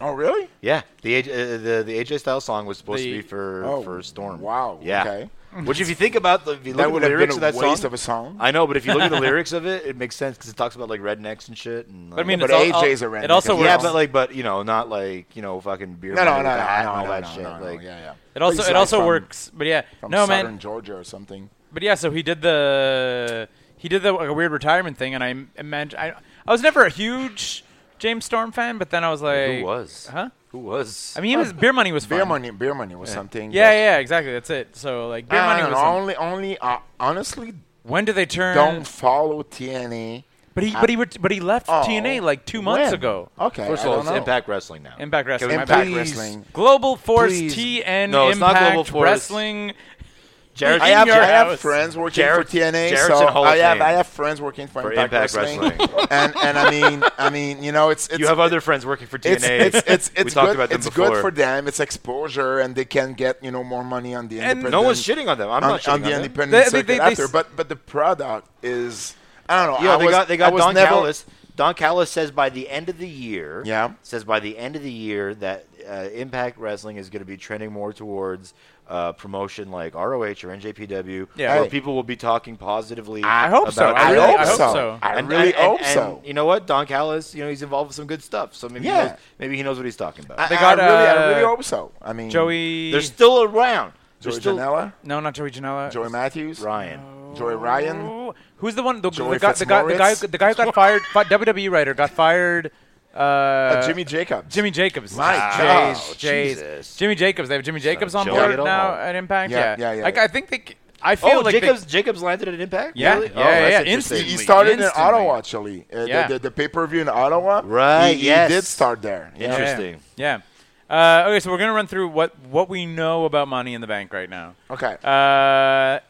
C: Oh, really?
D: Yeah, the AJ, uh, the, the AJ Styles song was supposed
E: The-
D: to be for
C: Oh,
D: for Storm.
C: wow,
D: Yeah.
C: okay.
D: Which, if you think about the, if you look
C: That
D: at
C: would
D: the
C: have been
D: lyrics
C: a
D: of that
C: waste
D: song,
C: of a song.
D: I know, but if you look at the lyrics of it, it makes sense because it talks about like rednecks and shit. And,
E: But I
D: like-
E: mean,
C: but
E: it's all,
C: AJ's
E: all-
C: a redneck
E: It also
C: as
E: works.
C: well.
D: yeah, but like, but you know, not like you know, fucking beer.
C: no,
D: money
C: no, no,
D: with
C: no,
D: a hat and
C: no,
D: all
C: no,
D: that
C: no,
D: shit.
C: no,
D: like,
C: yeah, yeah.
E: it also
C: He's
E: it
C: like
E: also
C: from-
E: works. But yeah,
C: From
E: no
C: Southern
E: man.
C: Georgia or something.
E: But yeah, so he did the he did the like, a weird retirement thing, and I imagine I I was never a huge James Storm fan, but then I was like,
D: Who was?
E: Huh?
D: Who was?
E: I mean, he was beer money was fun.
C: Beer money, beer money was something.
E: Yeah,
C: that-
E: yeah, exactly. That's it. So like beer
C: I
E: money
C: don't
E: was.
C: know,
E: fun.
C: only, only uh, honestly,
D: Uh-huh.
E: When did they turn?
C: don't follow TNA.
E: But he but he ret- but he left
C: Oh,
E: TNA like two months
C: when?
E: ago.
C: Okay,
D: First
C: I
D: of all,
C: don't
D: it's
C: know.
D: Impact Wrestling now.
E: Impact Wrestling. my
C: Impact
E: bad.
C: Wrestling.
E: Global Force
D: Please.
E: TN
D: No, it's not
E: Impact
D: Global Force.
E: Wrestling.
D: Jared,
E: In
C: I have,
E: your
C: I have
E: house.
C: friends working
D: Jarrett-
C: for TNA,
D: Jarrett's
C: so
D: in Hall of
C: I have
D: Fame.
C: I have friends working for,
D: For
C: Impact,
D: Impact
C: Wrestling, and and I mean I mean you know it's it's
D: you have other friends working for TNA.
C: it's it's it's,
D: we
C: it's
D: talked
C: good
D: about them
C: it's
D: before.
C: good for them. It's exposure, and they can get you know more money on the
E: And
C: independent.
D: No one's shitting on them. I'm
C: on,
D: not shitting
C: on
D: on
C: the
D: them.
C: independent
E: They- they-
C: circuit
E: they- they
C: after,
E: s-
C: but but the product is I don't know.
D: Yeah,
C: I
D: they
C: was,
D: got they
C: I
D: got
C: was
D: Don
C: never,
D: Callis. Don Callis says by the end of the year,
C: Yeah.
D: says by the end of the year that uh, Impact Wrestling is going to be trending more towards uh, promotion like ROH or NJPW,
E: Yeah.
D: where
C: Hey.
D: people will be talking positively.
E: I hope so.
D: about
E: I really-
D: Impact
E: I hope
D: Wrestling.
E: so.
C: I
D: And-
C: really
D: and- and-
C: hope so.
D: and you know what, Don Callis, you know he's involved with some good stuff, so maybe
C: Yeah.
D: he knows, maybe he knows what he's talking about.
C: I,
E: They got,
C: I really, I
E: uh,
C: really hope so. I mean,
E: Joey.
D: They're still around. They're
C: Joey
D: still
C: Janela,
E: no, not Joey Janela.
C: Joey Matthews,
D: Ryan.
C: Joey Ryan.
E: Who- Who's the one? The,
C: Joey
E: the, guy, the guy. The guy.
C: Fitzmaurice.
E: The guy who got fired. fi- WWE writer got fired. Uh,
C: Uh, Jimmy Jacobs.
E: Jimmy Jacobs.
C: My
E: Jays,
C: God. Oh, Uh,
E: Jays.
D: Jesus.
E: Jimmy Jacobs. They have Jimmy Jacobs on
D: Joey
E: board
D: Janela.
E: now at Impact.
C: Yeah,
E: Yeah,
C: yeah, yeah,
E: Like,
C: yeah.
E: I think they. c- I feel
D: Oh,
E: like they-
D: Jacobs Jacobs landed at Impact.
E: Yeah,
D: really?
E: yeah,
D: oh, that's
E: yeah,
D: interesting.
E: instantly.
C: He started in
E: instantly.
C: Ottawa, actually. Uh,
E: Yeah.
C: the, the, the pay-per-view in Ottawa.
D: Right,
C: He,
D: yes.
C: he did start there. Yeah.
E: Yeah,
D: Interesting.
E: Yeah. Uh, okay, so we're gonna run through what what we know about Money in the Bank right now.
C: Okay.
E: Uh,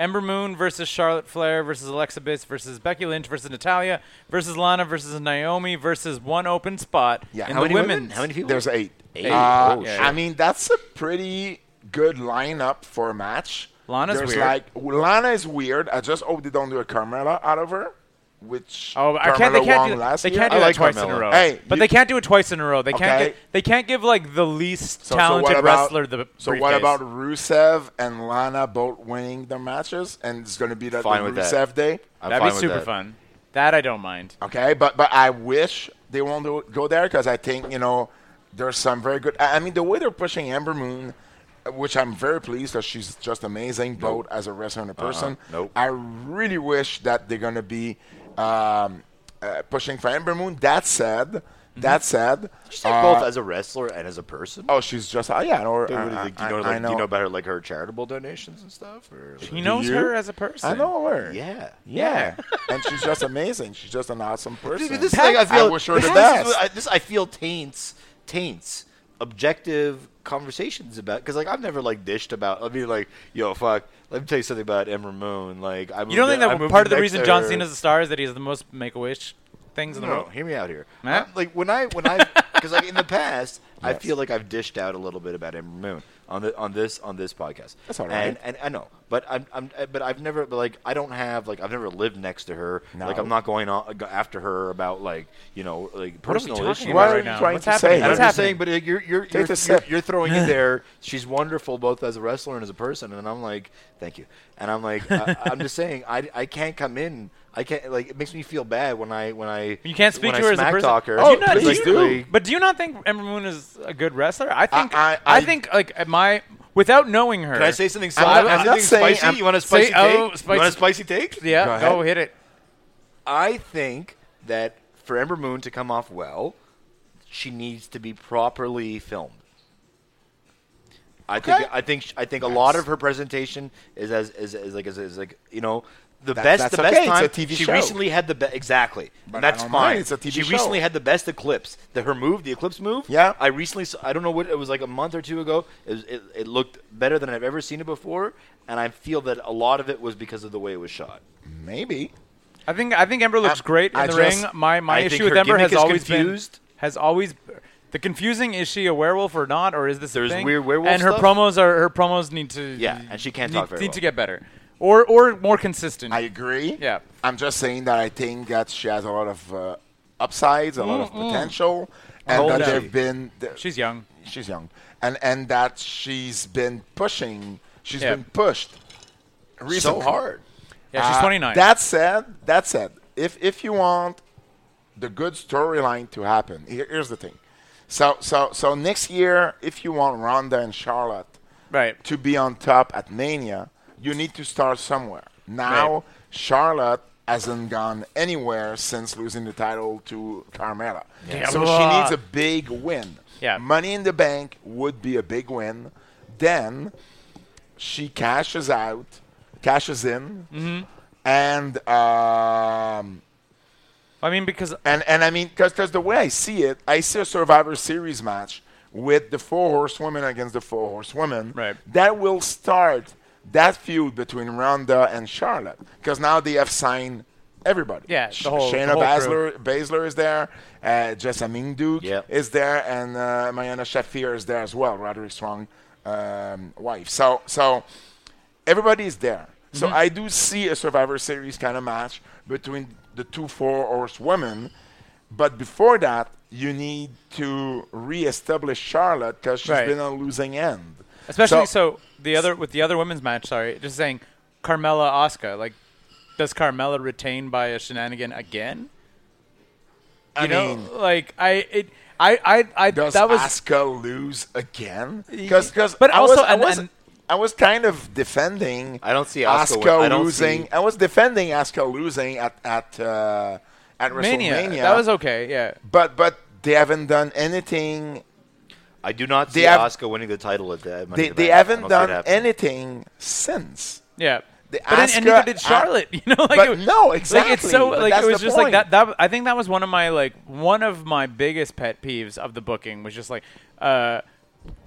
E: Ember Moon versus Charlotte Flair versus Alexa Bliss versus Becky Lynch versus Natalia versus Lana versus Naomi versus one open spot
C: Yeah,
E: in
C: how
E: the
D: many women?
E: women's.
D: How many people?
C: There's eight.
D: Eight.
C: Uh,
D: Oh,
E: shit.
C: I mean, that's a pretty good lineup for a match.
E: Lana's
C: There's
E: weird.
C: Like Lana is weird. I just hope they don't do a Carmella out of her. which
E: Oh, I can't. They
C: Carmelo
E: can't
C: won
E: do that,
C: last
E: they
C: year.
E: can't do
D: I
E: that
D: like
E: twice in a
D: Carmelo.
E: row.
C: Hey,
E: but
C: you-
E: they can't do it twice in a row. They can't.
C: Okay.
E: Get, they can't give like the least
C: So- so
E: talented
C: what about-
E: wrestler the
C: So
E: briefcase.
C: what about Rusev and Lana both winning their matches, and it's going to be that the
D: Fine with that.
C: Rusev day?
D: I'm
E: That'd
D: fine
E: be
D: with
E: super
D: that.
E: fun. That I don't mind.
C: Okay, but but I wish they won't do, go there because I think you know there's some very good. I, I mean, the way they're pushing Amber Moon, uh, which I'm very pleased because she's just amazing, both as a wrestler and a person.
D: Uh-huh. Nope.
C: I really wish that they're gonna be um, uh, pushing for Amber Moon. That said, that said,
D: Mm-hmm. She's like
C: uh,
D: both as a wrestler and as a person.
C: oh, she's just oh yeah. Or,
D: Dude, what do you
C: I,
D: think? do, you
C: I-
D: know,
C: I
D: like, do
C: know-
D: you know about her, like her charitable donations and stuff? Or,
E: He knows
C: you?
E: her as a person.
C: I know her.
D: yeah.
C: Yeah. and she's just amazing. She's just an awesome person.
D: Dude, this thing, I feel.
C: wish her
D: this,
C: the
D: this is
C: best.
D: what I, this I feel taints taints objective conversations about because like I've never like dished about. I mean, like yo, fuck. Let me tell you something about Ember Moon. Like I
E: You don't
D: moved
E: think
D: in- I
E: that
D: moved
E: part of the
D: next
E: reason
D: to
E: John
D: her-
E: Cena's a star is that he has the most Make a Wish things in the
D: No,
E: world?
D: hear me out here.
E: Matt?
D: I'm- like when I when I because like in the past I feel like I've dished out a little bit about Ember Moon on the on this on this podcast.
C: That's all
D: And,
C: right.
D: and I know, but I'm, I'm but I've never but, like I don't have like I've never lived next to her. Like I'm not going on after her about like you know like
E: What are we
D: personal
E: talking
D: issues.
E: about
C: Why are
E: right
C: you
E: now?
C: trying
E: What's
C: to
E: happening?
C: say?
D: And I'm
E: What's
D: just
E: happening?
D: saying, but uh, you're you're you're,
C: a
D: you're,
C: sip.
D: you're throwing in there. She's wonderful both as a wrestler and as a person, and I'm like, thank you. And I'm like, I, I'm just saying, I, I can't come in. I can't like. It makes me feel bad when I when I
E: You can't speak
D: when
E: to
D: I
E: her as a
D: smack
E: person.
D: Talk her.
E: Do you not-
D: It's
E: do
D: like,
E: you-
C: do.
E: But do you not think Ember Moon is a good wrestler? I think. I,
C: I- I-
E: think like at my without knowing her.
D: Can I say something?
C: I'm not-
D: something
C: I'm not saying-
D: spicy.
C: I'm-
D: you want a
E: Say-
D: spicy take?
E: oh,
D: You want a
E: spicy-
D: spicy take?
E: Yeah.
C: Go
E: Go,
C: ahead.
E: hit it.
D: I think that for Ember Moon to come off well, she needs to be properly filmed. I
C: Okay.
D: think I think I think a lot of her presentation is as is, is like is, is like you know the
C: That-
D: best
C: that's
D: the
C: okay,
D: best
C: it's
D: time
C: a TV
D: she
C: show.
D: recently had the best exactly
C: But
D: and that's
C: I don't
D: fine
C: mind, it's a TV
D: she
C: show.
D: recently had the best eclipse the her move the eclipse move
C: Yeah.
D: I recently saw, I don't know what it was like a month or two ago it, was, it it looked better than I've ever seen it before and I feel that a lot of it was because of the way it was shot
C: Maybe.
E: I think I think Ember looks
C: I-
E: great in
C: I
E: the
C: just-
E: ring. My my
D: Um, I think
E: issue with
D: her
E: Ember
D: gimmick
E: has
D: is
E: always
D: confused.
E: been has always the confusing is she a werewolf or not or is this
D: There's
E: a thing?
D: weird werewolf
E: and her
D: stuff?
E: promos are her promos need to
D: Yeah, and she can't
E: need,
D: talk very
E: need
D: well.
E: to get better or or more consistent.
C: I agree.
E: Yeah.
C: I'm just saying that I think that she has a lot of uh, upsides, a lot of potential, and
E: old
C: that
E: is
C: there
E: she?
C: have been th-
E: She's young.
C: she's young, and and that she's been pushing. She's
E: Yeah.
C: been pushed recently.
D: hard.
E: Yeah, she's
C: Uh,
E: 29.
C: That said, that said, if if you want the good storyline to happen, here- here's the thing. So so so next year, if you want Ronda and Charlotte
E: right.
C: to be on top at Mania, you need to start somewhere. Now,
E: Right.
C: Charlotte hasn't gone anywhere since losing the title to Carmella.
E: Yeah.
C: So
E: Yeah.
C: she needs a big win.
E: Yeah.
C: Money in the Bank would be a big win. Then she cashes out, cashes in,
E: Mm-hmm.
C: and. Um,
E: I mean because
C: and and I mean, because the way I see it, I see a Survivor Series match with the four horsewomen against the four horsewomen.
E: Right.
C: That will start that feud between Ronda and Charlotte because now they have signed everybody.
E: Yeah,
C: Sh-
E: the whole-
C: Shayna
E: the whole
C: Baszler, Baszler is there. Uh, Jessamine Duke
D: Yep.
C: is there, and uh, Mariana Shafir is there as well. Roderick Strong um, wife. So so everybody is there. So
E: Mm-hmm.
C: I do see a Survivor Series kind of match between the two four horse women. But before that, you need to reestablish Charlotte because she's
E: Right.
C: been on a losing end.
E: Especially so, the other with the other women's match. Sorry, just saying, Carmella Oscar. Like, does Carmella retain by a shenanigan again? You
C: I
E: know,
C: mean,
E: like I it I I, I
C: does
E: that was
C: Asuka lose again? Because
E: But
C: I
E: also-
C: was, I,
E: and-
C: was
E: and-
C: I was kind of defending.
D: I don't see Asuka win- I don't
C: losing.
D: see-
C: I was defending Asuka losing at at uh, at
E: Mania.
C: WrestleMania.
E: That was okay. Yeah,
C: but but they haven't done anything
D: I do not
C: They
D: see
C: have-
D: Oscar winning the title at the. Money
C: they,
D: in the
C: they
D: Bank. I
C: haven't
D: don't see it
C: done
D: happening.
C: anything since.
E: yeah.
C: The
E: but and, and
C: Asuka-
E: neither did Charlotte.
C: I-
E: you know, like
C: but
E: it,
C: no,
E: Like it's so
C: exactly, but
E: like
C: that's
E: it was
C: the
E: just
C: point.
E: like that. That I think that was one of my like one of my biggest pet peeves of the booking was just like. uh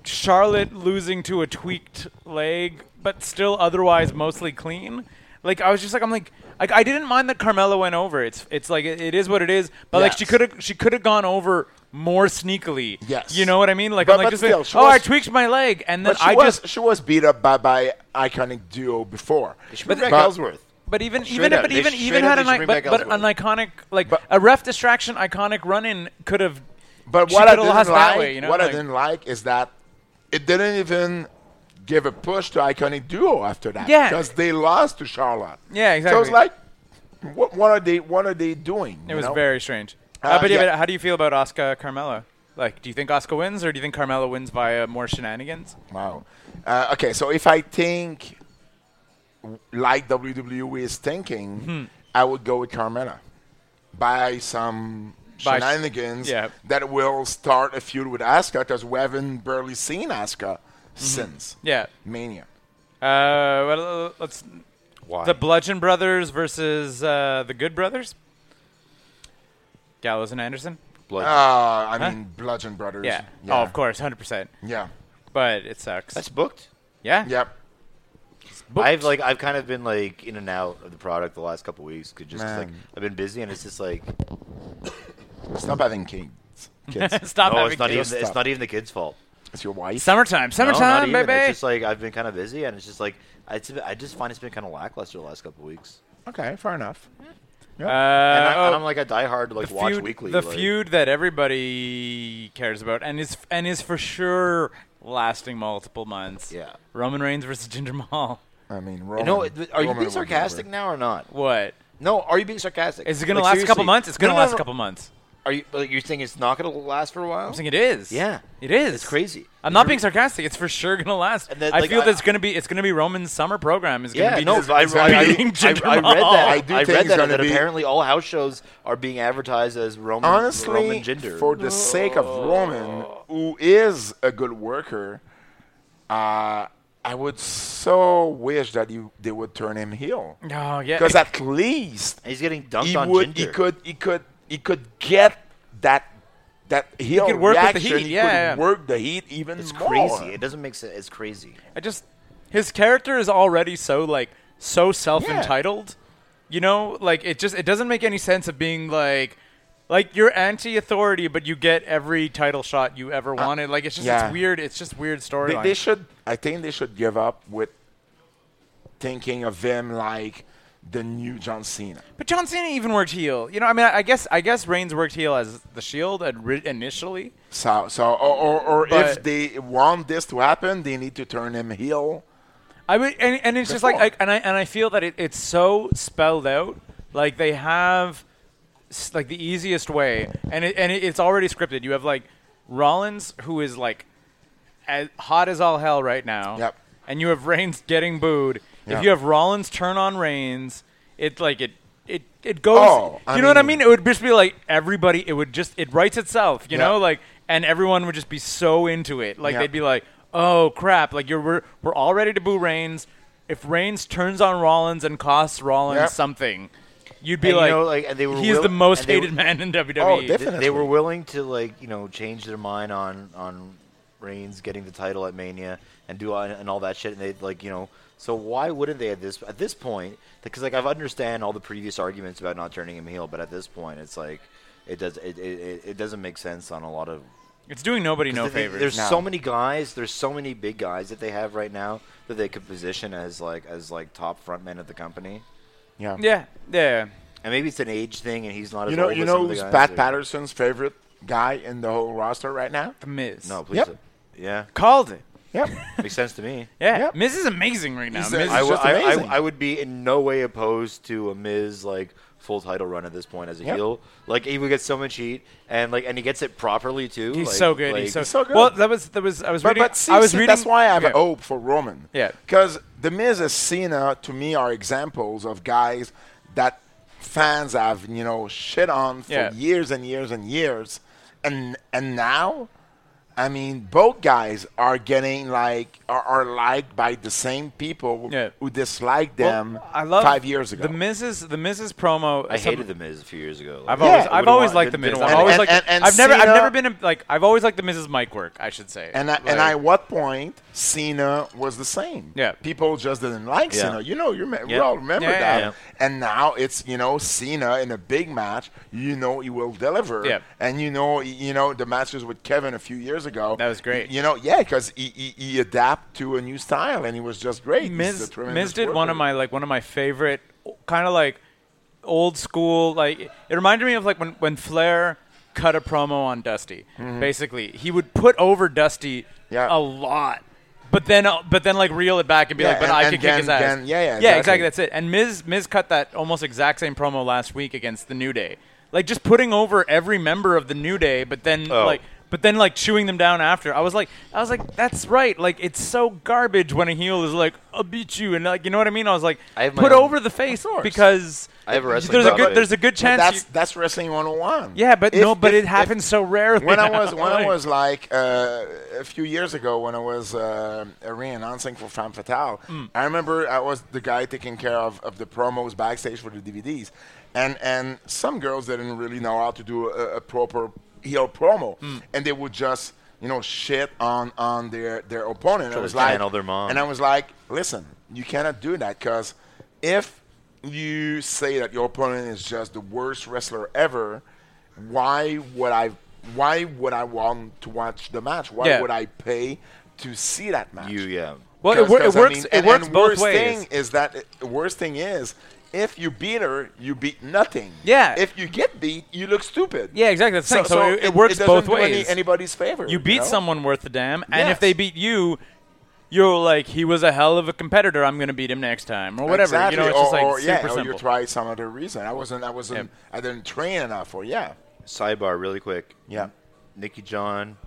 E: Charlotte losing to a tweaked leg, but still otherwise mostly clean. Like I was just like I'm like like I didn't mind that Carmella went over. It's it's like it, it is what it is. But like she
C: Yes.
E: could have she could have gone over more sneakily.
C: Yes.
E: you know what I mean. Like
C: But-
E: I'm like
C: but
E: just
C: still,
E: like,
C: she
E: oh
C: was-
E: I tweaked my leg and then
C: But she
E: I
C: was
E: just
C: she was beat up by by iconic duo before.
D: She beat
C: But-
D: Raquel Ellsworth.
E: but even
C: Straight
E: even
C: up,
E: but
C: they
E: even
C: straight
E: even
C: up
E: had
C: they
E: an
C: should
E: i-
C: bring
E: but,
C: back
E: but an
C: Ellsworth.
E: iconic like
C: But-
E: a ref distraction iconic run in could have.
C: But
E: she
C: what I
E: could've
C: didn't like,
E: lost that way, you know,
C: what I
E: like-
C: didn't like is that it didn't even give a push to Iconic Duo after that.
E: Yeah.
C: because they lost to Charlotte.
E: Yeah,
C: So it's
E: exactly.
C: like, what, what are they? What are they doing?
E: It
C: you
E: was
C: know?
E: very strange. Uh,
C: Uh,
E: but yeah,
C: yeah.
E: but how do you feel about Oscar Carmelo? Like, do you think Oscar wins, or do you think Carmelo wins via more shenanigans?
C: Wow. Uh, okay, so if I think w- like WWE is thinking,
E: Hmm.
C: I would go with Carmella by some
E: By sh-
C: shenanigans
E: yeah.
C: that will start a feud with Asuka because we haven't barely seen Asuka since
E: Mm-hmm. Yeah.
C: Mania.
E: Uh, well, uh, let's
D: Why?
E: the Bludgeon Brothers versus uh, the Good Brothers. Gallows and Anderson.
D: Blood.
C: Uh, I mean, Bludgeon Brothers.
E: Yeah.
C: yeah.
E: Oh, of course, hundred percent.
C: Yeah.
E: But it sucks.
D: That's booked.
E: yeah.
C: Yep.
E: Booked.
D: I've like I've kind of been like in and out of the product the last couple weeks 'cause just 'cause, like
C: Man.
D: I've been busy and it's just like
C: Stop having kids. kids.
E: Stop
D: no,
E: having
D: it's not
E: kids.
D: even it's
C: Stop.
D: not even the kid's fault.
C: it's your wife.
E: Summertime,
D: No, not
E: summertime,
D: even.
E: baby.
D: It's just like I've been kind of busy and it's just like I it's, I just find it's been kind of lackluster the last couple weeks.
C: Okay, fair enough.
E: uh,
D: And, I,
E: oh,
D: am like a diehard like
E: the
D: watch
E: feud,
D: weekly.
E: The
D: like-
E: feud that everybody cares about and is and is for sure lasting multiple months.
D: Yeah.
E: Roman Reigns versus Jinder Mahal.
C: I mean, Roman,
D: No, it- are
C: Roman
D: you being
C: will be
D: sarcastic
C: over.
D: now or not?
E: What?
D: No, are you being sarcastic?
E: Is it going to
D: Like,
E: last a couple
D: seriously.
E: months? It's going to
D: No, no,
E: last
D: no.
E: a couple months.
D: Are you like, you're saying it's not going to last for a while?
E: I'm saying it is.
D: Yeah.
E: It is.
D: It's crazy.
E: I'm not being sarcastic. It's for sure going to last.
D: And then,
E: I
D: like,
E: feel
D: I-
E: that it's going to be it's going to be Roman's summer program is going to
D: yeah,
E: be
D: no,
E: just
D: I, I, I, I,
E: beating Jinder
D: I read
E: Mahal.
D: that.
C: I
D: I,
C: do think
D: read
C: it's
D: that, and
C: gonna
D: that
C: be-
D: apparently all house shows are being advertised as Roman,
C: honestly,
D: Roman Jinder.
C: for the sake of Roman, who is a good worker, uh, I would so wish that you they would turn him heel.
E: Oh, yeah.
C: Because at least
D: He's getting dunked
C: he
D: on
C: would,
D: Jinder.
C: he could, he could, he could get that that heel
E: could work with the
C: reaction.
E: heat,
C: He
E: yeah,
C: could
E: yeah.
C: work the heat even
D: it's
C: more.
D: crazy. It doesn't make sense. It's crazy.
E: I just his character is already so like so self entitled. You know, like it just it doesn't make any sense of being like like you're anti authority but you get every title shot you ever wanted. Like it's just
C: Uh, yeah.
E: it's weird it's just weird
C: They, they
E: storyline.
C: should. I think they should give up with thinking of him like the new John Cena.
E: But John Cena even worked heel. You know, I mean I, I guess I guess Reigns worked heel as the shield at ri- initially.
C: So, so, or, or, or if
E: But-
C: they want this to happen, they need to turn him heel.
E: I mean, and, and it's just like,
C: Before.
E: I, and I and I feel that it, it's so spelled out. Like they have, s- like the easiest way, and it, and it, it's already scripted. You have like Rollins, who is like as hot as all hell right now.
C: Yep.
E: And you have Reigns getting booed.
C: Yeah.
E: If you have Rollins turn on Reigns, it like it it it goes.
C: Oh,
E: you
C: I
E: know what I
C: mean-
E: mean? It would just be like everybody. It would just it writes itself. You
C: Yeah.
E: know, like and everyone would just be so into it. Like
C: Yeah.
E: they'd be like, oh crap! Like you're we're, we're all ready to boo Reigns. If Reigns turns on Rollins and costs Rollins
C: Yeah.
E: something, you'd be
D: And, you
E: like,
D: know, like, and they were
E: he's
D: will-
E: the most
D: and they were-
E: hated man in E." WWE.
C: Oh, definitely.
D: They, they were willing to like you know change their mind on on Reigns getting the title at Mania and do all- and all that shit, and they like you know. So why wouldn't they at this at this point? Because like I've understand all the previous arguments about not turning him heel, but at this point it's like it does it it- it, it doesn't make sense on a lot of.
E: It's doing nobody no
D: Th- th-
E: favors.
D: There's
C: No.
D: so many guys. There's so many big guys that they have right now that they could position as like as like top frontmen of the company.
C: Yeah.
E: yeah, yeah.
D: And maybe it's an age thing, and he's not
C: You
D: as
C: know,
D: old
C: you
D: as
C: know
D: some of the
C: who's
D: guys
C: Pat
D: that-
C: Patterson's favorite guy in the whole roster right now?
E: The Miz.
D: No, please.
C: Yep.
D: Yeah,
E: Called it.
C: Yep.
D: makes sense to me.
E: Yeah.
C: Yep.
E: Miz is amazing right now.
C: He's a-
E: Miz
C: It's
D: I
E: is
D: would-
C: just
D: I- I-
C: amazing.
D: I would be in no way opposed to a Miz like full title run at this point as a
C: Yep.
D: heel. Like he would get so much heat, and like and he gets it properly too.
E: He's
D: like-
E: so good.
D: like-
E: he's, so,
C: He's so good.
E: Well, that was that was I was
C: but
E: reading.
C: but see,
E: I was
C: see,
E: reading.
C: that's why I have
E: yeah.
C: hope for Roman.
E: Yeah.
C: Because The Miz and Cena, to me, are examples of guys that fans have, you know, shit on for
E: Yeah.
C: years and years and years. And and now, I mean, both guys are getting like, are, are liked by the same people
E: Yeah.
C: who disliked
E: Well,
C: them
E: I love
C: five years ago.
E: The Miz's the Miz's promo.
D: I
E: some-
D: hated the Miz a few years ago.
E: I've
D: Like,
E: always
C: I
E: I've
D: wouldn't
E: always
D: want-
E: liked the
D: didn't-
E: Miz.
D: didn't
E: I've
D: want
E: always
D: it.
E: liked.
C: and- and
E: I've never I've
C: Cena-
E: never been a, like I've always liked the Miz's mic work. I should say.
C: And I,
E: Like-
C: and at what point Cena was the same?
E: Yeah.
C: people just didn't like
D: Yeah.
C: Cena. You know, you me- we
D: Yeah.
C: all remember
E: Yeah,
C: that.
E: yeah,
C: And now it's you know Cena in a big match. You know he will deliver.
E: Yeah.
C: And you know you know the matches with Kevin a few years ago.
E: That was great.
C: You know, yeah, because he, he he adapted to a new style and he was just great. He's a
E: Miz,
C: tremendous
E: Miz did one
C: worker.
E: of my like one of my favorite kind of like old school. Like it reminded me of like when when Flair cut a promo on Dusty. Basically, he would put over Dusty
C: Mm-hmm. Yeah.
E: a lot, but then uh, but then like reel it back and be
C: Yeah,
E: like, but
C: and-
E: I
C: and
E: could kick
C: Gan-
E: his ass.
C: Gan- yeah, yeah,
E: yeah,
C: exactly.
E: exactly. That's it. And Miz Miz cut that almost exact same promo last week against the New Day. Like just putting over every member of the New Day, but then
D: Oh.
E: like but then like chewing them down after. I was like I was like, that's right. Like it's so garbage when a heel is like, I'll beat you and like you know what I mean? I was like
F: I have my
E: put
F: own-
E: over the face because
F: I have a wrestling
E: there's a
F: problem.
E: good there's a good
C: But
E: chance
C: that's
E: you-
C: that's wrestling 101.
E: yeah, but
C: If-
E: no, but
C: if-
E: it
C: if-
E: happens so rarely.
C: when I was when I
E: Like-
C: was like uh, a few years ago when I was uh, re-announcing for Femme Fatale, I remember I was the guy taking care of, of the promos backstage for the DVDs, and and some girls didn't really know how to do a, a proper heel promo, and they would just you know shit on on their their opponent. I
D: to
C: was like,
D: channel their mom.
C: and I was like, listen, you cannot do that because if you say that your opponent is just the worst wrestler ever, why would I? Why would I want to watch the match? Why
E: Yeah.
C: would I pay to see that match?
D: You, yeah.
E: Well, it,
C: 'Cause-
E: wor- it
C: 'cause, I
E: works.
C: mean,
E: it
C: and-
E: works
C: and
E: both
C: worst
E: ways.
C: Thing is that the worst thing is if you beat her, you beat nothing.
E: Yeah.
C: If you get beat, you look stupid.
E: Yeah, exactly. That's the thing. So it- it works
C: doesn't
E: both
C: do any-
E: ways.
C: anybody's favor.
E: you beat
C: know?
E: someone worth a damn, and if
C: Yes.
E: they beat you, you're like, he was a hell of a competitor. I'm going to beat him next time, or whatever.
C: Exactly.
E: You know, it's
C: or,
E: just like
C: or,
E: super
C: yeah, oh, or
E: simple.
C: you tried some other reason. I wasn't. I wasn't. I didn't train enough. Or yeah.
D: Sidebar, really quick.
C: Yeah.
D: Nikki John,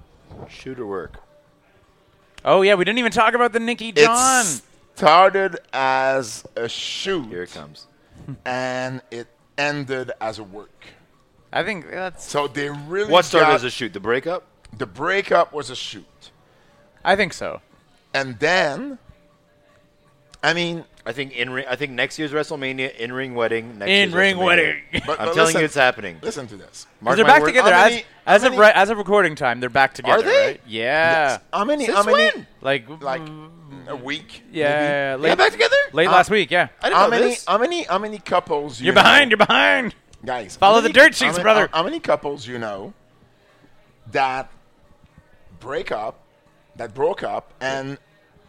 D: shooter work.
E: oh yeah, we didn't even talk about the Nikki John.
C: It started as a
D: Here it
C: shoot,
D: comes.
C: and it ended as a work.
E: I think that's.
C: So they really
D: What started
C: got-
D: as a shoot? The breakup?
C: the breakup was a shoot,
E: I think so.
C: and then, I mean,
D: I think in ring. I think next year's WrestleMania in ring wedding. Next year's
E: In-ring
D: WrestleMania.
E: wedding.
C: but, but
D: I'm telling
C: listen-
D: you, it's happening.
C: Listen to this.
D: Mark
E: they're
D: my
E: back
D: word.
E: together
C: How
E: as
C: many-
E: as
C: how
E: of
C: many-
E: right, as of recording time. They're back together.
D: they?
E: right? Yeah.
C: How many?
D: Since
C: how many?
D: when?
E: Like
C: Like
E: mm,
C: a week?
E: yeah,
C: maybe?
E: late,
D: They're back together.
E: late
C: Uh,
E: last week. Yeah.
D: I didn't
C: How
D: know
C: many?
D: this.
C: How many? How many couples? You
E: You're
C: know-
E: behind. You're behind.
C: guys.
E: Follow
C: how
E: the
C: many-
E: dirt sheets,
C: how many-
E: brother.
C: How, how many couples you know that break up, that broke up, and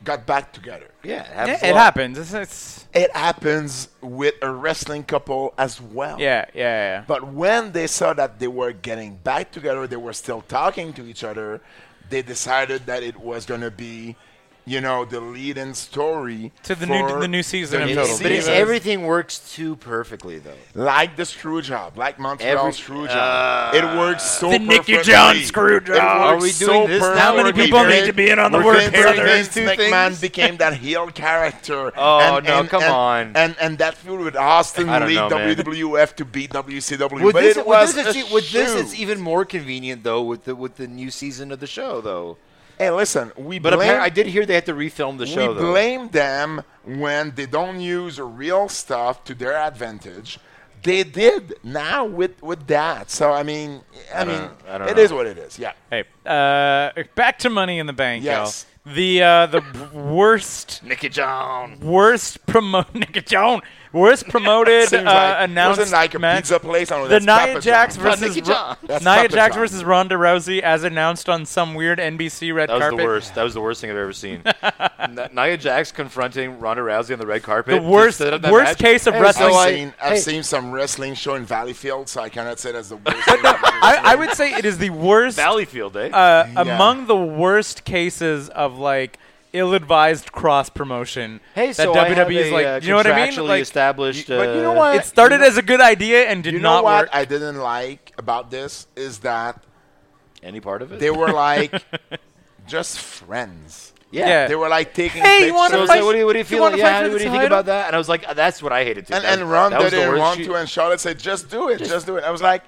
C: got back together?
D: yeah, it
E: Yeah,
D: happens. a
E: it
D: lot.
E: happens. It's, it's
C: It happens with a wrestling couple as well.
E: yeah, yeah, yeah.
C: But when they saw that they were getting back together, they were still talking to each other. They decided that it was going to be, you know, the lead-in story
E: To the new-
C: for
E: the new season
C: the
E: in
C: new
E: total.
D: It's- But it's,
C: season.
D: everything works too perfectly, though.
C: like the screw job, like Montreal
D: Every- uh,
C: screw job. it works so
E: The Nicky
C: perfectly.
E: John screw job.
C: It
D: Are
C: works
D: we
C: so
D: doing this now?
C: perfectly.
D: How many
E: people need to be in on the
C: We're
E: work
C: doing
E: here?
C: something.
E: There's
D: two
C: McMahon
D: things.
C: became that heel character.
D: Oh,
C: and,
D: no,
C: and-
D: come
C: and-
D: on.
C: And and that feud with Austin
D: I don't
C: lead
D: know, man.
C: WWF to beat WCW.
D: With
C: but
D: this,
C: it
D: with
C: was
D: this,
C: a
D: it's, with this,
C: shoe.
D: it's even more convenient though with the with the new season of the show though.
C: Hey, listen, we
D: But
C: blame
D: apparent- I did hear they had to refilm the show
C: we
D: though.
C: blame them when they don't use real stuff to their advantage. They did now with with that. So I mean, I, mean, it
D: don't-
C: is
D: I don't know.
C: what it is. Yeah.
E: Hey, uh, back to Money in the Bank,
C: Yes.
E: y'all. The uh, the worst
D: Nicky John.
E: worst promoted Nick Jones worst promoted
C: Seems
E: uh,
C: like-
E: announced
C: wasn't like a
E: match.
C: pizza place. I don't know,
E: the
C: that's
E: Nia
C: Papa
E: Jax
C: John's.
E: versus
D: Nicky
E: Ro-
D: John.
C: That's
E: Nia
C: Papa
E: Jax
C: John.
E: versus Ronda Rousey as announced on some weird NBC red
D: That was
E: carpet.
D: the worst. That was the worst thing I've ever seen. N- Nia Jax confronting Ronda Rousey on the red
E: The
D: carpet. to
E: worst
D: set up that
E: worst
D: match.
E: case of
D: Hey,
E: wrestling.
D: so I-
C: I've, seen, I've
D: hey.
C: seen some wrestling show in Valleyfield, so I cannot say that's the worst. thing I've ever
E: I, I
C: seen.
E: would say it is the worst
D: Valleyfield, eh?
E: uh,
C: Yeah.
E: among the worst cases of like ill-advised cross promotion
D: hey,
E: that
D: so I have
E: WWE is
D: a,
E: like
D: uh,
E: you know what I mean
D: contractually
E: like
D: established.
C: but you know
D: uh,
C: what?
E: it started
C: You know-
E: as a good idea and did
C: You know
E: not
C: what
E: work
C: I didn't like about this is that
D: Any part of it?
C: they were like just friends.
D: yeah.
E: Yeah.
C: They were like taking
E: Hey, you
C: pictures.
E: wanna
D: So,
E: fight-
D: so what do you, what do you
E: You
D: feel?
E: wanna fight
D: yeah,
E: for
D: what
E: the
D: do you think
E: title?
D: about that? And I was like, "Uh, that's what I hated. Too.
C: and,
D: that,
C: and Ronda
D: that was the
C: didn't
D: worst
C: want
D: shoot.
C: to, and Charlotte said, "Just do it, just, do it." I was like,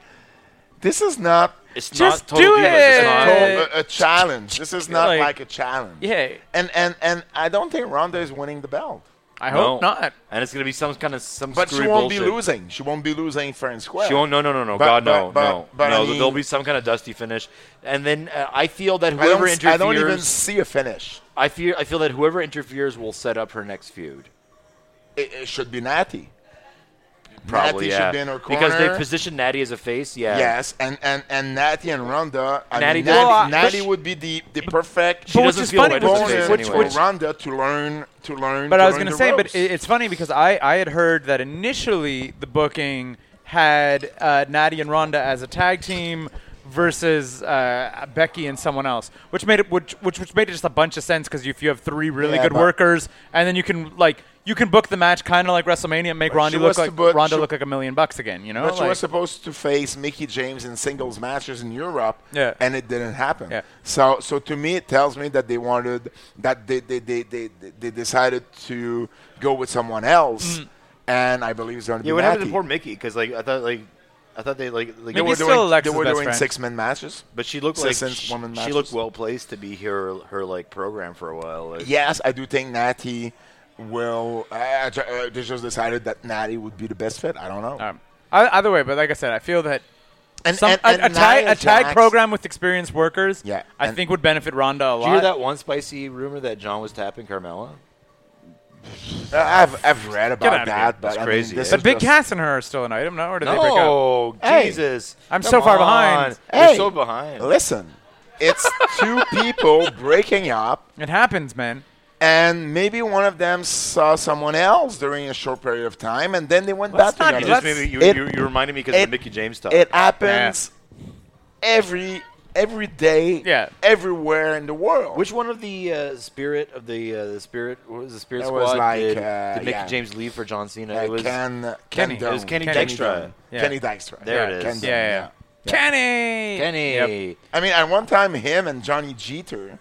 C: "This is not
D: It's
E: Just
D: not total
E: do
D: divas.
E: it!
D: It's
C: a,
D: not.
E: Uh,
C: a, a challenge. This is not
E: like-
C: like, a challenge."
E: Yeah.
C: And and and I don't think Ronda is winning the belt,
E: I hope
D: No.
E: not
D: And it's gonna be some kind of some.
C: but she
D: screwy
C: won't be
D: bullshit.
C: losing. She won't be losing fair and square.
D: She won't. No, no, no, no.
C: But-
D: God, no,
C: but- but-
D: no,
C: but
D: no.
C: I mean-
D: there'll be some kind of dusty finish, and then uh, I feel that
C: I don't,
D: whoever
C: s-
D: interferes,
C: I don't even see a finish.
D: I fear, I feel that whoever interferes will set up her next feud.
C: It, it should be Natty. Natty
D: Probably, yeah.
C: should be in her corner.
D: because they positioned Natty as a face. Yeah.
C: Yes, and, and, and Natty and Ronda. I
D: Natty
C: mean,
D: does-
C: Natty,
E: Well, I-
C: Natty would be the, the perfect
E: But which
D: doesn't
E: is
D: feel
E: funny,
D: right
E: which
D: with
E: is-
D: his face
E: which-
D: anyway.
E: which-
C: for Ronda to learn to learn.
E: But
C: to
E: I was going
C: learn
E: to
C: the
E: say, but
C: ropes.
E: it, it's funny because I, I had heard that initially the booking had uh, Natty and Ronda as a tag team versus uh, Becky and someone else, which made it which which, which made it just a bunch of sense because if you have three really
C: Yeah,
E: good
C: but-
E: workers and then you can like you can book the match kind of like WrestleMania and make Ronda
C: she
E: look
C: was
E: like
C: to book-
E: Ronda
C: she-
E: look like a million bucks again, you know?
C: But she
E: Like-
C: was supposed to face Mickey James in singles matches in Europe,
E: Yeah.
C: and it didn't happen.
E: Yeah.
C: So, so to me, it tells me that they wanted that they they they, they, they decided to go with someone else,
E: Mm.
C: and I believe it's going to
D: Yeah.
C: be
D: What happened to
C: Natty.
D: poor Mickey? Because like I thought like I thought they like like
E: They
C: They were
E: He's
C: doing,
E: still Alexa's
C: they were
E: best
C: doing
E: friend.
C: six man matches.
D: But she looked like
C: Since- since
D: she,
C: woman
D: she
C: matches.
D: looked well placed to be her her like program for a while. Like,
C: Yes, I do think Natty will. Uh, uh, they just decided that Natty would be the best fit. I don't know.
E: Um, ei- either way, but like I said, I feel that
C: and,
E: some,
C: and-
E: a-
C: and
E: a, tag,
C: Nia
E: a tag
C: Jax-
E: program with experienced workers,
C: Yeah,
E: I
C: and-
E: think would benefit Ronda a
D: Did you hear
E: lot.
D: that one spicy rumor that John was tapping Carmella?
C: Uh, I've I've
E: out
C: read about
E: of here.
C: that, but
D: That's
C: I mean,
D: crazy,
C: this
D: eh?
E: But
C: is
E: Big
C: just-
E: Cass and her are still an item, no? Or did they break up?
D: no,
C: Hey.
D: Jesus!
E: I'm
D: Come
E: so far behind.
D: on. You're
C: Hey.
D: so behind.
C: Listen, it's two people breaking up,
E: It happens, man.
C: and maybe one of them saw someone else during a short period of time, and then they went
E: Let's
C: back
E: not
D: You
C: together.
D: just
E: Let's-
D: maybe you,
C: It-
D: you, you reminded me because
C: it-
D: of the Mickey James stuff.
C: It happens every every day,
E: Yeah.
C: everywhere in the world.
D: Which one of the uh, spirit of the uh, the spirit what was the spirit
C: That
D: squad
C: was like,
D: did,
C: uh,
D: did Mickey
C: yeah.
D: James leave for John Cena?
C: Uh,
D: it was
C: Ken, Ken
E: Kenny. It
C: Dunn.
D: was Kenny
E: Kenny
D: Dykstra.
C: Dunn.
E: Yeah.
C: Kenny Dykstra.
D: There it is.
C: Ken Dunn,
E: Yeah, yeah. Kenny.
D: Kenny.
E: Yep.
C: I mean, at one time, him and Johnny Jeter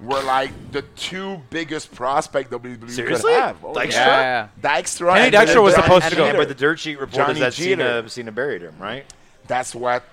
C: were like the two biggest prospect WWE
D: Seriously?
C: could have.
D: Dykstra?
E: Yeah.
C: Dykstra.
E: Kenny
C: and then
E: Dykstra was
C: Johnny
E: supposed to
D: And,
E: go.
C: Jeter.
D: and, but the dirt sheet report
C: Johnny
D: is that
C: Jeter.
D: Cena, Cena buried him, right?
C: That's what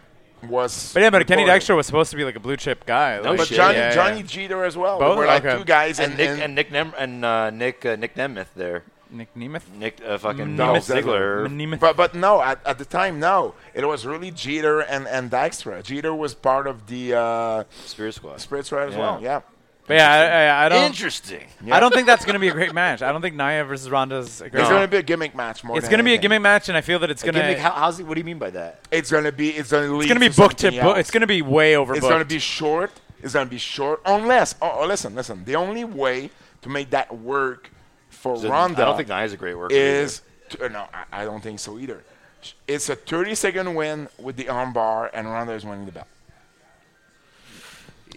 C: was.
E: But yeah, but Kenny
C: reported.
E: Dykstra was supposed to be like a blue chip guy.
D: No
E: like,
C: But
D: shit.
C: Johnny,
E: yeah, yeah.
C: Johnny Jeter as well.
E: Both?
C: We're like
E: Okay.
C: two guys and,
D: And, Nick and Nick Nem- and uh, Nick uh, Nick Nemeth there,
E: Nick Nemeth.
D: Nick uh, fucking
C: Dolph
D: Dolph Ziggler.
E: Nemeth.
C: But but no, at, at the time no, it was really Jeter and and Dykstra. Jeter was part of the uh,
D: Spirit Squad.
C: Spirit Squad as
D: Yeah.
C: well. Yeah.
E: But yeah, I, I, I don't.
D: Interesting.
E: I don't think that's going to be a great match. I don't think Nia versus Ronda's a great.
C: It's
E: match.
C: gonna be a gimmick match more.
E: It's
C: than
E: going to be a
C: anything.
E: gimmick match, and I feel that it's going to.
D: Gimmick, how, how's he, what do you mean by that?
C: It's gonna be. It's gonna.
E: It's going to be book to book. It's going to be way overbooked.
C: It's gonna be short. It's gonna be short. Unless, oh, oh, listen, listen. The only way to make that work for Ronda
D: I don't think Nia's a great worker.
C: is t- uh, no, I, I don't think so either. Sh- It's a 30 second win with the armbar, and Ronda is winning the belt.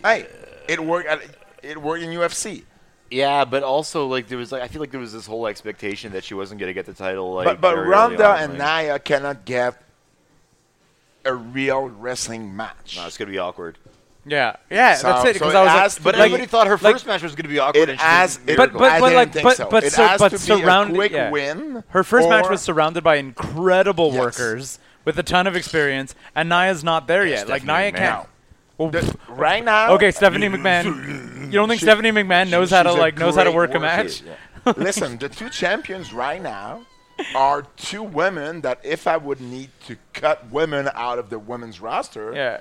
C: Hey, it worked. At, it worked in UFC.
D: either. yeah, but also like there was like I feel like there was this whole expectation that she wasn't going to get the title. Like,
C: But but
D: very
C: Ronda
D: early on,
C: and
D: like,
C: Naya cannot get a real wrestling match.
D: no, it's going to be awkward.
E: yeah, yeah.
C: So-
E: that's it.
C: so
E: Because
C: it
E: I was
C: has
E: like,
C: to
D: But
C: Like-
D: everybody thought her
E: like-
D: first match was going to be awkward.
C: It
D: and she
C: has,
D: didn't
C: it,
E: But- but-
C: I
E: but
C: didn't
E: like-
C: think
E: but-
C: so.
E: but
C: it
E: so-
C: has
E: but
C: to be a
E: surrounded-
C: quick
E: yeah.
C: win.
E: Her first match
C: or-
E: was surrounded by incredible
C: Yes.
E: workers with a ton of experience, and Nia's not there yet. Like Nia
D: definitely
E: can't.
C: now.
E: Well,
C: The- right now.
E: okay, Stephanie McMahon. You don't think
C: She-
E: Stephanie McMahon knows
C: she-
E: how to
C: she's a
E: like knows how to
C: great
E: work a
C: worker,
E: match?
C: Listen, the two champions right now are two women that if I would need to cut women out of the women's roster,
E: Yeah.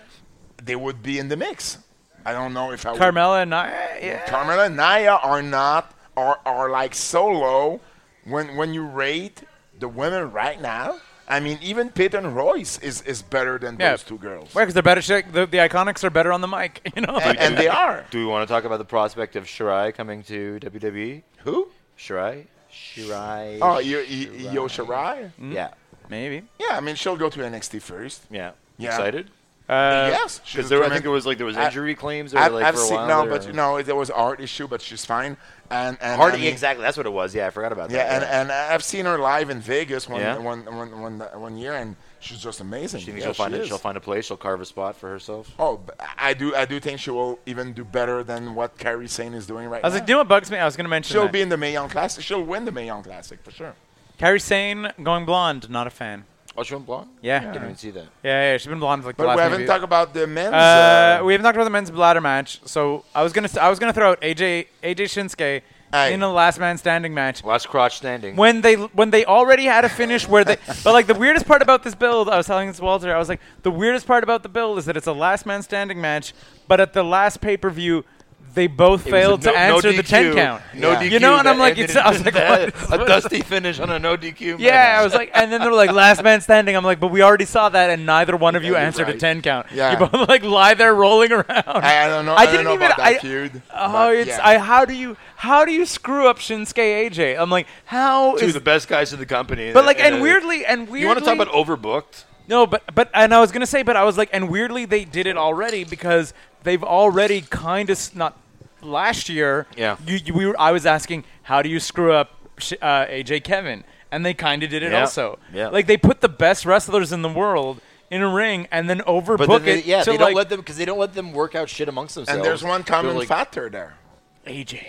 C: they would be in the mix. I don't know if I
E: Carmella and Nia. Yeah.
C: would. Carmela and Naya are not are are like so low when when you rate the women right now. I mean, even Peyton Royce is, is better than
E: Yeah.
C: those two girls.
E: because they're better. she- The, the Iconics are better on the mic, you know.
C: And, and they are.
D: Do we want to talk about the prospect of Shirai coming to WWE?
C: Who?
D: Shirai? Shirai.
C: Oh, Yo, Yo Shirai?
D: yeah.
E: Maybe.
C: Yeah, I mean, she'll go to NXT first.
D: Yeah.
C: Yeah.
D: Excited?
E: Uh,
C: yes, she's
D: Because
C: a
D: there, I
C: tremendous-
D: think there was like there was
C: I-
D: injury claims or
C: I've,
D: like
C: I've
D: for a
C: seen
D: while.
C: no,
D: there.
C: but no, there was a heart issue, but she's fine. And and
D: Hardy,
C: I mean-
D: exactly. That's what it was. Yeah, I forgot about that.
C: Yeah, and, and I've seen her live in Vegas one
D: Yeah?
C: one- one- one- one year, and she's just amazing.
D: she thinks
C: Yeah,
D: she'll find
C: she
D: it.
C: is.
D: She'll find a place. She'll carve a spot for herself.
C: Oh, but I do. I do think she will even do better than what Carrie Sane is doing right
E: I was
C: now.
E: like, you know what bugs me? I was going to mention
C: she'll
E: that.
C: be in the Mae Young Classic. She'll win the Mae Young Classic for sure.
E: Carrie Sane going blonde. Not a fan.
D: Oh, she went blonde.
E: Yeah.
D: I
E: Yeah.
D: didn't even see that.
E: Yeah, yeah. She's been blonde for like the
C: But
E: last
C: we haven't
E: maybe-
C: talked about the men's.
E: Uh,
C: uh,
E: we haven't talked about the men's bladder match, so I was gonna I was gonna throw out AJ AJ Shinsuke
C: Aye.
E: in a last man standing match
D: Last crotch standing.
E: when they when they already had a finish where they but like the weirdest part about this build I was telling this to Walter I was like the weirdest part about the build is that it's a last man standing match but at the last pay per view they both
F: It was a
E: failed
F: no-
E: to
F: no
E: answer the ten
F: DQ.
E: count.
F: No
C: Yeah.
F: DQ.
E: You know, and
F: that
E: I'm like,
F: ended
E: it's- I was
F: in
E: like,
F: a-
E: what-
F: a dusty finish on a no DQ.
E: Yeah,
F: match.
E: I was like, and then they're like, last man standing. I'm like, but we already saw that, and neither one of you
C: you're
E: answered a
C: right.
E: ten count.
C: Yeah.
E: You both like lie there rolling around.
C: I, I don't
E: I
C: know. I, don't
E: didn't
C: know
E: even-
C: about that
E: I-
C: feud.
E: Oh,
C: but
E: it's
C: yeah.
E: I. How do you how do you screw up Shinsuke AJ? I'm like, how
F: two
E: is
F: of the best guys in the company.
E: but like,
F: uh,
E: and weirdly, and weirdly,
F: you want to talk about overbooked?
E: no, but but and I was gonna say, but I was like, and weirdly, they did it already because they've already kind of not last year.
F: Yeah.
E: you, you we were, I was asking, how do you screw up sh- uh, AJ Kevin, and they kind of did it
D: Yeah.
E: also.
D: Yeah.
E: like they put the best wrestlers in the world in a ring and then overbook
D: But then they,
E: it.
D: yeah,
E: to
D: they
E: like,
D: don't let them because they don't let them work out shit amongst themselves.
C: and there's one common
D: They're like,
C: factor there.
E: AJ.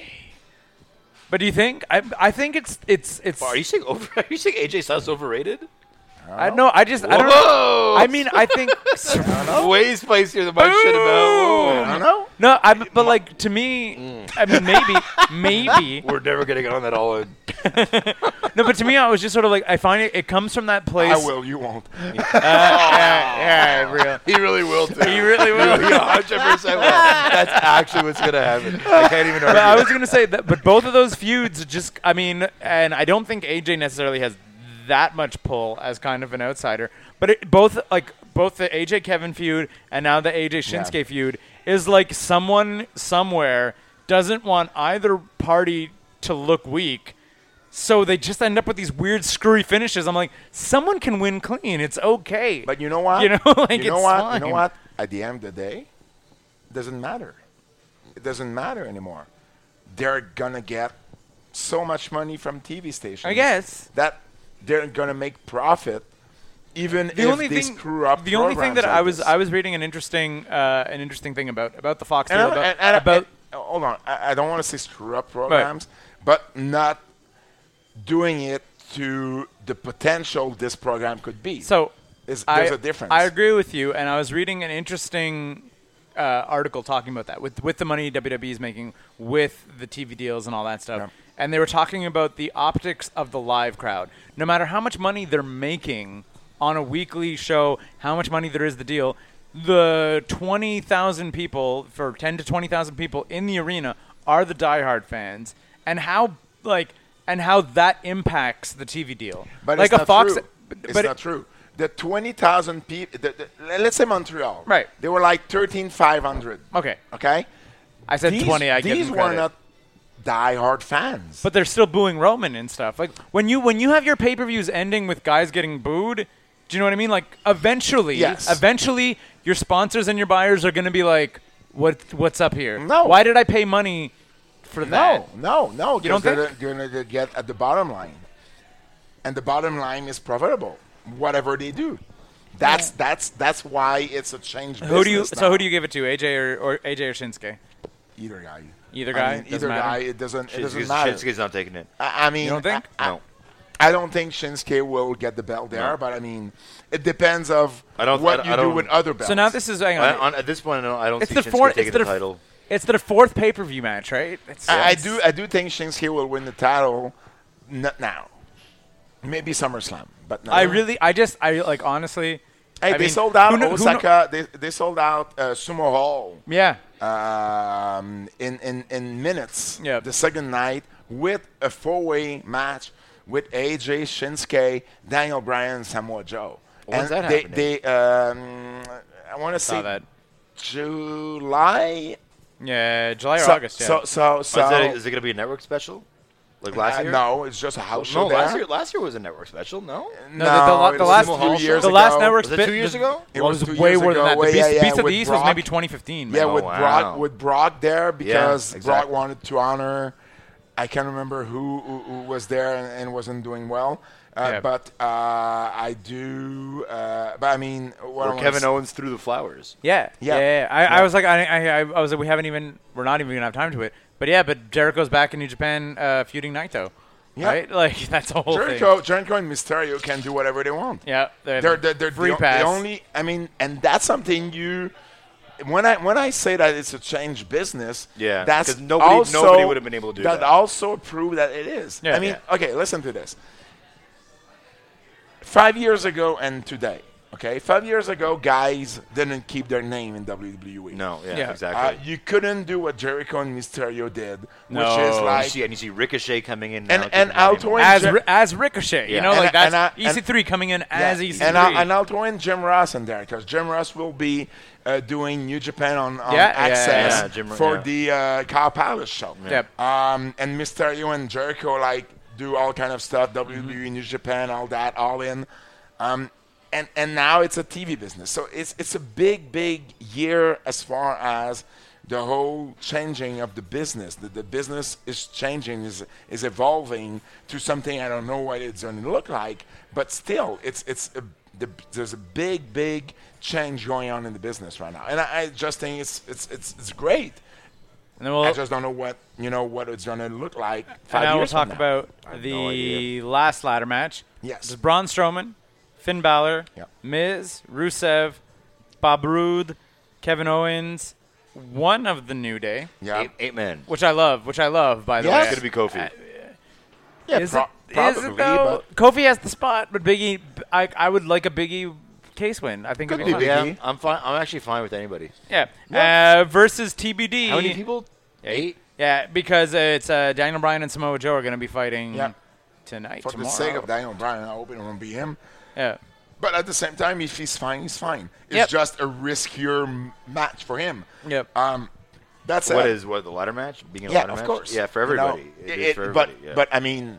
E: But do you think? I I think it's it's it's.
F: Are you saying over? Are you saying AJ Styles overrated?
E: I know. I just I don't. know.
F: Whoa!
E: I mean, I think.
F: way spicier than my shit
C: I
F: about.
C: don't know.
E: No, I, but like to me, I mean, maybe, maybe.
F: We're never gonna get on that all in.
E: No, but to me, I was just sort of like, I find it. It comes from that place.
C: I will. You won't.
E: Yeah, real.
F: He really will. Too.
E: You really will.
F: hundred percent. That's actually what's gonna happen. I can't even
E: But
F: argue.
E: I was gonna say that. But both of those feuds, just I mean, and I don't think AJ necessarily has that much pull as kind of an outsider. But it, both like both the AJ Kevin feud and now the AJ Shinsuke feud is like someone somewhere doesn't want either party to look weak. So they just end up with these weird, screwy finishes. I'm like, someone can win clean. It's okay.
C: But you know what?
E: You know, like
C: you know
E: it's
C: what?
E: Fine.
C: You know what? At the end of the day, it doesn't matter. It doesn't matter anymore. They're gonna get so much money from TV stations.
E: I guess.
C: that they're gonna make profit, even
E: the
C: if
E: only
C: they
E: thing,
C: screw up.
E: the only thing
C: programs
E: that
C: like
E: I was
C: this.
E: I was reading an interesting uh, an interesting thing about about the Fox
C: and
E: deal
C: I-
E: about,
C: and- and-
E: about
C: and- hold on. I, I don't want to say screw up programs, but not doing it to the potential this program could be.
E: so
C: Is-
E: I-
C: there's a difference.
E: I agree with you, and I was reading an interesting uh, article talking about that with with the money WWE is making with the TV deals and all that stuff. And they were talking about the optics of the live crowd. No matter how much money they're making on a weekly show, how much money there is the deal, the 20,000 people, for 10 to 20,000 people in the arena, are the diehard fans. And how, like, and how that impacts the TV deal.
C: But
E: like
C: it's
E: a
C: not
E: Fox.
C: True.
E: but-
C: it's
E: but
C: not true. The twenty thousand people. The, the, let's say Montreal.
E: Right.
C: They were like thirteen five hundred.
E: Okay.
C: Okay.
E: I said 20. I give
C: these
E: them
C: were
E: credit.
C: not diehard fans.
E: But they're still booing Roman and stuff. Like when you when you have your pay per views ending with guys getting booed, do you know what I mean? Like eventually,
C: Yes.
E: eventually, your sponsors and your buyers are gonna be like, "What what's up here?
C: No.
E: why did I pay money for that?
C: no, no, no.
E: You don't
C: they're,
E: think?
C: they're gonna get at the bottom line, and the bottom line is profitable, whatever they do. That's that's that's why it's a change.
E: Who do you so who do you give it to? AJ or, or AJ or Shinsuke?
C: Either guy.
E: Either
C: I
E: guy?
C: mean,
E: Doesn't
C: either
E: matter.
C: guy. It doesn't. It doesn't
D: Shinsuke's,
C: matter.
D: Shinsuke's not taking it.
C: I, I mean,
E: You don't think?
C: I, I-
D: No.
C: I don't think Shinsuke will get the belt there, but I mean, it depends of
D: I don't-
C: what
D: I- I
C: you do
D: don't-
C: with other belts.
E: So now this is hang on.
D: I, on, at this point, I don't, I don't
E: it's
D: see
E: the
D: Shinsuke
E: fourth. It's
D: taking
E: their
D: the title.
E: It's their fourth pay per view match, right? It's,
C: I, I
E: it's-
C: do. I do think Shinsuke will win the title, not now. Maybe SummerSlam, but not
E: I
C: now.
E: really. I just. I like honestly.
C: uh, Hey,
E: I
C: they
E: mean,
C: sold out
E: who kn- who kn-
C: Osaka. they, they sold out uh, Sumo Hall
E: yeah.
C: um, in, in in minutes.
E: Yep.
C: The second night with a four-way match with AJ Shinsuke, Daniel Bryan, Samoa Joe. and
D: When's that
C: they,
D: happening?
C: they um, I want to
E: Saw
C: say
E: that.
C: July.
E: Yeah, July or
C: So,
E: August. Yeah.
C: so so
D: Oh, Is, that a-
C: so.
D: is it going to be a network special? Like last
C: uh,
D: year? Oh,
C: no, it's just a house
D: No,
C: show.
D: last
C: there.
D: year, last year was a network special. No,
E: No, the- the
C: No,
E: la-
C: it
E: the
C: was
E: last
C: two
D: Hall
C: years
E: the
C: ago.
E: last network
D: Was it
E: bit-
D: two years
E: the-
D: ago?
E: It
C: It
E: was,
C: was two
E: way
C: years
E: more than that.
C: ago.
E: The
C: Yeah,
E: Beast,
C: yeah,
E: Beast of the
C: with
E: East was maybe
C: Brock.
E: 2015. man.
C: Yeah,
D: Oh,
C: with
D: wow.
C: Brock with Brock there because Brock
D: exactly.
C: wanted to honor. I can't remember who who, who was there and, and wasn't doing well. Uh,
E: Yeah.
C: But uh, I do. Uh, but I mean, what I
D: or
C: wanna
D: Kevin
C: say-
D: Owens threw the flowers.
E: Yeah, yeah.
C: Yeah.
E: yeah. I, I was like, I, I, I I was like, we haven't even, we're not even gonna have time to it. But yeah, but Jericho's back in New Japan uh, feuding Naito,
C: Yeah.
E: right? Like that's a whole
C: Jericho,
E: thing.
C: Jericho and Mysterio can do whatever they want.
E: Yeah, they're,
C: they're they're, they're
E: free
C: the,
E: pass.
C: the only. I mean, and that's something you. When I when I say that it's a change business,
D: Yeah,
C: that's
D: 'cause nobody-
C: also,
D: nobody would have been able to do that.
C: also prove that it is.
E: Yeah.
C: I mean,
E: Yeah.
C: okay, listen to this. Five years ago and today, Okay, five years ago, guys didn't keep their name in WWE.
D: No, yeah,
E: Yeah.
C: Uh,
D: exactly.
C: you couldn't do what Jericho and Mysterio did,
E: No.
C: which is
D: Oh, you
C: like
D: see, and you see Ricochet coming in now.
C: and and
D: keeping his name
C: outgoing
E: as
C: Jer-
E: ri as Ricochet. You
D: Yeah.
E: know,
C: And I-
E: like that's
C: and I- and-
E: EC3 coming in as E EC3.
C: and I, and I'll throw in Jim Ross in there because Jim Ross will be uh, doing New Japan on, on
E: Yeah, yeah,
C: Access
D: yeah, Jim-
C: for
D: yeah.
C: the uh, Kyle Palace show.
E: Yep.
C: Um, and Mysterio and Jericho like do all kind of stuff, WWE, New Japan, all that, all in. Um, and and now it's a TV business, so it's it's a big big year as far as the whole changing of the business. The, the business is changing, is is evolving to something I don't know what it's going to look like, but still, it's it's a, the, there's a big big change going on in the business right now, and I, I just think it's it's it's, it's great.
E: And then we'll,
C: I just don't know what you know what it's gonna look like.
E: and
C: Five
E: now we'll
C: years
E: talk
C: from now.
E: about the last ladder match.
C: Yes.
E: This is Braun Strowman, Finn Balor,
C: Yeah.
E: Miz, Rusev, Bob Roode, Kevin Owens, one of the New Day,
C: yeah,
D: Eight, eight men.
E: which I love, which I love, by the
C: Yes.
D: It's
E: way.
D: gonna be Kofi.
C: yeah,
E: Is,
C: pro-
E: it,
C: probably,
E: is it though? Kofi has the spot, but Biggie, I, I would like a Biggie case win. I think it'd be fun.
D: Yeah, I'm fine. I'm actually fine with anybody.
E: Yeah. Uh, versus TBD.
D: How many people? Eight.
E: Yeah, because it's uh, Daniel Bryan and Samoa Joe are going to be fighting
C: Yeah.
E: tonight,
C: for
E: tomorrow.
C: the sake of Daniel Bryan, I hope it won't be him.
E: yeah.
C: But at the same time, if he's fine, he's fine. It's
E: Yep.
C: just a riskier m- match for him.
E: Yep.
C: Um, that's
D: What
C: it.
D: is what the ladder match? Being a
C: yeah,
D: ladder
C: of
D: match?
C: course.
D: Yeah, for
C: You know,
D: everybody. It is
C: it-
D: for
C: but
D: everybody, yeah.
C: but I mean,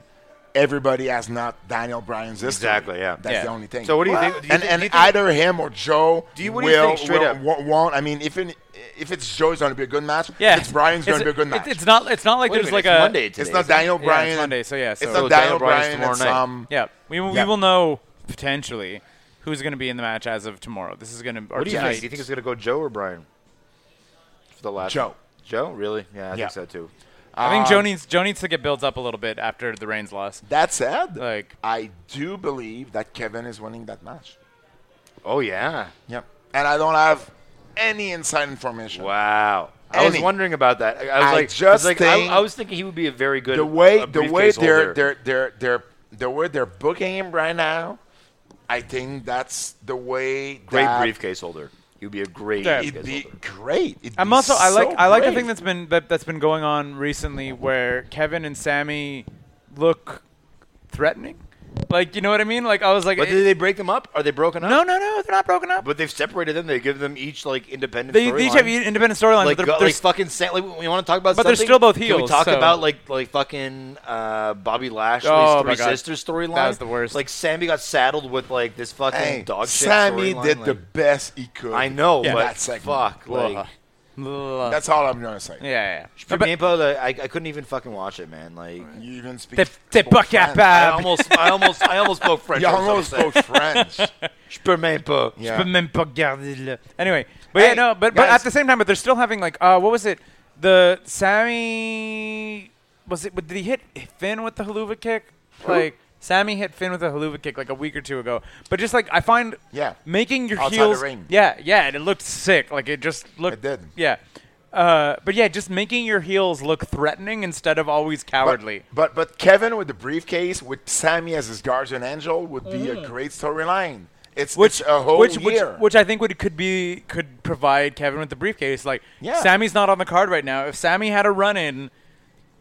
C: everybody has not Daniel Bryan's history.
D: Exactly, yeah.
C: That's
E: Yeah.
C: the only thing.
D: So what do you think- do you
C: and
D: thi-
C: and
D: do you think-
C: either him or Joe
D: Do you- what
C: will,
D: do you think straight
C: will-
D: up?
C: won't, won't. I mean, if it, if it's Joe, it's going to be a good match.
E: Yeah.
C: If it's Bryan's going
E: It's-
C: to be a good
E: it-
C: match.
E: It's not. It's not like
D: Wait a
E: there's
D: minute, uh,
E: like
D: it's
E: a
D: Monday today.
C: It's not
D: isn't it?
C: Daniel
E: Yeah,
C: Bryan.
E: it's Monday, so yeah.
C: It's
E: So
C: not
D: So
C: Daniel
D: Daniel Bryan's
C: Bryan.
D: tomorrow
C: It's
D: night.
C: um.
E: yeah, we will- we
C: Yeah.
E: will know potentially who's going to be in the match as of tomorrow. This is going to.
D: What do you
C: Yes.
D: think? Do you think it's gonna go Joe or Brian for the last?
C: Joe.
D: Joe, really? Yeah, I
C: Yeah.
D: think so too.
E: I
D: Ah.
E: think Joe needs Joe needs to get built up a little bit after the Reigns loss.
C: That said,
E: Like-
C: I do believe that Kevin is winning that match.
D: Oh yeah.
C: Yep. And I don't have any inside information.
D: Wow. I was
C: Any.
D: wondering about that. I I was
C: I
D: like, I
C: just
D: was like, I-
C: think-
D: I, was thinking he would be a very good.
C: The way
D: uh,
C: the way
D: briefcase
C: they're,
D: holder.
C: they're they're they're the way they're booking him right now, I think that's the way
D: great
C: that
D: briefcase holder. He would be a great.
E: Yeah.
D: briefcase
C: It'd be
D: holder.
C: great. It'd
E: I'm
C: be
E: also I
C: so
E: like I like the
C: great.
E: thing that's been that, that's been going on recently where Kevin and Sammy look threatening. Like you know what I mean? Like I was like eh,
D: But
E: it-
D: did they break them up? Are they broken up?
E: no no no they're not broken up.
D: But they've separated them. They give them each like independent.
E: They, they each have
D: storylines.
E: independent storylines.
D: like,
E: but
D: go-
E: they're, they're
D: like fucking Sam, like we want to talk about
E: But
D: something.
E: they're still both
D: Can we
E: heels,
D: talk
E: so-
D: about like like fucking uh, Bobby Lashley's
E: Oh,
D: three
E: my God.
D: sisters storyline?
E: That was the worst.
D: Like Sammy got saddled with like this fucking
C: Hey,
D: dog shit.
C: Sammy
D: storyline,
C: did the
D: like-
C: best he could.
D: I know,
C: in
D: but
C: that segment.
D: fuck, like.
E: Blah.
C: That's all I'm gonna say.
E: yeah, yeah. yeah.
D: For
E: But
D: Nampa, like, I, I couldn't even fucking watch it, man. Like,
C: You even speak.
E: they they
C: spoke
E: buck up.
C: French.
D: I
E: uh,
D: almost, I almost, I almost spoke French.
C: You almost spoke French.
D: Spurmanpa.
E: Je
C: Yeah.
E: peux même pas regarder le- Anyway, but yeah,
C: Hey,
E: no, but but
C: guys.
E: at the same time, but they're still having like uh, what was it? The Sammy was it? Did he hit Finn with the haluva kick? Like Sammy hit Finn with a haluva kick like a week or two ago. But just like I find,
C: Yeah.
E: making your
C: Outside the
E: heels,
C: ring.
E: yeah, yeah, and it looked sick. Like it just looked,
C: It did.
E: yeah. Uh, but yeah, just making your heels look threatening instead of always cowardly.
C: But, but but Kevin with the briefcase with Sammy as his guardian angel would be a great storyline. It's
E: which
C: it's a whole
E: which,
C: year.
E: which which I think would could be could provide Kevin with the briefcase. Like
C: Yeah.
E: Sammy's not on the card right now. If Sammy had a run in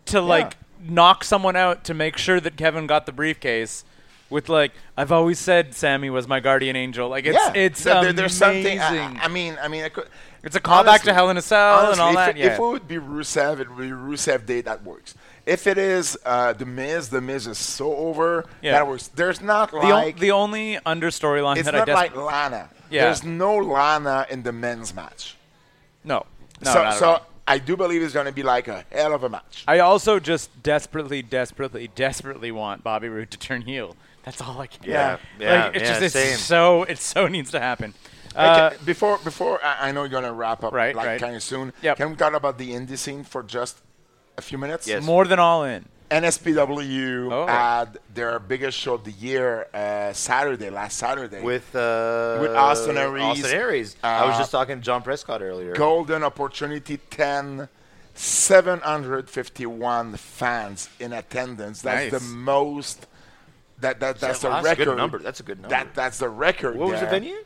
E: to like knock someone out to make sure that Kevin got the briefcase with like I've always said Sammy was my guardian angel. Like it's
C: yeah.
E: it's
C: There- there-
E: amazing.
C: there's something. I, I mean, I mean, I could,
E: It's a callback to Hell in a Cell and all
C: if,
E: that,
C: If,
E: yeah.
C: it would be Rusev, it would be Rusev Day that works. If it is uh, the Miz, the Miz is so over
E: Yeah.
C: that works. There's not
E: the, o-
C: like
E: the only under storyline
C: it's
E: that I
C: not
E: des-
C: like Lana.
E: Yeah.
C: There's no Lana in the men's match.
E: no no
C: so
E: not at
C: so
E: all.
C: I do believe it's going to be like a hell of a
D: Uh,
C: match.
E: I also just desperately, desperately, desperately want Bobby Roode to turn heel. That's all I can.
D: Yeah,
E: like,
D: yeah,
E: it's
D: yeah,
E: just it's
D: same.
E: so it so needs to happen. Uh,
C: Okay, before before I, I know you're gonna wrap up
E: Right,
C: like
E: right.
C: kind of soon.
E: Yep.
C: Can we talk about the indie scene for just a few minutes?
D: Yes.
E: more than all in.
C: NSPW
E: Oh.
C: had their biggest show of the year uh, Saturday, last Saturday.
D: With uh,
C: With Austin Aries. Uh,
D: Austin Aries. I was just talking to John Prescott earlier.
C: Golden Opportunity 10, 751 fans in attendance. That's
E: Nice.
C: the most That, that that's the
D: Wow,
C: record.
D: a good number. That's a good number.
C: That that's the record.
D: what was the
C: there.
D: venue?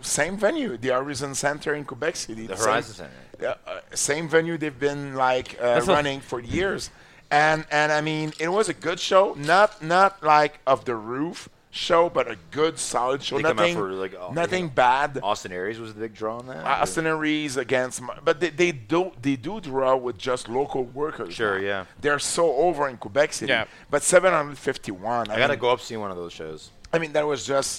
C: Same venue, the Horizon Center in Quebec City.
D: The
C: same-
D: Horizon Center.
C: Yeah, uh, same venue they've been like uh,
E: That's a-
C: running for years, and and I mean it was a good show, not not like of the roof show, but a good solid show.
D: They come out
C: nothing
D: for, like, all-
C: nothing
D: yeah.
C: bad.
D: Austin Aries was the big draw on that. or-
C: Austin Aries against, Mo- but they, they do they do draw with just local workers.
D: Sure,
C: now.
D: yeah.
C: They're so over in Quebec City.
E: Yeah.
C: But 751.
D: I gotta go up see one of those shows.
C: I mean, that was just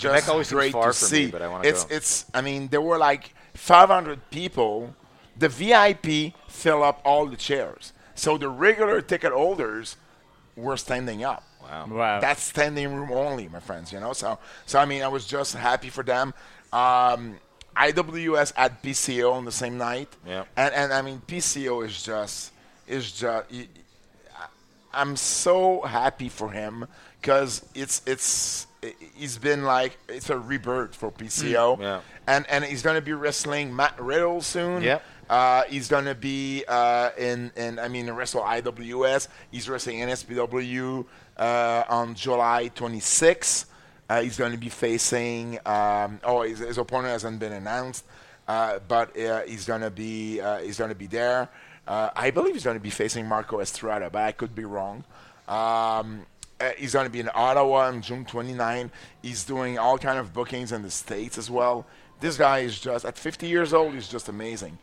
D: Quebec
C: just
D: always seems
C: great
D: far
C: to
D: for me,
C: see.
D: but I wanna
C: it's
D: go.
C: it's. I mean, there were like 500 people. The VIP fill up all the chairs, so the regular ticket holders were standing up.
D: Wow.
E: Wow.
C: That's standing room only, my friends. You know, so so I mean, I was just happy for them. Um, IWS at PCO on the same night.
D: Yeah.
C: And and I mean, PCO is just is just. I'm so happy for him because it's it's he's been like it's a rebirth for PCO.
D: Mm. yeah.
C: And and he's gonna be wrestling Matt Riddle soon.
D: Yep.
C: Uh, he's gonna be uh, in in I mean wrestle IWS. He's wrestling NSPW uh, on July 26th. Uh, he's going to be facing. Um, oh, his, his opponent hasn't been announced, uh, but uh, he's going to be uh, he's going to be there. Uh, I believe he's going to be facing Marco Estrada, but I could be wrong. Um, uh, he's going to be in Ottawa on June 29. He's doing all kind of bookings in the states as well. This guy is just at 50 years old. He's just amazing.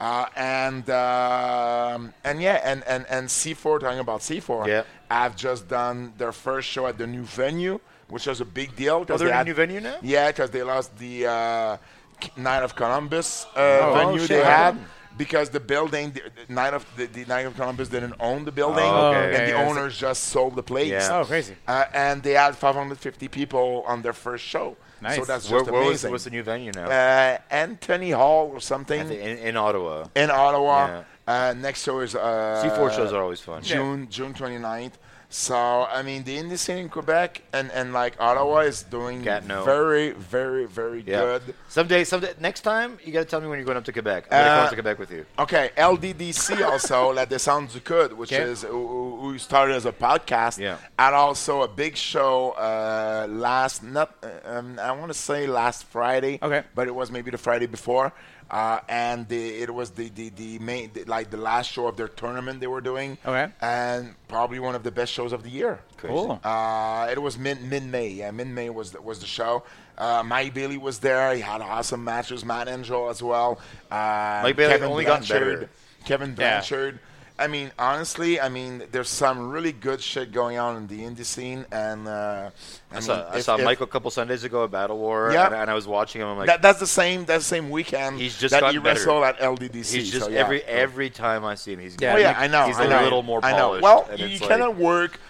C: Uh, and um, and yeah, and and and C4 talking about C4
D: Yeah.
C: have just done their first show at the new venue, which was a big deal. 'cause
D: Oh, they're
C: they
D: in a
C: had-
D: new venue now?
C: Yeah, because they lost the uh, K- Night of Columbus uh,
D: Oh,
C: venue
D: shit.
C: they had.
D: Mm.
C: Because the building, the, the Night of the, the Night of Columbus didn't own the building,
D: Oh, okay.
C: and
E: Okay,
C: the
E: yeah, so-
C: owners just sold the place.
D: Yeah.
E: Oh, crazy.
C: Uh, and they had 550 people on their first show. So
E: Nice.
C: that's just
D: Where, where was,
C: amazing.
D: what's the new venue now?
C: uh, Anthony Hall or
D: I
C: something
D: think in, in Ottawa.
C: in Ottawa.
D: Yeah.
C: Uh, next show is uh,
D: C4 shows are always fun.
C: June June 29th. So I mean, the indie scene in Quebec and, and like Ottawa is doing
D: Gatineau.
C: very very very
D: Yeah.
C: good.
D: Someday, someday, next time you got to tell me when you're going up to Quebec. I'm gonna
C: Uh,
D: come up to Quebec with you.
C: Okay, LDDC also La Descente du Coude, which
D: Okay.
C: is who- who, who started as a podcast,
D: Yeah.
C: and also a big show uh, last not uh, um, I want to say last Friday,
E: Okay.
C: but it was maybe the Friday before, uh, and the, it was the the, the main the, like the last show of their tournament they were doing,
E: Okay.
C: and probably one of the best shows of the year.
E: Cool.
C: Uh, it was mid mid May. Yeah, mid May was the, was the show. Uh, Mike Bailey was there. He had awesome matches. Matt Angel as well. Uh,
D: Mike Bailey
C: Kevin
D: only got
C: Blanchard.
D: better.
C: Kevin
E: Yeah.
C: Blanchard. I mean, honestly, I mean, there's some really good shit going on in the indie scene, and uh, I,
D: I
C: mean,
D: saw, I
C: if-
D: saw
C: if-
D: Michael a couple Sundays ago at Battle War,
C: Yeah.
D: and, and I was watching him. I'm like,
C: That, that's the same. That's the same weekend.
D: He's just
C: that
D: gotten
C: he
D: better.
C: wrestled at LDDC.
D: he's just
C: so, yeah.
D: every every time I see him, he's
E: Yeah.
C: Oh
D: getting-
C: yeah, I know.
D: He's
C: I
D: a
C: know.
D: little more
C: I know.
D: polished.
C: Well,
D: and
C: you
D: it's
C: cannot
D: like,
C: work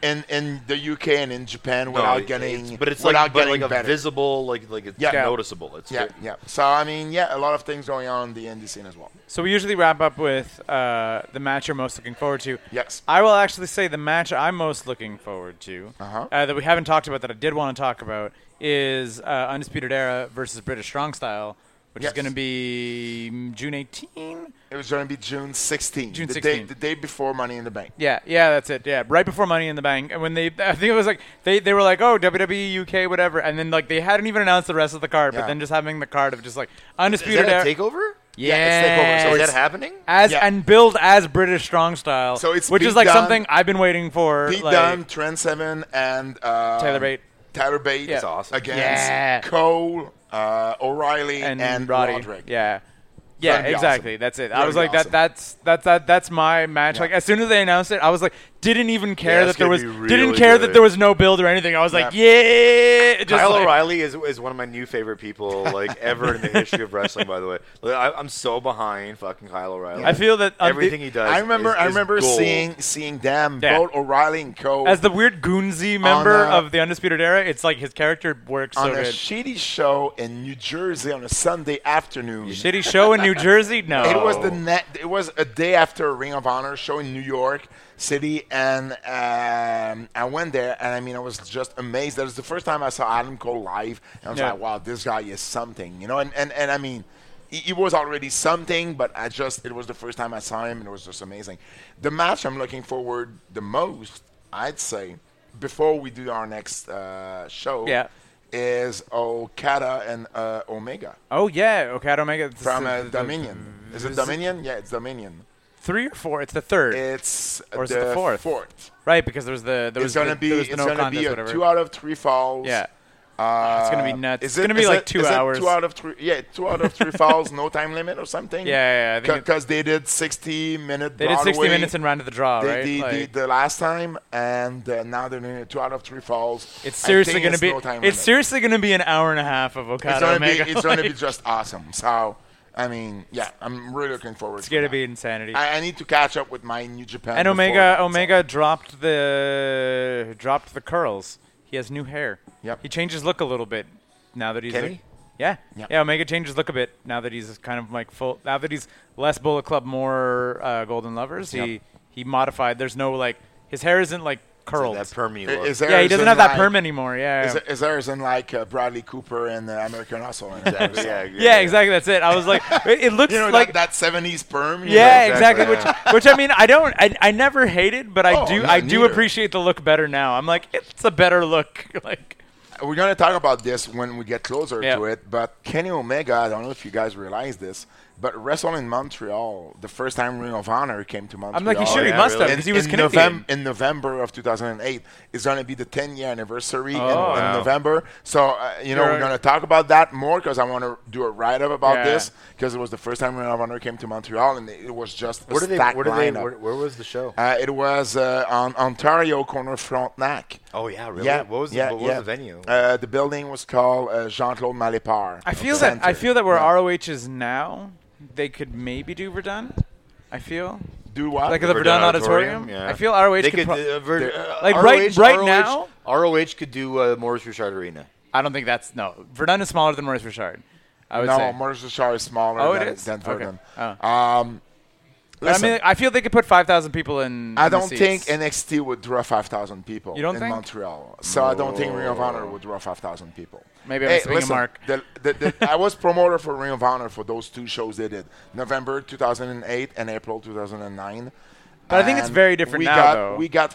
C: in in the UK and in Japan
D: no,
C: without
D: it's-
C: getting
D: but it's
C: without
D: like, but
C: getting
D: like a
C: better.
D: visible, like like it's
C: Yeah. Yeah.
D: noticeable. It's
C: Yeah, yeah. So I mean, yeah, a lot of things going on in the indie scene as well.
E: So we usually wrap up with uh, the match you're most looking forward to.
C: Yes.
E: I will actually say the match I'm most looking forward to
C: Uh-huh.
E: uh, that we haven't talked about that I did want to talk about is uh, Undisputed Era versus British Strong Style, which
C: Yes.
E: is going to be mm, June 18.
C: It was going to be June 16th,
E: June
C: the day
E: 16.
C: the day before Money in the Bank.
E: Yeah, yeah, that's it. Yeah, right before Money in the Bank, and when they, I think it was like they, they were like, oh, WWE UK, whatever, and then like they hadn't even announced the rest of the card,
C: Yeah.
E: but then just having the card of just like
D: Is
E: Undisputed
D: that
E: Era,
D: a takeover?
E: yeah,
C: it's takeover. So
D: Is
C: it's-
D: that happening?
E: as
C: Yeah.
E: and build as British strong style.
C: So it's
E: which
C: Pete
E: is like
C: Dunne-
E: something I've been waiting for.
C: Pete
E: like,
C: Dunne, Trent Seven, and uh,
E: Tyler Bate.
C: Tyler Bate.
E: Yeah. That's
D: awesome.
C: Against
E: Yeah.
C: Cole, uh, O'Reilly,
E: and,
C: and,
E: Roddy.
C: Roderick.
E: Yeah. Yeah,
C: That'd be
E: exactly.
C: awesome.
E: That's it. I
C: That'd
E: was
C: be
E: like
C: awesome.
E: that that's that's that that's my match.
C: Yeah.
E: Like as soon as they announced it, I was like didn't even care
D: Yeah,
E: that
D: it's
E: there
D: gonna
E: was
D: be
E: didn't
D: really
E: care that
D: good.
E: there was no build or anything. I was like, yeah. It Just
D: Kyle
E: like-
D: O'Reilly is, is one of my new favorite people, like ever in the history of wrestling. By the way, Like, I, I'm so behind fucking Kyle O'Reilly.
E: I feel that on
D: everything
E: the-
D: he does.
C: I remember,
D: is-
C: I
D: is
C: remember
D: gold.
C: seeing seeing them
E: Yeah.
C: both O'Reilly and Cole
E: as the weird goonsy member
C: a-
E: of the Undisputed Era, it's like his character works
C: uh,
E: so
C: on a
E: good.
C: shitty show in New Jersey on a Sunday afternoon.
E: Shitty show in New Jersey? No.
C: It was the net. It was a day after a Ring of Honor show in New York City, and um, I went there, and I mean, I was just amazed. That was the first time I saw Adam Cole live, and I was
E: Yeah.
C: like, "Wow, this guy is something," you know. And and, and I mean, he, he was already something, but I just it was the first time I saw him, and it was just amazing. The match I'm looking forward the most, I'd say, before we do our next uh, show
E: Yeah.
C: is Okada and uh, Omega
E: Oh yeah, Okada Omega it's
C: from
E: the-
C: uh,
E: the-
C: Dominion. Is it Dominion? Yeah, it's Dominion.
E: Three or four? It's the third,
C: It's
E: Or is it the fourth?
C: Fourth.
E: right? Because there was the there was
C: It's gonna
E: the,
C: be
E: there was the
C: it's
E: no
C: gonna
E: contest
C: be a
E: whatever.
C: two out of three falls.
E: yeah,
C: Uh,
E: it's gonna be nuts.
C: is
E: It's gonna be
C: is
E: like two
C: is it
E: hours.
C: two out of three. Yeah, two out of three falls, no time limit or something.
E: Yeah, yeah, yeah, I think it-
C: Because they did 60 minute.
E: they did 60
C: Broadway.
E: minutes and round to the draw,
C: They
E: right?
C: did
E: Like-
C: the, the last time, and uh, now they're doing it two out of three falls.
E: It's
C: I
E: seriously
C: think
E: going to be.
C: it's no time
E: it's
C: limit.
E: seriously going to be an hour and a half of Okada
C: It's gonna
E: Omega.
C: be. It's gonna be
E: Like,
C: just awesome. So, I mean, yeah, I'm really looking forward.
E: it's
C: to
E: going to
C: that.
E: be insanity.
C: I, I need to catch up with my New Japan.
E: and
C: before
E: Omega,
C: that, so-
E: Omega dropped the dropped the curls. He has new hair.
C: Yep.
E: He changes look a little bit now that he's.
D: Can
E: like-
D: he?
E: Yeah.
C: Yeah.
E: Yeah. Omega changes look a bit now that he's kind of like full. Now that he's less Bullet Club, more uh, Golden Lovers. He
D: Yep.
E: he modified. There's no like his hair isn't like curled.
D: That perm you
C: I-
D: look.
C: Is there
E: yeah, he doesn't have that
C: like,
E: perm anymore. Yeah.
C: Is, is there isn't like uh, Bradley Cooper and uh, American Hustle? And
D: yeah,
C: everything.
D: yeah,
E: yeah, exactly. That's it. I was like, it, it looks
C: You know
E: like
C: that, that '70s perm. you
E: Yeah,
C: know?
E: exactly. Which, which I mean, I don't, I, I never hated, but I
C: Oh,
E: do,
C: no,
E: I do
C: neither.
E: appreciate the look better now. I'm like, it's a better look. like,
C: We're gonna talk about this when we get closer
E: Yeah.
C: to it. But Kenny Omega, I don't know if you guys realize this, but wrestled in Montreal the first time Ring of Honor came to Montreal.
E: I'm like, he should, he
D: Oh, yeah,
E: must have,
D: really?
E: because he was
C: in
E: Canadian.
C: November, in November of 2008 is going to be the 10 year anniversary in,
E: Oh,
C: in
E: wow.
C: November. So uh, you know
E: You're-
C: we're going to talk about that more because I want to do a write up about
E: Yeah.
C: this because it was the first time Ring of Honor came to Montreal and it was just a
D: Where do they?
C: stacked
D: Where do they?
C: lineup.
D: Where, where was the show?
C: uh, it was uh, on Ontario corner Frontenac.
D: Oh yeah, really?
C: Yeah,
D: What was,
C: yeah,
D: what was
C: yeah.
D: the venue?
C: Uh, the building was called uh, Jean Claude Malépar.
E: I feel that, I
C: Center.
E: feel that where
C: Yeah.
E: ROH is now, they could maybe do Verdun. I feel
C: Do what?
E: like the
D: Verdun
E: Verdun Auditorium.
D: Auditorium, yeah.
E: I feel ROH
D: they
E: could.
D: could,
E: pro-
D: uh, ver- uh,
E: Like, right-
D: ROH
E: right now-
D: ROH could do uh, Maurice Richard Arena.
E: I don't think that's no. Verdun is smaller than Maurice Richard. I would
C: no,
E: say.
C: Maurice Richard is smaller
E: Oh, it
C: than,
E: is?
C: than
E: Okay.
C: Verdun.
E: Oh.
C: Um,
E: But I
C: listen,
E: mean, I feel they could put five thousand people in.
C: I
E: in the
C: don't
E: seats.
C: think NXT would draw 5,000 people
E: You don't
C: in
E: think?
C: Montreal. So I don't think Ring of Honor would draw 5,000 people.
E: Maybe I'm missing a mark.
C: the- the- the- I was promoter for Ring of Honor for those two shows they did, November 2008 and April 2009.
E: But I think it's
C: And
E: very different
C: we
E: now,
C: got,
E: though.
C: We got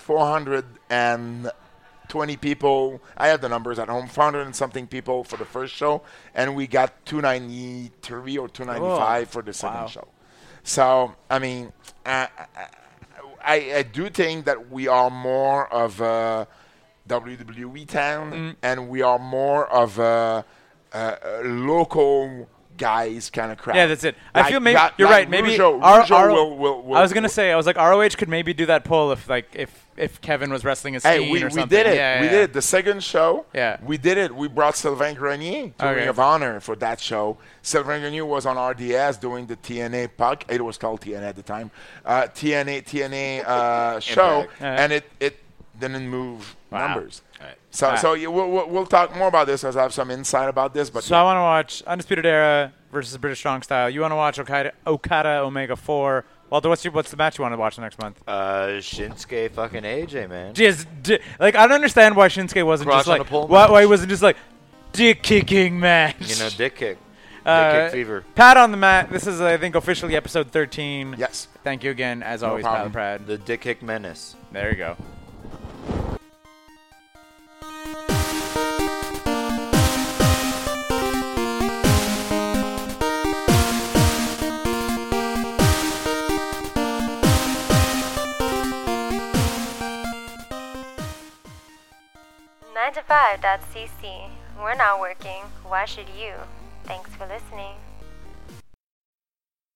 C: 420 people. I have the numbers at home, 400 and something people for the first show, and we got 293 or 295
E: Oh,
C: for the second
E: wow.
C: show. So I mean, I, I, I do think that we are more of a WWE town,
E: Mm.
C: and we are more of a, a, a local guys kind of crowd.
E: Yeah, that's it. I
C: Like
E: feel maybe
C: that-
E: you're
C: like
E: right. Maybe
C: Rougeau,
E: R-
C: Rougeau
E: R-
C: will, will, will,
E: I was gonna say I was like ROH could maybe do that poll if like if if Kevin was wrestling a scene
C: Hey, we,
E: or
C: we
E: something.
C: did it.
E: Yeah,
C: we
E: yeah.
C: did it. The second show.
E: Yeah.
C: We did it. We brought Sylvain Grenier to
E: Okay.
C: Ring of Honor for that show. Sylvain Grenier was on RDS doing the TNA puck. It was called TNA at the time. Uh, TNA TNA uh, show,
D: Impact.
E: Yeah.
C: and it it didn't move numbers.
D: Alright.
C: So
E: Ah.
C: so yeah, we'll, we'll we'll talk more about this as I have some insight about this. But
E: So I want to watch Undisputed Era versus British Strong Style. You want to watch Okada, Okada Omega Four. Walter, what's your, what's the match you want to watch next month?
D: Uh, Shinsuke fucking AJ man.
E: Just d- like I don't understand why Shinsuke wasn't
D: Crotch
E: just
D: on
E: like
D: a pole
E: why,
D: match.
E: why he wasn't just like dick kicking match.
D: you know, dick kick.
E: Uh,
D: dick kick fever.
E: Pat on the mat. This is I think officially episode 13.
C: Yes.
E: Thank you again as always,
C: problem.
E: Pat Pratt.
D: The dick kick menace.
E: There you go.
A: Nine to 5.cc. We're not working. Why should you? Thanks for listening.